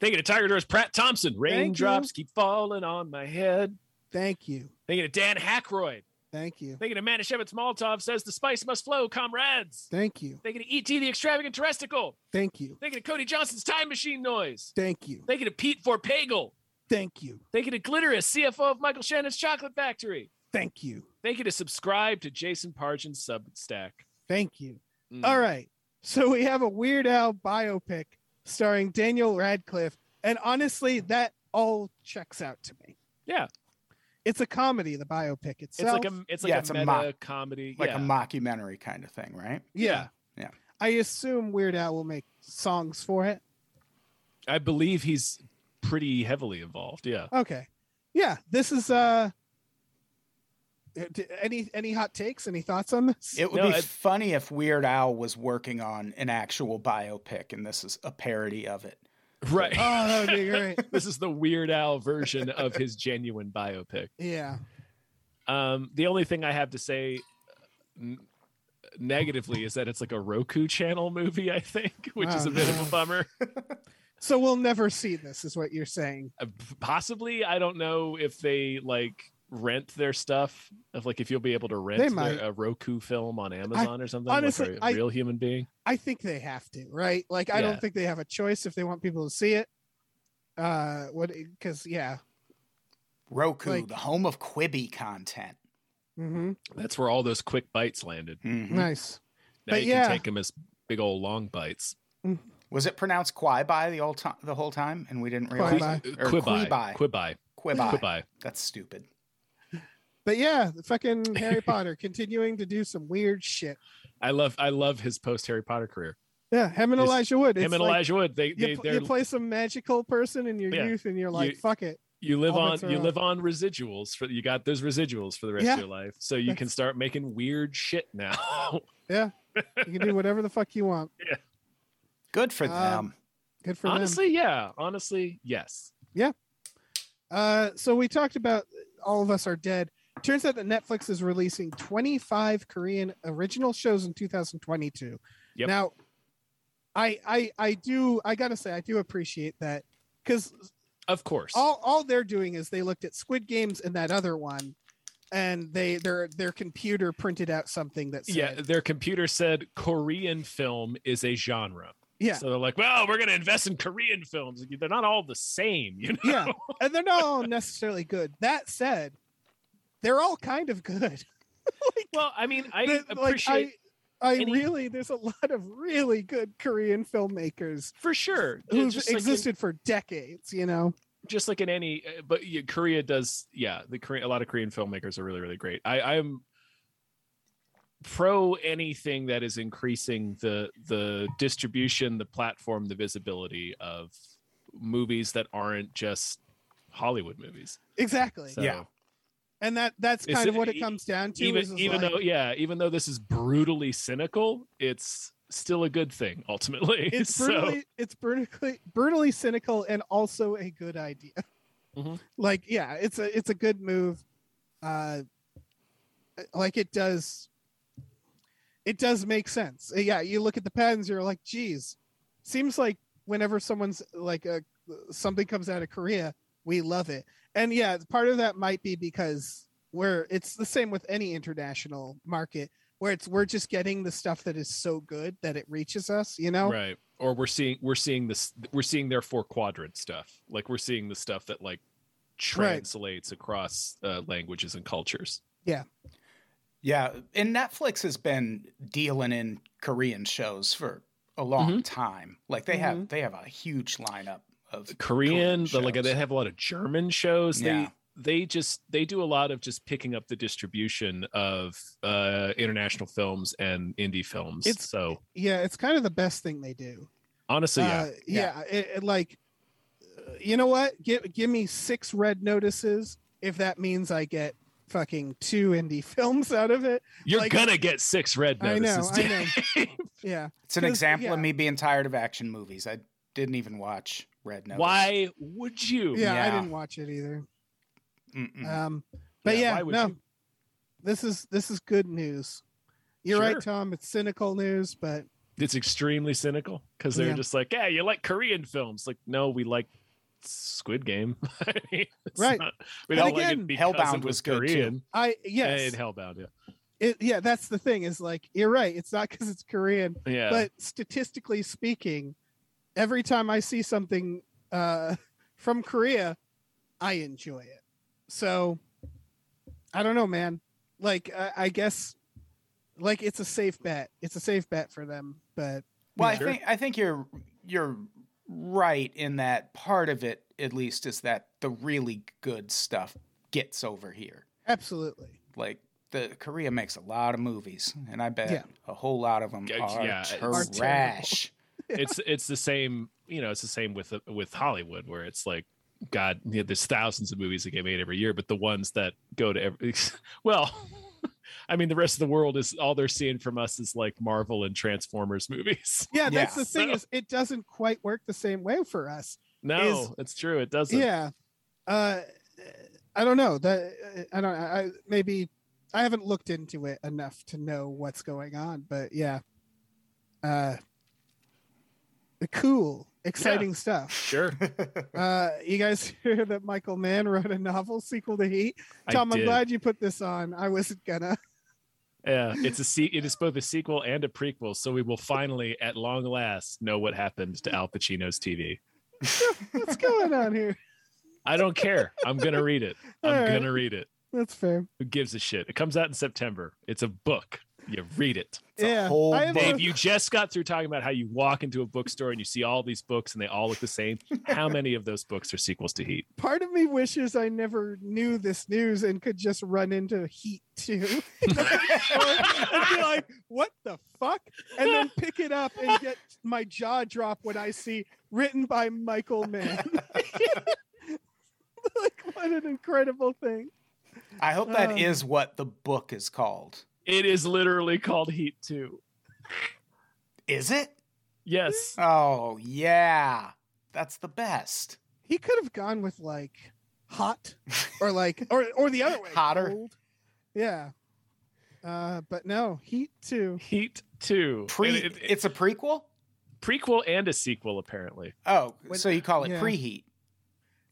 Speaker 1: Thank you to Tiger Doors Pratt Thompson. Raindrops keep falling on my head.
Speaker 3: thank you
Speaker 1: Thank you to Dan Hackroyd.
Speaker 3: thank you
Speaker 1: Thank you to Manischewitz Molotov says the spice must flow, comrades.
Speaker 3: thank you
Speaker 1: Thank you to E.T. the extravagant terresticle.
Speaker 3: thank you
Speaker 1: Thank you to Cody Johnson's time machine noise.
Speaker 3: thank you
Speaker 1: Thank you to Pete Forpagel.
Speaker 3: thank you
Speaker 1: Thank you to Glitterous, CFO of Michael Shannon's Chocolate Factory.
Speaker 3: thank you
Speaker 1: Thank you to subscribe to Jason Pargin's Substack.
Speaker 3: Thank you.
Speaker 1: Hmm.
Speaker 3: All right. So we have a Weird Al biopic starring Daniel Radcliffe. And honestly, that all checks out to me.
Speaker 1: Yeah.
Speaker 3: It's a comedy, the biopic
Speaker 1: It's
Speaker 3: itself.
Speaker 1: like a it's like
Speaker 4: Yeah,
Speaker 1: a
Speaker 4: it's a
Speaker 1: meta
Speaker 4: mock-
Speaker 1: comedy.
Speaker 4: Like
Speaker 1: yeah.
Speaker 4: a mockumentary kind of thing, right?
Speaker 3: yeah.
Speaker 4: Yeah.
Speaker 3: I assume Weird Al will make songs for it.
Speaker 1: I believe he's pretty heavily involved. Yeah.
Speaker 3: Okay. Yeah. This is uh Any any hot takes? Any thoughts on this?
Speaker 4: It would
Speaker 1: No,
Speaker 4: be
Speaker 1: I-
Speaker 4: funny if Weird Al was working on an actual biopic and this is a parody of it.
Speaker 1: Right.
Speaker 3: oh, that would be great.
Speaker 1: this is the Weird Al version of his genuine biopic.
Speaker 3: Yeah.
Speaker 1: Um, the only thing I have to say uh, n- negatively is that it's like a Roku channel movie, I think, which is
Speaker 3: Oh,
Speaker 1: a bit of
Speaker 3: no.
Speaker 1: a bummer.
Speaker 3: So we'll never see this, is what you're saying.
Speaker 1: Uh, p- Possibly, I don't know if they like rent their stuff. If like if you'll be able to rent
Speaker 3: They
Speaker 1: their-
Speaker 3: might.
Speaker 1: a Roku film on Amazon or something, like
Speaker 3: honestly,
Speaker 1: a
Speaker 3: I-
Speaker 1: real human being.
Speaker 3: I think they have to, right? Like, I
Speaker 1: Yeah.
Speaker 3: don't think they have a choice if they want people to see it. Uh, what? Because yeah.
Speaker 4: Roku,
Speaker 3: Like-
Speaker 4: the home of Quibi content.
Speaker 3: Mm-hmm.
Speaker 1: That's where all those quick bites landed.
Speaker 4: Mhm.
Speaker 3: Nice.
Speaker 1: Now
Speaker 3: But
Speaker 1: you
Speaker 3: yeah.
Speaker 1: can take them as big old long bites.
Speaker 4: Was it pronounced Quibi the, old to- the whole time and we didn't realize?
Speaker 3: Quibi.
Speaker 1: uh,
Speaker 4: Or
Speaker 1: Quibi.
Speaker 4: Quibi.
Speaker 1: Quibi.
Speaker 4: Quibi.
Speaker 1: Quibi.
Speaker 4: That's stupid.
Speaker 3: But yeah, the fucking Harry Potter continuing to do some weird shit.
Speaker 1: I love I love his post Harry Potter career.
Speaker 3: Yeah, him and
Speaker 1: It's-
Speaker 3: Elijah Wood. It's
Speaker 1: Him and
Speaker 3: like
Speaker 1: Elijah Wood, they,
Speaker 3: You,
Speaker 1: they
Speaker 3: pl-
Speaker 1: they're
Speaker 3: you play some magical person in your
Speaker 1: Yeah.
Speaker 3: youth, and you're like,
Speaker 1: You-
Speaker 3: fuck it.
Speaker 1: you live
Speaker 3: All
Speaker 1: on
Speaker 3: bets are
Speaker 1: you
Speaker 3: off.
Speaker 1: live on residuals for you got those residuals for the rest
Speaker 3: Yeah.
Speaker 1: of your life so you can
Speaker 3: That's-
Speaker 1: start making weird shit now
Speaker 3: You can do whatever the fuck you want.
Speaker 4: Good for
Speaker 3: Um,
Speaker 4: them.
Speaker 3: Good for them.
Speaker 1: honestly yeah honestly yes
Speaker 3: Uh, so we talked about all of us are dead. Turns out that Netflix is releasing 25 Korean original shows in 2022.
Speaker 1: Yep.
Speaker 3: Now, I I I do I gotta say I do appreciate that because
Speaker 1: of course
Speaker 3: all all they're doing is they looked at Squid Games and that other one, and they their their computer printed out something that said,
Speaker 1: yeah their computer said korean film is a genre
Speaker 3: yeah
Speaker 1: so they're like well we're gonna invest in korean films they're not all the same you know
Speaker 3: yeah and they're not all necessarily good that said they're all kind of good
Speaker 1: well i mean i
Speaker 3: That-
Speaker 1: appreciate
Speaker 3: i, I
Speaker 1: any-
Speaker 3: really there's a lot of really good korean filmmakers
Speaker 1: for sure
Speaker 3: who've
Speaker 1: Just like in-
Speaker 3: existed for decades you know
Speaker 1: just like in any uh, but yeah, korea does yeah the korean a lot of korean filmmakers are really really great i i'm pro anything that is increasing the the distribution the platform the visibility of movies that aren't just hollywood movies
Speaker 3: exactly
Speaker 1: so
Speaker 4: Yeah.
Speaker 3: and that that's
Speaker 1: It's-
Speaker 3: kind of what it
Speaker 1: e-
Speaker 3: comes down to is,
Speaker 1: even
Speaker 3: is
Speaker 1: even
Speaker 3: like,
Speaker 1: though yeah even though this is brutally cynical it's still a good thing ultimately
Speaker 3: it's
Speaker 1: So-
Speaker 3: brutally it's brutally brutally cynical and also a good idea
Speaker 1: Mhm.
Speaker 3: like yeah it's a it's a good move uh like it does it does make sense Uh, yeah you look at the patterns you're like geez seems like whenever someone's like a something comes out of korea we love it and yeah part of that might be because we're it's the same with any international market where it's we're just getting the stuff that is so good that it reaches us you know
Speaker 1: right or we're seeing we're seeing this we're seeing their four quadrant stuff like we're seeing the stuff that like translates across uh, languages and cultures
Speaker 4: Yeah. And Netflix has been dealing in Korean shows for a long
Speaker 3: Mm-hmm.
Speaker 4: time. Like they have they have a huge lineup of
Speaker 1: korean but like
Speaker 4: shows.
Speaker 1: they have a lot of german shows
Speaker 4: Yeah.
Speaker 1: they they just they do a lot of just picking up the distribution of uh international films and indie films
Speaker 3: It's-
Speaker 1: so
Speaker 3: yeah it's kind of the best thing they do
Speaker 1: honestly yeah
Speaker 3: uh, yeah, it- it like uh, you know what give, give me six red notices if that means i get fucking two indie films out of it
Speaker 1: you're
Speaker 3: like-
Speaker 1: gonna get six red
Speaker 3: I know,
Speaker 1: notices
Speaker 3: I know. yeah
Speaker 4: It's an
Speaker 3: 'Cause,
Speaker 4: example of
Speaker 3: yeah.
Speaker 4: me being tired of action movies. I didn't even watch Red Notice.
Speaker 1: why would you
Speaker 3: yeah i
Speaker 4: Yeah.
Speaker 3: didn't watch it either
Speaker 4: Mm-mm.
Speaker 3: um but
Speaker 1: Hmm. Yeah,
Speaker 3: yeah,
Speaker 1: why would
Speaker 3: no
Speaker 1: you?
Speaker 3: this is this is good news you're
Speaker 1: Sure.
Speaker 3: right tom it's cynical news but
Speaker 1: it's extremely cynical because they're
Speaker 3: Yeah.
Speaker 1: just like, yeah, you like Korean films. Like, no, we like Squid Game. I mean, it's
Speaker 3: Right.
Speaker 1: not- we
Speaker 3: And
Speaker 1: don't like
Speaker 3: again,
Speaker 1: it because
Speaker 4: Hellbound
Speaker 1: it was
Speaker 4: was good, too.
Speaker 1: Korean.
Speaker 3: i yes
Speaker 1: And Hellbound, yeah.
Speaker 3: it, yeah that's the thing is like you're right it's not because it's korean
Speaker 1: Yeah.
Speaker 3: but statistically speaking every time i see something uh, from korea i enjoy it so i don't know man like I, I guess like it's a safe bet it's a safe bet for them but
Speaker 4: Well,
Speaker 1: Sure.
Speaker 4: I think I think you're you're right in that part of it at least is that the really good stuff gets over here.
Speaker 3: absolutely
Speaker 4: Like the Korea makes a lot of movies, and I bet
Speaker 3: Yeah.
Speaker 4: a whole lot of them
Speaker 1: Yeah,
Speaker 4: are
Speaker 1: yeah, it's-
Speaker 3: Are terrible.
Speaker 4: trash.
Speaker 1: it's it's the same, you know, it's the same with with Hollywood where it's like God, yeah, there's thousands of movies that get made every year, but the ones that go to every well, I mean, the rest of the world is all they're seeing from us is like Marvel and Transformers movies.
Speaker 3: Yeah, that's
Speaker 4: Yeah.
Speaker 3: the thing is it doesn't quite work the same way for us.
Speaker 1: No,
Speaker 3: Is-
Speaker 1: it's true. It doesn't.
Speaker 3: yeah uh i don't know that i don't i maybe i haven't looked into it enough to know what's going on but yeah uh cool exciting stuff
Speaker 1: Sure.
Speaker 3: uh you guys hear that michael mann wrote a novel sequel to heat
Speaker 1: I
Speaker 3: tom i'm
Speaker 1: did.
Speaker 3: glad you put this on i wasn't gonna
Speaker 1: Yeah, it's a se- it is both a sequel and a prequel, so we will finally, at long last, know what happened to Al Pacino's TV.
Speaker 3: what's going on here
Speaker 1: I don't care. I'm gonna read it. I'm
Speaker 3: All right.
Speaker 1: gonna read it.
Speaker 3: that's fair
Speaker 1: Who gives a shit? It comes out in September. It's a book. You read it.
Speaker 4: It's a
Speaker 3: yeah
Speaker 4: whole
Speaker 3: I have
Speaker 4: book.
Speaker 1: Dave, you just got through talking about how you walk into a bookstore and you see all these books and they all look the same. How many of those books are sequels to Heat?
Speaker 3: part of me wishes I never knew this news and could just run into Heat too, and be like, "What the fuck?" and then pick it up and get my jaw drop when I see written by Michael Mann. like what an incredible thing!
Speaker 4: I hope that
Speaker 3: Um,
Speaker 4: is what the book is called.
Speaker 1: It is literally called Heat 2.
Speaker 4: Is it?
Speaker 1: Yes.
Speaker 4: Oh yeah, that's the best.
Speaker 3: He could have gone with like hot or like or or the other way,
Speaker 4: Hotter.
Speaker 3: cold. Yeah. Uh, but no, Heat too.
Speaker 1: Heat 2.
Speaker 4: Pre.
Speaker 1: And it- it-
Speaker 4: it's a prequel.
Speaker 1: prequel and a sequel, apparently.
Speaker 4: Oh,
Speaker 3: When-
Speaker 4: so you call it
Speaker 3: yeah.
Speaker 4: preheat?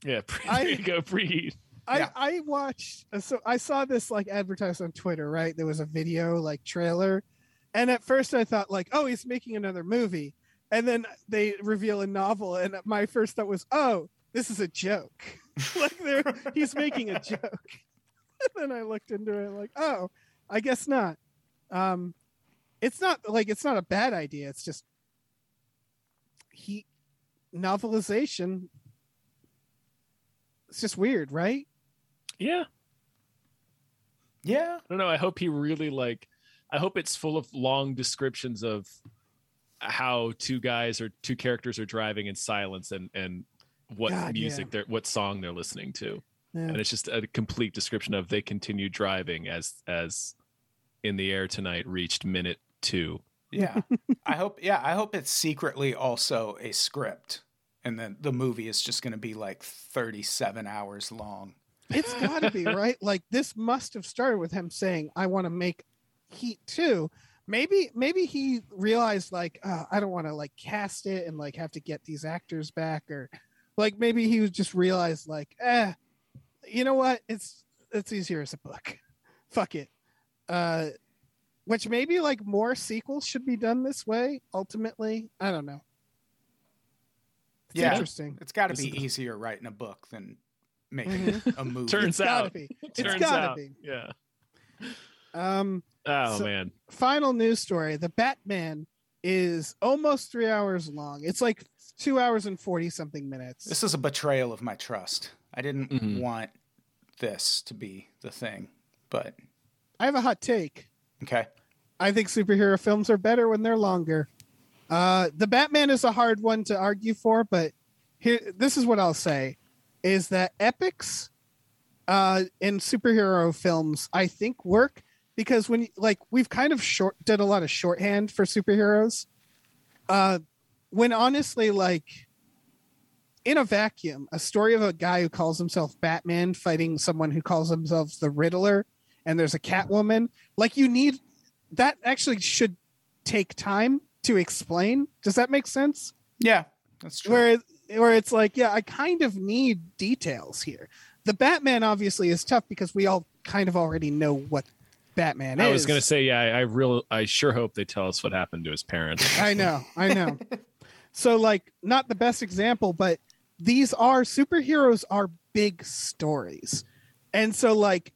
Speaker 1: Yeah, pre-
Speaker 3: I-
Speaker 1: there you go, preheat.
Speaker 3: I,
Speaker 4: Yeah.
Speaker 3: I watched uh, so I saw this like advertised on Twitter, right? There was a video like trailer. And at first I thought like, oh, he's making another movie. And then they reveal a novel and my first thought was, oh, this is a joke. like they're he's making a joke. and then I looked into it like, oh, I guess not. Um it's not like it's not a bad idea. It's just he novelization. It's just weird, right?
Speaker 1: Yeah.
Speaker 4: Yeah.
Speaker 1: I don't know. I hope he really like. I hope it's full of long descriptions of how two guys or two characters are driving in silence and and what
Speaker 3: God,
Speaker 1: music they're what song they're listening to,
Speaker 3: Yeah.
Speaker 1: and it's just a complete description of they continue driving as as in the air tonight reached minute two.
Speaker 4: Yeah. I hope yeah, I hope it's secretly also a script. And then the movie is just gonna be like thirty seven hours long.
Speaker 3: It's got to be right. Like this must have started with him saying, "I want to make Heat too." Maybe, maybe he realized like, uh, "I don't want to like cast it and like have to get these actors back," or like maybe he was just realized like, "Eh, you know what? It's it's easier as a book. Fuck it." Uh, which maybe like more sequels should be done this way. Ultimately, I don't know. It's
Speaker 4: Yeah.
Speaker 3: interesting.
Speaker 4: It's gotta be
Speaker 1: This is-
Speaker 4: easier writing a book than making
Speaker 3: Mm-hmm.
Speaker 4: a movie.
Speaker 1: Turns
Speaker 3: It's gotta
Speaker 1: out,
Speaker 3: be.
Speaker 1: it's
Speaker 3: It's
Speaker 1: turns
Speaker 3: gotta
Speaker 1: out,
Speaker 3: be.
Speaker 1: yeah.
Speaker 3: Um.
Speaker 1: Oh
Speaker 3: So-
Speaker 1: man,
Speaker 3: final news story the batman is almost three hours long it's like two hours and 40 something minutes
Speaker 4: This is a betrayal of my trust. I didn't
Speaker 1: Mhm.
Speaker 4: want this to be the thing. But
Speaker 3: i have a hot take
Speaker 4: okay.
Speaker 3: i think superhero films are better when they're longer uh the batman is a hard one to argue for but here this is what i'll say is that epics uh in superhero films i think work because when you- like we've kind of short did a lot of shorthand for superheroes uh when honestly like in a vacuum a story of a guy who calls himself batman fighting someone who calls themselves the riddler and there's a catwoman like you need that actually should take time to explain does that make sense
Speaker 4: Yeah, that's true.
Speaker 3: where where it's like yeah i kind of need details here the batman obviously is tough because we all kind of already know what batman
Speaker 1: I
Speaker 3: is
Speaker 1: was gonna say, yeah, I, I real, I sure hope they tell us what happened to his parents.
Speaker 3: I know, I know. so like not the best example, but these are superheroes are big stories. And so like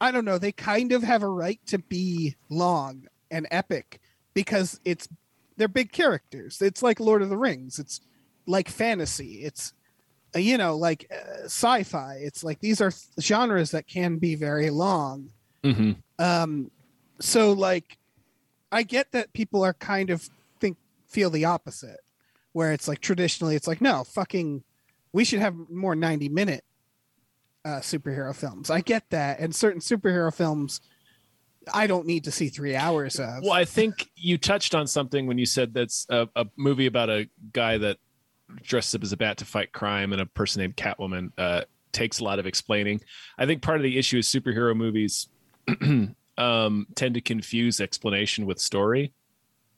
Speaker 3: I don't know, they kind of have a right to be long and epic because it's they're big characters. It's like Lord of the Rings. It's like fantasy. It's uh, you know, like uh, sci-fi. It's like these are genres that can be very long
Speaker 1: Mhm.
Speaker 3: um so like i get that people are kind of think feel the opposite where it's like traditionally it's like no fucking we should have more 90 minute uh, superhero films. I get that. And certain superhero films, I don't need to see three hours of.
Speaker 1: Well, I think you touched on something when you said that's a, a movie about a guy that dresses up as a bat to fight crime and a person named Catwoman uh, takes a lot of explaining. I think part of the issue is superhero movies um, tend to confuse explanation with story.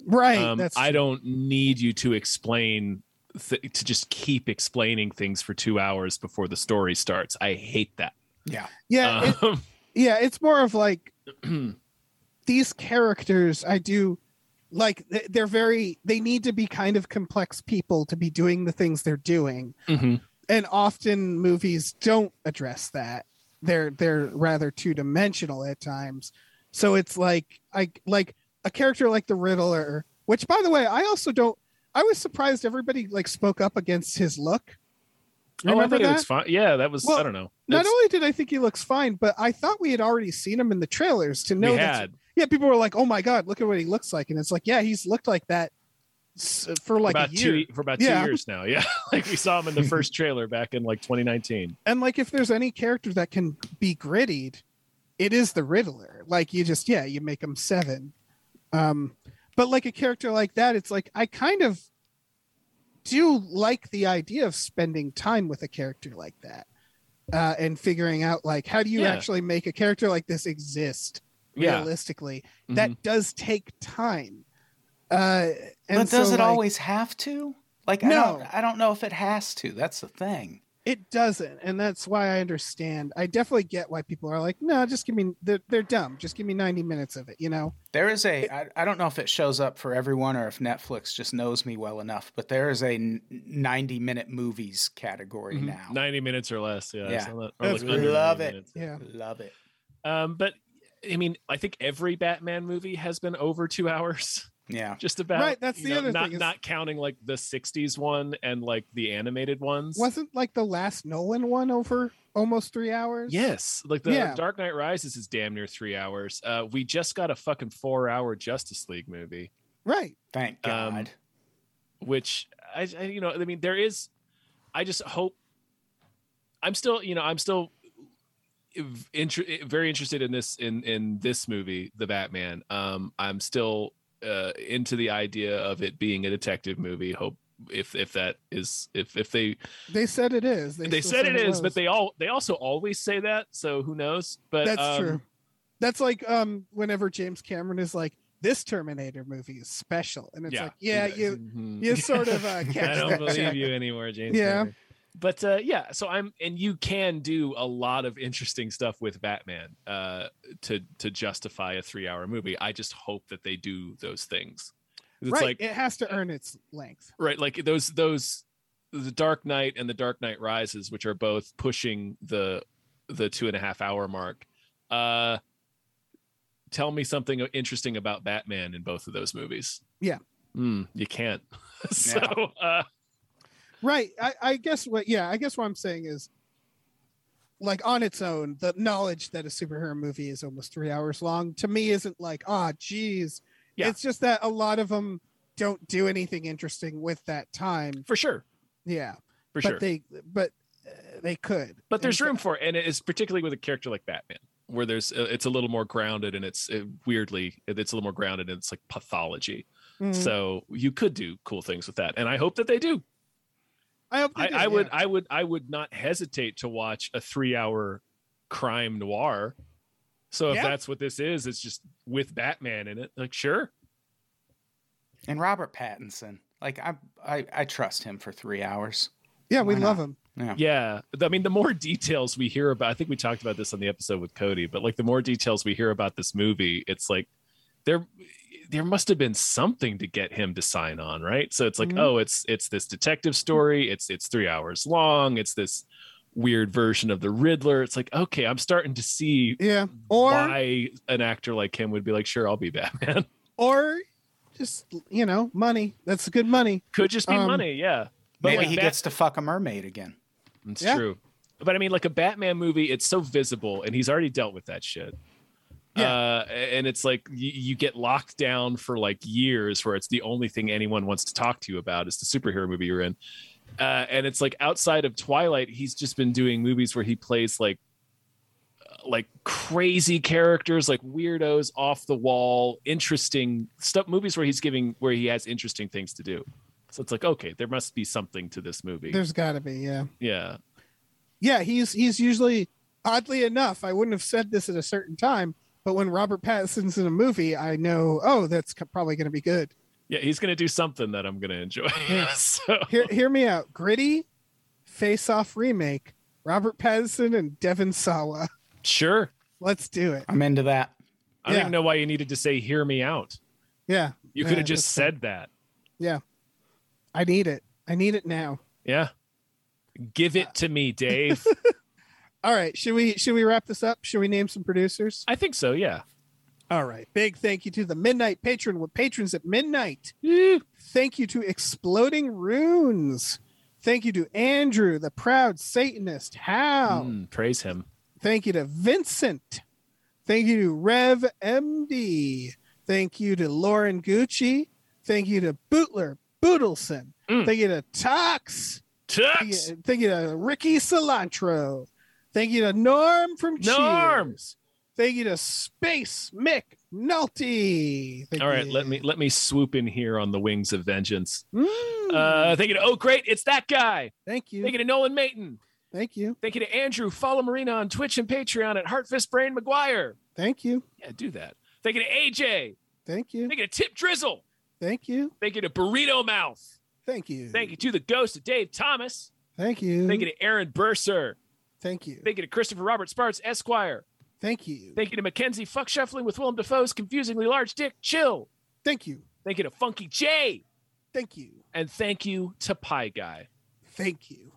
Speaker 3: right.
Speaker 1: Um,
Speaker 3: that's
Speaker 1: I don't need you to explain th- to just keep explaining things for two hours before the story starts. I hate that.
Speaker 4: Yeah.
Speaker 3: yeah. it-
Speaker 1: Um,
Speaker 3: yeah. It's more of like these characters. I do like th- they're very. They need to be kind of complex people to be doing the things they're doing.
Speaker 1: mhm.
Speaker 3: and often movies don't address that they're they're rather two-dimensional at times so it's like i like a character like the riddler which by the way i also don't i was surprised everybody like spoke up against his look
Speaker 1: Oh, I
Speaker 3: remember
Speaker 1: thought it
Speaker 3: that
Speaker 1: was fine. Yeah, that was. I
Speaker 3: Well,
Speaker 1: don't know.
Speaker 3: not
Speaker 1: That's-
Speaker 3: only did i think he looks fine but i thought we had already seen him in the trailers to know
Speaker 1: we
Speaker 3: that's-
Speaker 1: had
Speaker 3: yeah people were like oh my god look at what he looks like and it's like yeah he's looked like that s- for like
Speaker 1: about
Speaker 3: a year
Speaker 1: two for about
Speaker 3: Yeah.
Speaker 1: two years now. Yeah, like we saw him in the first trailer back in like 2019.
Speaker 3: and like if there's any character that can be grittied it is the riddler like you just yeah you make him seven um but like a character like that it's like i kind of do like the idea of spending time with a character like that uh and figuring out like how do you
Speaker 1: Yeah.
Speaker 3: actually make a character like this exist
Speaker 1: Yeah,
Speaker 3: realistically
Speaker 1: Mhm.
Speaker 3: that does take time uh and
Speaker 4: but does
Speaker 3: so,
Speaker 4: it
Speaker 3: like,
Speaker 4: always have to? Like I
Speaker 3: No.
Speaker 4: don't I don't know if it has to. That's the thing.
Speaker 3: It doesn't, and that's why I understand. I definitely get why people are like, "No, just give me." They're, they're dumb. Just give me ninety minutes of it. You know?
Speaker 4: There is a I, I don't know if it shows up for everyone or if Netflix just knows me well enough, but there is a n- 90 minute movies category
Speaker 3: Mm-hmm.
Speaker 1: Mhm.
Speaker 4: now.
Speaker 1: 90 minutes or less. Yeah,
Speaker 4: Yeah.
Speaker 1: so that- or
Speaker 4: That's-
Speaker 1: like under
Speaker 4: love
Speaker 1: 90
Speaker 4: it.
Speaker 1: minutes.
Speaker 3: Yeah.
Speaker 4: Love it.
Speaker 1: Um, but I mean, I think every Batman movie has been over two hours.
Speaker 4: Yeah.
Speaker 1: Just about
Speaker 3: Right, that's
Speaker 1: you
Speaker 3: the
Speaker 1: know,
Speaker 3: other
Speaker 1: not,
Speaker 3: thing is-
Speaker 1: Not counting like the '60s one and like the animated ones.
Speaker 3: Wasn't like the last Nolan one over almost three hours?
Speaker 1: Yes, like the
Speaker 3: Yeah.
Speaker 1: Dark Knight Rises is damn near three hours. Uh, we just got a fucking four-hour Justice League movie,
Speaker 3: Right.
Speaker 4: Thank
Speaker 1: Um,
Speaker 4: God.
Speaker 1: which I, I, you know, I mean, there is. I just hope. I'm still, you know, I'm still v- inter- very interested in this in in this movie, The Batman. Um, I'm still uh, into the idea of it being a detective movie. Hope if if that is if if they
Speaker 3: They said it is.
Speaker 1: they,
Speaker 3: still
Speaker 1: said it is,
Speaker 3: was.
Speaker 1: but they all they also always say that. So who knows? But
Speaker 3: That's
Speaker 1: um,
Speaker 3: true. That's like um whenever James Cameron is like, "This Terminator movie is special," and it's like, "Yeah, you
Speaker 1: Mhm.
Speaker 3: you sort of uh,
Speaker 1: I
Speaker 3: catch
Speaker 1: don't
Speaker 3: that
Speaker 1: believe
Speaker 3: check.
Speaker 1: you anymore, James.
Speaker 3: Yeah.
Speaker 1: Cameron. But uh, yeah, so I'm, and you can do a lot of interesting stuff with Batman uh, to to justify a three hour movie. I just hope that they do those things. It's
Speaker 3: right.
Speaker 1: like
Speaker 3: it has to earn its length.
Speaker 1: right, like those those the Dark Knight and the Dark Knight Rises, which are both pushing the the two and a half hour mark. Uh, tell me something interesting about Batman in both of those movies.
Speaker 3: Yeah.
Speaker 1: Mm, you can't. so uh,
Speaker 3: Right. I, I guess what yeah, I guess what I'm saying is like on its own, the knowledge that a superhero movie is almost three hours long to me isn't like, ah, geez.
Speaker 1: Yeah.
Speaker 3: It's just that a lot of them don't do anything interesting with that time.
Speaker 1: for sure.
Speaker 3: Yeah.
Speaker 1: for
Speaker 3: but
Speaker 1: sure.
Speaker 3: they but uh, they could.
Speaker 1: but there's
Speaker 3: And-
Speaker 1: room for it, and it's particularly with a character like Batman, where there's uh, it's a little more grounded, and it's uh weirdly it's a little more grounded, and it's like pathology.
Speaker 3: Mhm.
Speaker 1: So you could do cool things with that, and I hope that they do.
Speaker 3: I hope they
Speaker 1: I,
Speaker 3: do,
Speaker 1: I would,
Speaker 3: yeah.
Speaker 1: I would, I would not hesitate to watch a three-hour crime noir. So if
Speaker 3: Yeah.
Speaker 1: that's what this is, it's just with Batman in it. Like, sure,
Speaker 4: And Robert Pattinson. Like I I I trust him for 3 hours.
Speaker 3: Yeah, we
Speaker 4: why
Speaker 3: love them.
Speaker 4: Yeah.
Speaker 1: yeah. I mean, the more details we hear about, I think we talked about this on the episode with Cody, but like the more details we hear about this movie, it's like there there must have been something to get him to sign on, right? So it's like,
Speaker 3: Mhm.
Speaker 1: oh, it's it's this detective story, it's it's three hours long, it's this weird version of the Riddler. It's like, okay, I'm starting to see
Speaker 3: Yeah. Or
Speaker 1: why an actor like him would be like, sure, I'll be Batman.
Speaker 3: or just you know, money. That's good money.
Speaker 1: Could just be
Speaker 3: Um,
Speaker 1: money, yeah. But
Speaker 4: Maybe
Speaker 1: like
Speaker 4: he
Speaker 1: Bat-
Speaker 4: gets to fuck a mermaid again.
Speaker 1: It's
Speaker 3: Yeah.
Speaker 1: true. But I mean, like a Batman movie, it's so visible, and he's already dealt with that shit.
Speaker 3: Yeah.
Speaker 1: Uh, and it's like you, you get locked down for like years where it's the only thing anyone wants to talk to you about is the superhero movie you're in. uh, and it's like outside of Twilight, he's just been doing movies where he plays like uh, like crazy characters, like weirdos, off the wall, interesting stuff. Movies where he's giving where he has interesting things to do. So it's like okay, there must be something to this movie.
Speaker 3: There's got to be, yeah.
Speaker 1: yeah,
Speaker 3: yeah, he's he's usually oddly enough, I wouldn't have said this at a certain time, but when Robert Pattinson's in a movie, I know, oh, that's co- probably going to be good.
Speaker 1: yeah, he's gonna do something that I'm gonna enjoy. so
Speaker 3: Hear hear me out. Gritty, Face Off remake, Robert Pattinson and Devin Sawa.
Speaker 1: sure,
Speaker 3: Let's do it.
Speaker 4: I'm into that.
Speaker 1: I don't
Speaker 3: Yeah.
Speaker 1: even know why you needed to say "hear me out."
Speaker 3: Yeah,
Speaker 1: You
Speaker 3: Yeah,
Speaker 1: could have
Speaker 3: that's
Speaker 1: just
Speaker 3: fine.
Speaker 1: said that.
Speaker 3: I need it. I need it now.
Speaker 1: Yeah, give it to me, Dave.
Speaker 3: All right, should we should we wrap this up? Should we name some producers?
Speaker 1: I think so. Yeah.
Speaker 3: All right. Big thank you to the Midnight Patron with patrons at midnight. Thank you to Exploding Runes. Thank you to Andrew, the proud Satanist. How?
Speaker 1: Mm, praise him.
Speaker 3: Thank you to Vincent. Thank you to Rev MD. Thank you to Lauren Gucci. Thank you to Bootler Bootleson.
Speaker 1: Mm.
Speaker 3: Thank you to Tox. Thank
Speaker 1: Tux.
Speaker 3: you, thank you to Ricky Cilantro. Thank you to Norm from
Speaker 1: Norm.
Speaker 3: Cheers. Thank you to Space Mick Nulty. Thank
Speaker 1: All right,
Speaker 3: you.
Speaker 1: let me let me swoop in here on the wings of vengeance.
Speaker 3: Mm,
Speaker 1: Uh, thank you to oh great, it's that guy.
Speaker 3: thank you.
Speaker 1: Thank you to Nolan Mayton.
Speaker 3: Thank you.
Speaker 1: Thank you to Andrew. Follow Marina on Twitch and Patreon at Heartfist Brain McGuire.
Speaker 3: Thank you.
Speaker 1: Yeah, do that. Thank you to AJ.
Speaker 3: Thank you.
Speaker 1: Thank you to Tip Drizzle.
Speaker 3: Thank you.
Speaker 1: Thank you to Burrito Mouth.
Speaker 3: Thank you.
Speaker 1: Thank you to the ghost of Dave Thomas.
Speaker 3: Thank you.
Speaker 1: Thank you to Aaron Burser.
Speaker 3: Thank you.
Speaker 1: Thank you to Christopher Robert Sparks Esquire.
Speaker 3: Thank you.
Speaker 1: Thank you to Mackenzie Fuck Shuffling with Willem Dafoe's confusingly large dick. Chill.
Speaker 3: Thank you.
Speaker 1: Thank you to Funky J.
Speaker 3: Thank you.
Speaker 1: And thank you to Pie Guy.
Speaker 3: Thank you.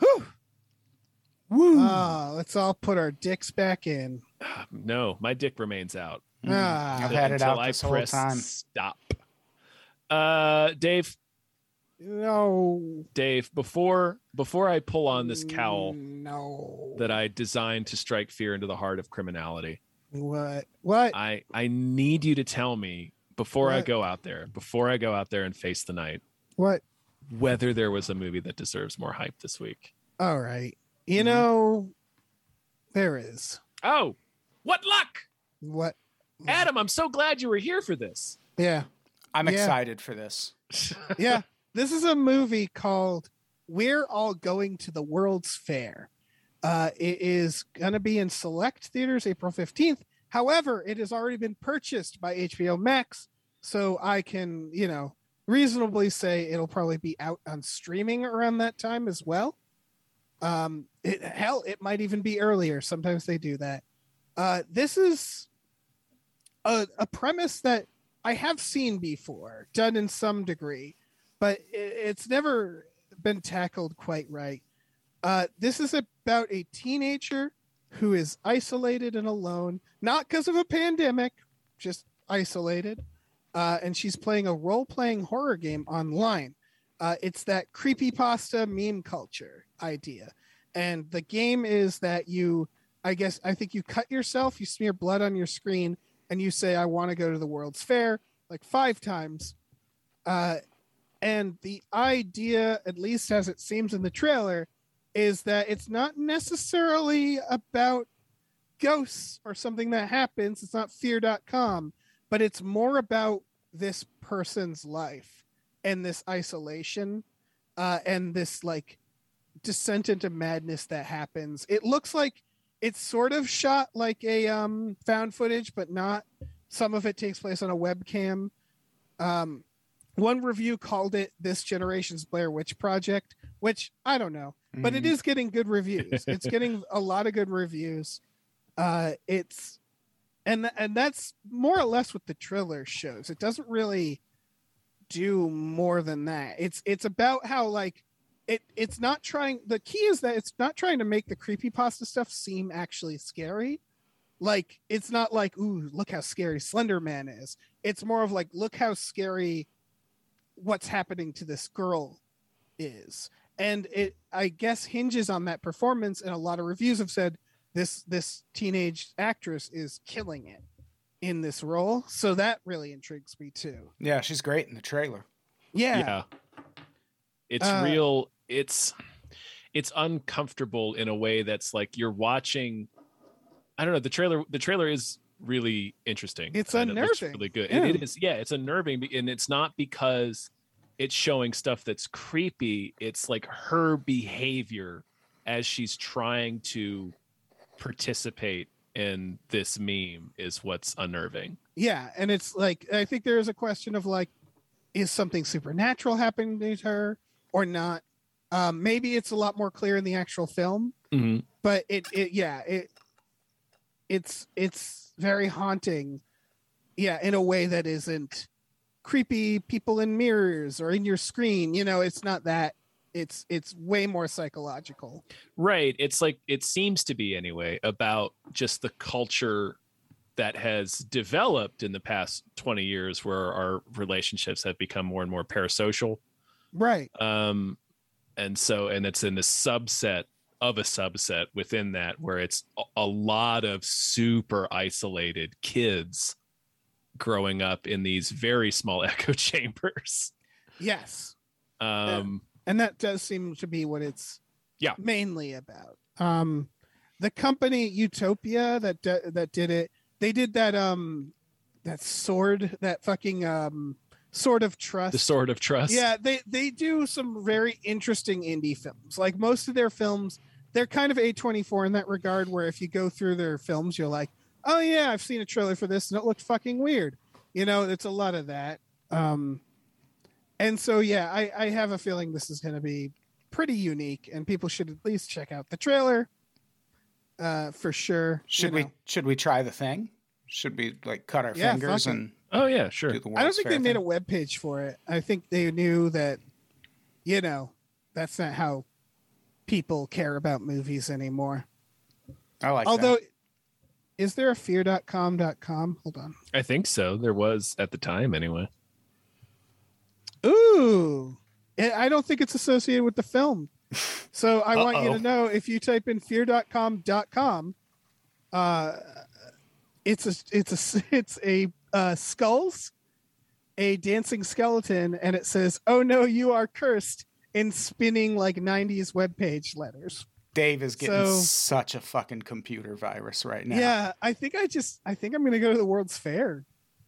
Speaker 3: Whew. Woo. Ah, let's all put our dicks back in.
Speaker 1: Uh, No, my dick remains out.
Speaker 4: Mm.
Speaker 3: Ah.
Speaker 4: I've had it
Speaker 1: until
Speaker 4: out
Speaker 1: I
Speaker 4: this whole
Speaker 1: press
Speaker 4: time.
Speaker 1: Stop. Uh, Dave,
Speaker 3: No.
Speaker 1: Dave, before before I pull on this cowl
Speaker 3: No.
Speaker 1: that I designed to strike fear into the heart of criminality,
Speaker 3: what? What?
Speaker 1: I I need you to tell me before I
Speaker 3: What?
Speaker 1: go out there, before I go out there and face the night,
Speaker 3: What?
Speaker 1: whether there was a movie that deserves more hype this week.
Speaker 3: All right. You
Speaker 4: Mhm.
Speaker 3: know, there is.
Speaker 1: Oh, what luck,
Speaker 3: What?
Speaker 1: Adam! I'm so glad you were here for this.
Speaker 3: Yeah.
Speaker 4: I'm
Speaker 3: Yeah.
Speaker 4: excited for this.
Speaker 3: Yeah. this is a movie called We're All Going to the World's Fair. Uh, it is going to be in select theaters April 15th. However, it has already been purchased by HBO Max. So I can, you know, reasonably say it'll probably be out on streaming around that time as well. Um, it, hell, it might even be earlier. Sometimes they do that. Uh, this is a, a premise that I have seen before, done in some degree, but i- it's never been tackled quite right. Uh, this is about a teenager who is isolated and alone, not because of a pandemic, just isolated. Uh, and she's playing a role playing horror game online. Uh, it's that creepypasta meme culture idea. And the game is that you, I guess, I think you cut yourself, you smear blood on your screen, and you say, I want to go to the World's Fair like five times. Uh, and the idea, at least as it seems in the trailer, is that it's not necessarily about ghosts or something that happens. It's not fear.com, but it's more about this person's life and this isolation uh, and this like descent into madness that happens. It looks like it's sort of shot like a um, found footage, but not. Some of it takes place on a webcam. Um, one review called it this generation's Blair Witch Project, which I don't know but it
Speaker 4: Mm.
Speaker 3: is getting good reviews. it's getting a lot of good reviews. Uh, it's and and that's more or less what the trailer shows. It doesn't really do more than that. It's it's about how like it it's not trying. The key is that it's not trying to make the creepypasta stuff seem actually scary. Like it's not like ooh look how scary Slender Man is. It's more of like look how scary what's happening to this girl is and it i guess hinges on that performance and a lot of reviews have said this this teenage actress is killing it in this role so that really intrigues me too
Speaker 4: Yeah, she's great in the trailer.
Speaker 3: yeah,
Speaker 1: yeah. It's
Speaker 3: Uh.
Speaker 1: real. It's it's uncomfortable in a way that's like you're watching. I don't know. The trailer. The trailer is really interesting.
Speaker 3: It's
Speaker 1: and it looks
Speaker 3: unnerving.
Speaker 1: Really good.
Speaker 3: Yeah.
Speaker 1: It, it is. Yeah, it's unnerving, be- and it's not because it's showing stuff that's creepy. It's like her behavior as she's trying to participate in this meme is what's unnerving.
Speaker 3: Yeah, and it's like I think there is a question of like, is something supernatural happening to her or not? Um, maybe it's a lot more clear in the actual film,
Speaker 1: Mm-hmm.
Speaker 3: but it, it yeah it it's it's very haunting, yeah, in a way that isn't creepy people in mirrors or in your screen. You know, it's not that. It's it's way more psychological.
Speaker 1: Right. It's like it seems to be anyway about just the culture that has developed in the past 20 years where our relationships have become more and more parasocial.
Speaker 3: Right.
Speaker 1: Um and so and it's in the subset of a subset within that where it's a- a lot of super isolated kids growing up in these very small echo chambers.
Speaker 3: Yes.
Speaker 1: Um
Speaker 3: and that does seem to be what it's
Speaker 1: Yeah.
Speaker 3: mainly about um the company utopia that d- that did it they did that um that sword that fucking um sword of trust
Speaker 1: the sword of trust.
Speaker 3: yeah they they do some very interesting indie films like most of their films they're kind of a24 in that regard where if you go through their films you're like oh yeah i've seen a trailer for this and it looked fucking weird you know it's a lot of that um and so yeah i i have a feeling this is going to be pretty unique and people should at least check out the trailer uh for sure you
Speaker 4: Should we
Speaker 3: know.
Speaker 4: should we try the thing? Should we like cut our
Speaker 3: Yeah,
Speaker 4: fingers
Speaker 3: fuck it.
Speaker 4: and
Speaker 1: Oh yeah, sure.
Speaker 4: do the
Speaker 3: I don't
Speaker 4: World's
Speaker 3: think
Speaker 4: Fair
Speaker 3: they made a
Speaker 4: thing?
Speaker 3: web page for it. I think they knew that, you know, that's not how people care about movies anymore.
Speaker 4: I like
Speaker 3: Although,
Speaker 4: that.
Speaker 3: is there a fear.com.com? Hold on.
Speaker 1: I think so. There was at the time anyway.
Speaker 3: Ooh. I I don't think it's associated with the film. So I want you
Speaker 4: Uh-oh.
Speaker 3: to know if you type in fear.com.com, uh, it's a it's a it's a uh, skulls, a dancing skeleton, and it says, "Oh no, you are cursed!" in spinning like '90s webpage letters.
Speaker 4: Dave is getting
Speaker 3: so-
Speaker 4: such a fucking computer virus right now.
Speaker 3: Yeah, I think I just I think I'm gonna go to the World's Fair.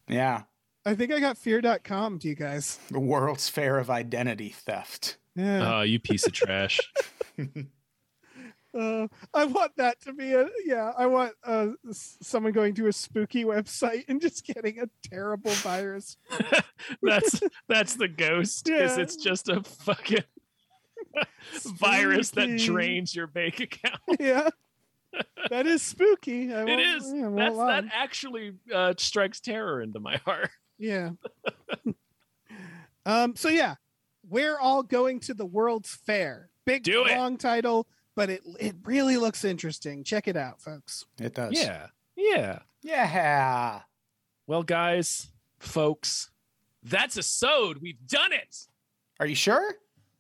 Speaker 4: Yeah.
Speaker 3: I think I got fear.com. Do you guys?
Speaker 4: The World's Fair of Identity Theft.
Speaker 3: Yeah.
Speaker 1: Oh, you piece of trash.
Speaker 3: Uh, I want that to be a yeah. I want uh, s- someone going to a spooky website and just getting a terrible virus.
Speaker 1: that's that's the ghost because
Speaker 3: Yeah.
Speaker 1: it's just a fucking virus that
Speaker 3: Spooky.
Speaker 1: drains your bank account.
Speaker 3: Yeah, that is spooky. I
Speaker 1: It
Speaker 3: won't-
Speaker 1: is.
Speaker 3: yeah, I won't
Speaker 1: That's
Speaker 3: lie.
Speaker 1: that actually uh, strikes terror into my heart.
Speaker 3: Yeah. um. So yeah, we're all going to the World's Fair. Big
Speaker 1: Do it.
Speaker 3: long title, but it it really looks interesting. Check it out, folks.
Speaker 4: It does.
Speaker 1: Yeah. Yeah.
Speaker 4: Yeah.
Speaker 1: Well, guys, folks, that's a sode. We've done it.
Speaker 4: Are you sure?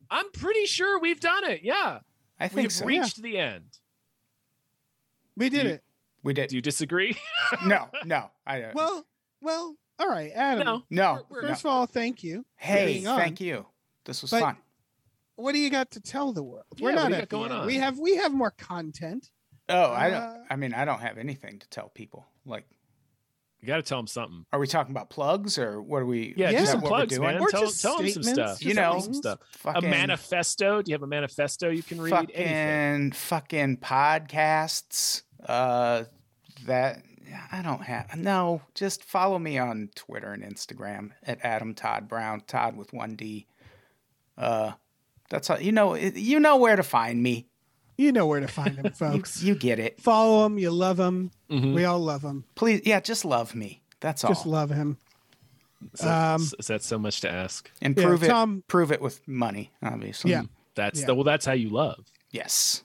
Speaker 1: I'm pretty sure we've done it. Yeah.
Speaker 4: I
Speaker 1: We've
Speaker 4: think so.
Speaker 1: reached the end.
Speaker 3: We did
Speaker 1: You-
Speaker 3: it.
Speaker 4: We did.
Speaker 1: Do you disagree?
Speaker 4: no, no. I don't.
Speaker 3: Well, well. All right, Adam.
Speaker 1: no.
Speaker 4: no.
Speaker 1: we're-
Speaker 4: no.
Speaker 3: First of all, thank you.
Speaker 4: Hey,
Speaker 3: being on.
Speaker 4: thank you. This was
Speaker 3: But-
Speaker 4: fun.
Speaker 3: what do you got to tell the world?
Speaker 1: Yeah,
Speaker 3: We're
Speaker 1: what
Speaker 3: not
Speaker 1: do you got
Speaker 3: at the
Speaker 1: going
Speaker 3: end.
Speaker 1: on?
Speaker 3: We have we have more content.
Speaker 4: Oh, I
Speaker 3: Uh,
Speaker 4: don't. I mean, I don't have anything to tell people. Like,
Speaker 1: You got to tell him something.
Speaker 4: are we talking about plugs or what are we?
Speaker 1: Yeah,
Speaker 4: is
Speaker 3: do
Speaker 4: that
Speaker 1: just some
Speaker 4: what we're
Speaker 1: plugs,
Speaker 4: doing?
Speaker 1: man.
Speaker 3: Or
Speaker 1: tell
Speaker 3: just
Speaker 1: tell him some
Speaker 3: statements,
Speaker 1: stuff.
Speaker 4: You
Speaker 1: Tell
Speaker 4: know,
Speaker 1: him some stuff. A
Speaker 4: Fucking,
Speaker 1: manifesto. Do you have a manifesto you can read? Anything.
Speaker 4: fucking, fucking podcasts. Uh, that I don't have. No, just follow me on Twitter and Instagram at Adam Todd Brown. Todd with one D. Uh, that's all. You know, you know where to find me.
Speaker 3: You know where to find them,
Speaker 4: You,
Speaker 3: folks.
Speaker 4: you get it.
Speaker 3: Follow him. You love him.
Speaker 1: Mhm.
Speaker 3: We all love him.
Speaker 4: Please, yeah, just love me. That's all.
Speaker 3: Just love him.
Speaker 1: Is that,
Speaker 3: Um,
Speaker 1: is that so much to ask?
Speaker 4: and
Speaker 3: Yeah,
Speaker 4: prove it.
Speaker 3: Tom-
Speaker 4: prove it with money, obviously.
Speaker 3: Yeah.
Speaker 1: That's
Speaker 3: Yeah.
Speaker 1: the, well. That's how you love.
Speaker 4: Yes.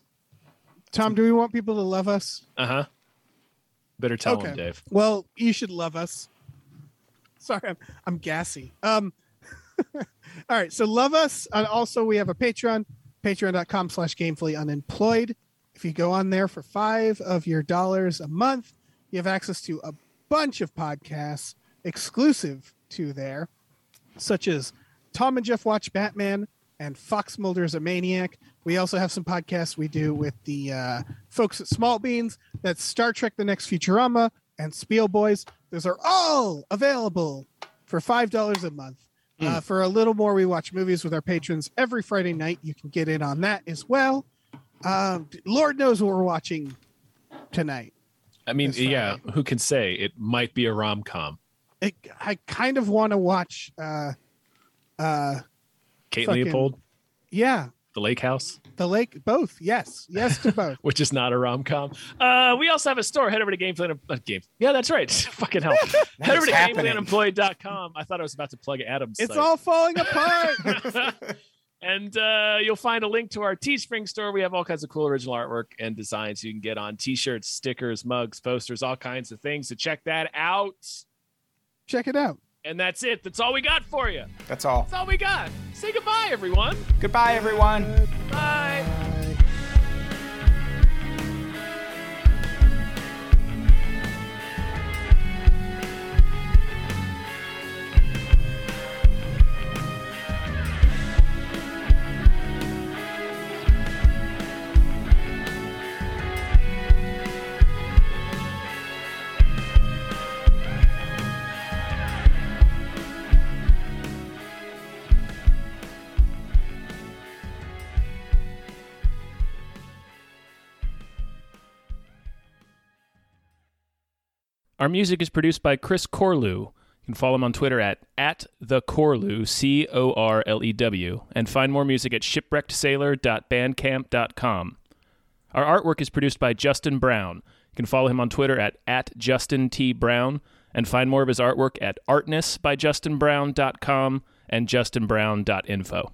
Speaker 3: Tom, do we want people to love us?
Speaker 1: Uh huh. Better tell him, Dave.
Speaker 3: Well, you should love us. Sorry, I'm, I'm gassy. Um, all right. So love us. And also we have a Patreon, patreon.com slash gamefully unemployed. If you go on there for five of your dollars a month, you have access to a bunch of podcasts exclusive to there, such as Tom and Jeff Watch Batman, and Fox Mulder is a Maniac. We also have some podcasts we do with the uh, folks at Small Beans. That's Star Trek The Next Futurama and Spiel Boys. Those are all available for $5 a month. Uh, for a little more, we watch movies with our patrons every Friday night. You can get in on that as well. Um, Lord knows what we're watching tonight.
Speaker 1: I mean,
Speaker 3: That's
Speaker 1: yeah, who can say it might be a rom com?
Speaker 3: I, I kind of want to watch. Uh, uh,
Speaker 1: Kate
Speaker 3: Fucking-
Speaker 1: Leopold,
Speaker 3: yeah,
Speaker 1: The Lake House,
Speaker 3: the lake. Both. Yes. Yes to both.
Speaker 1: which is not a rom com. Uh, we also have a store. Head over to Gameplan. Uh, game. Yeah, that's right. Fucking hell. Head over
Speaker 4: is
Speaker 1: to
Speaker 4: happening.
Speaker 1: GamePlanUnemployed.com. I thought I was about to plug Adam's.
Speaker 3: it's
Speaker 1: site.
Speaker 3: all falling apart.
Speaker 1: and uh, you'll find a link to our Teespring store. We have all kinds of cool original artwork and designs you can get on T-shirts, stickers, mugs, posters, all kinds of things. So check that out.
Speaker 3: Check it out.
Speaker 1: And that's it. That's all we got for you.
Speaker 4: That's all.
Speaker 1: That's all we got. Say goodbye, everyone.
Speaker 4: Goodbye, everyone.
Speaker 1: Bye. Our music is produced by Chris Corlew. You can follow him on Twitter at, at the Corlew, C O R L E W, and find more music at shipwreckedsailor.bandcamp.com. Our artwork is produced by Justin Brown. You can follow him on Twitter at, at Justin T. Brown, and find more of his artwork at artnessbyjustinbrown.com and justinbrown.info.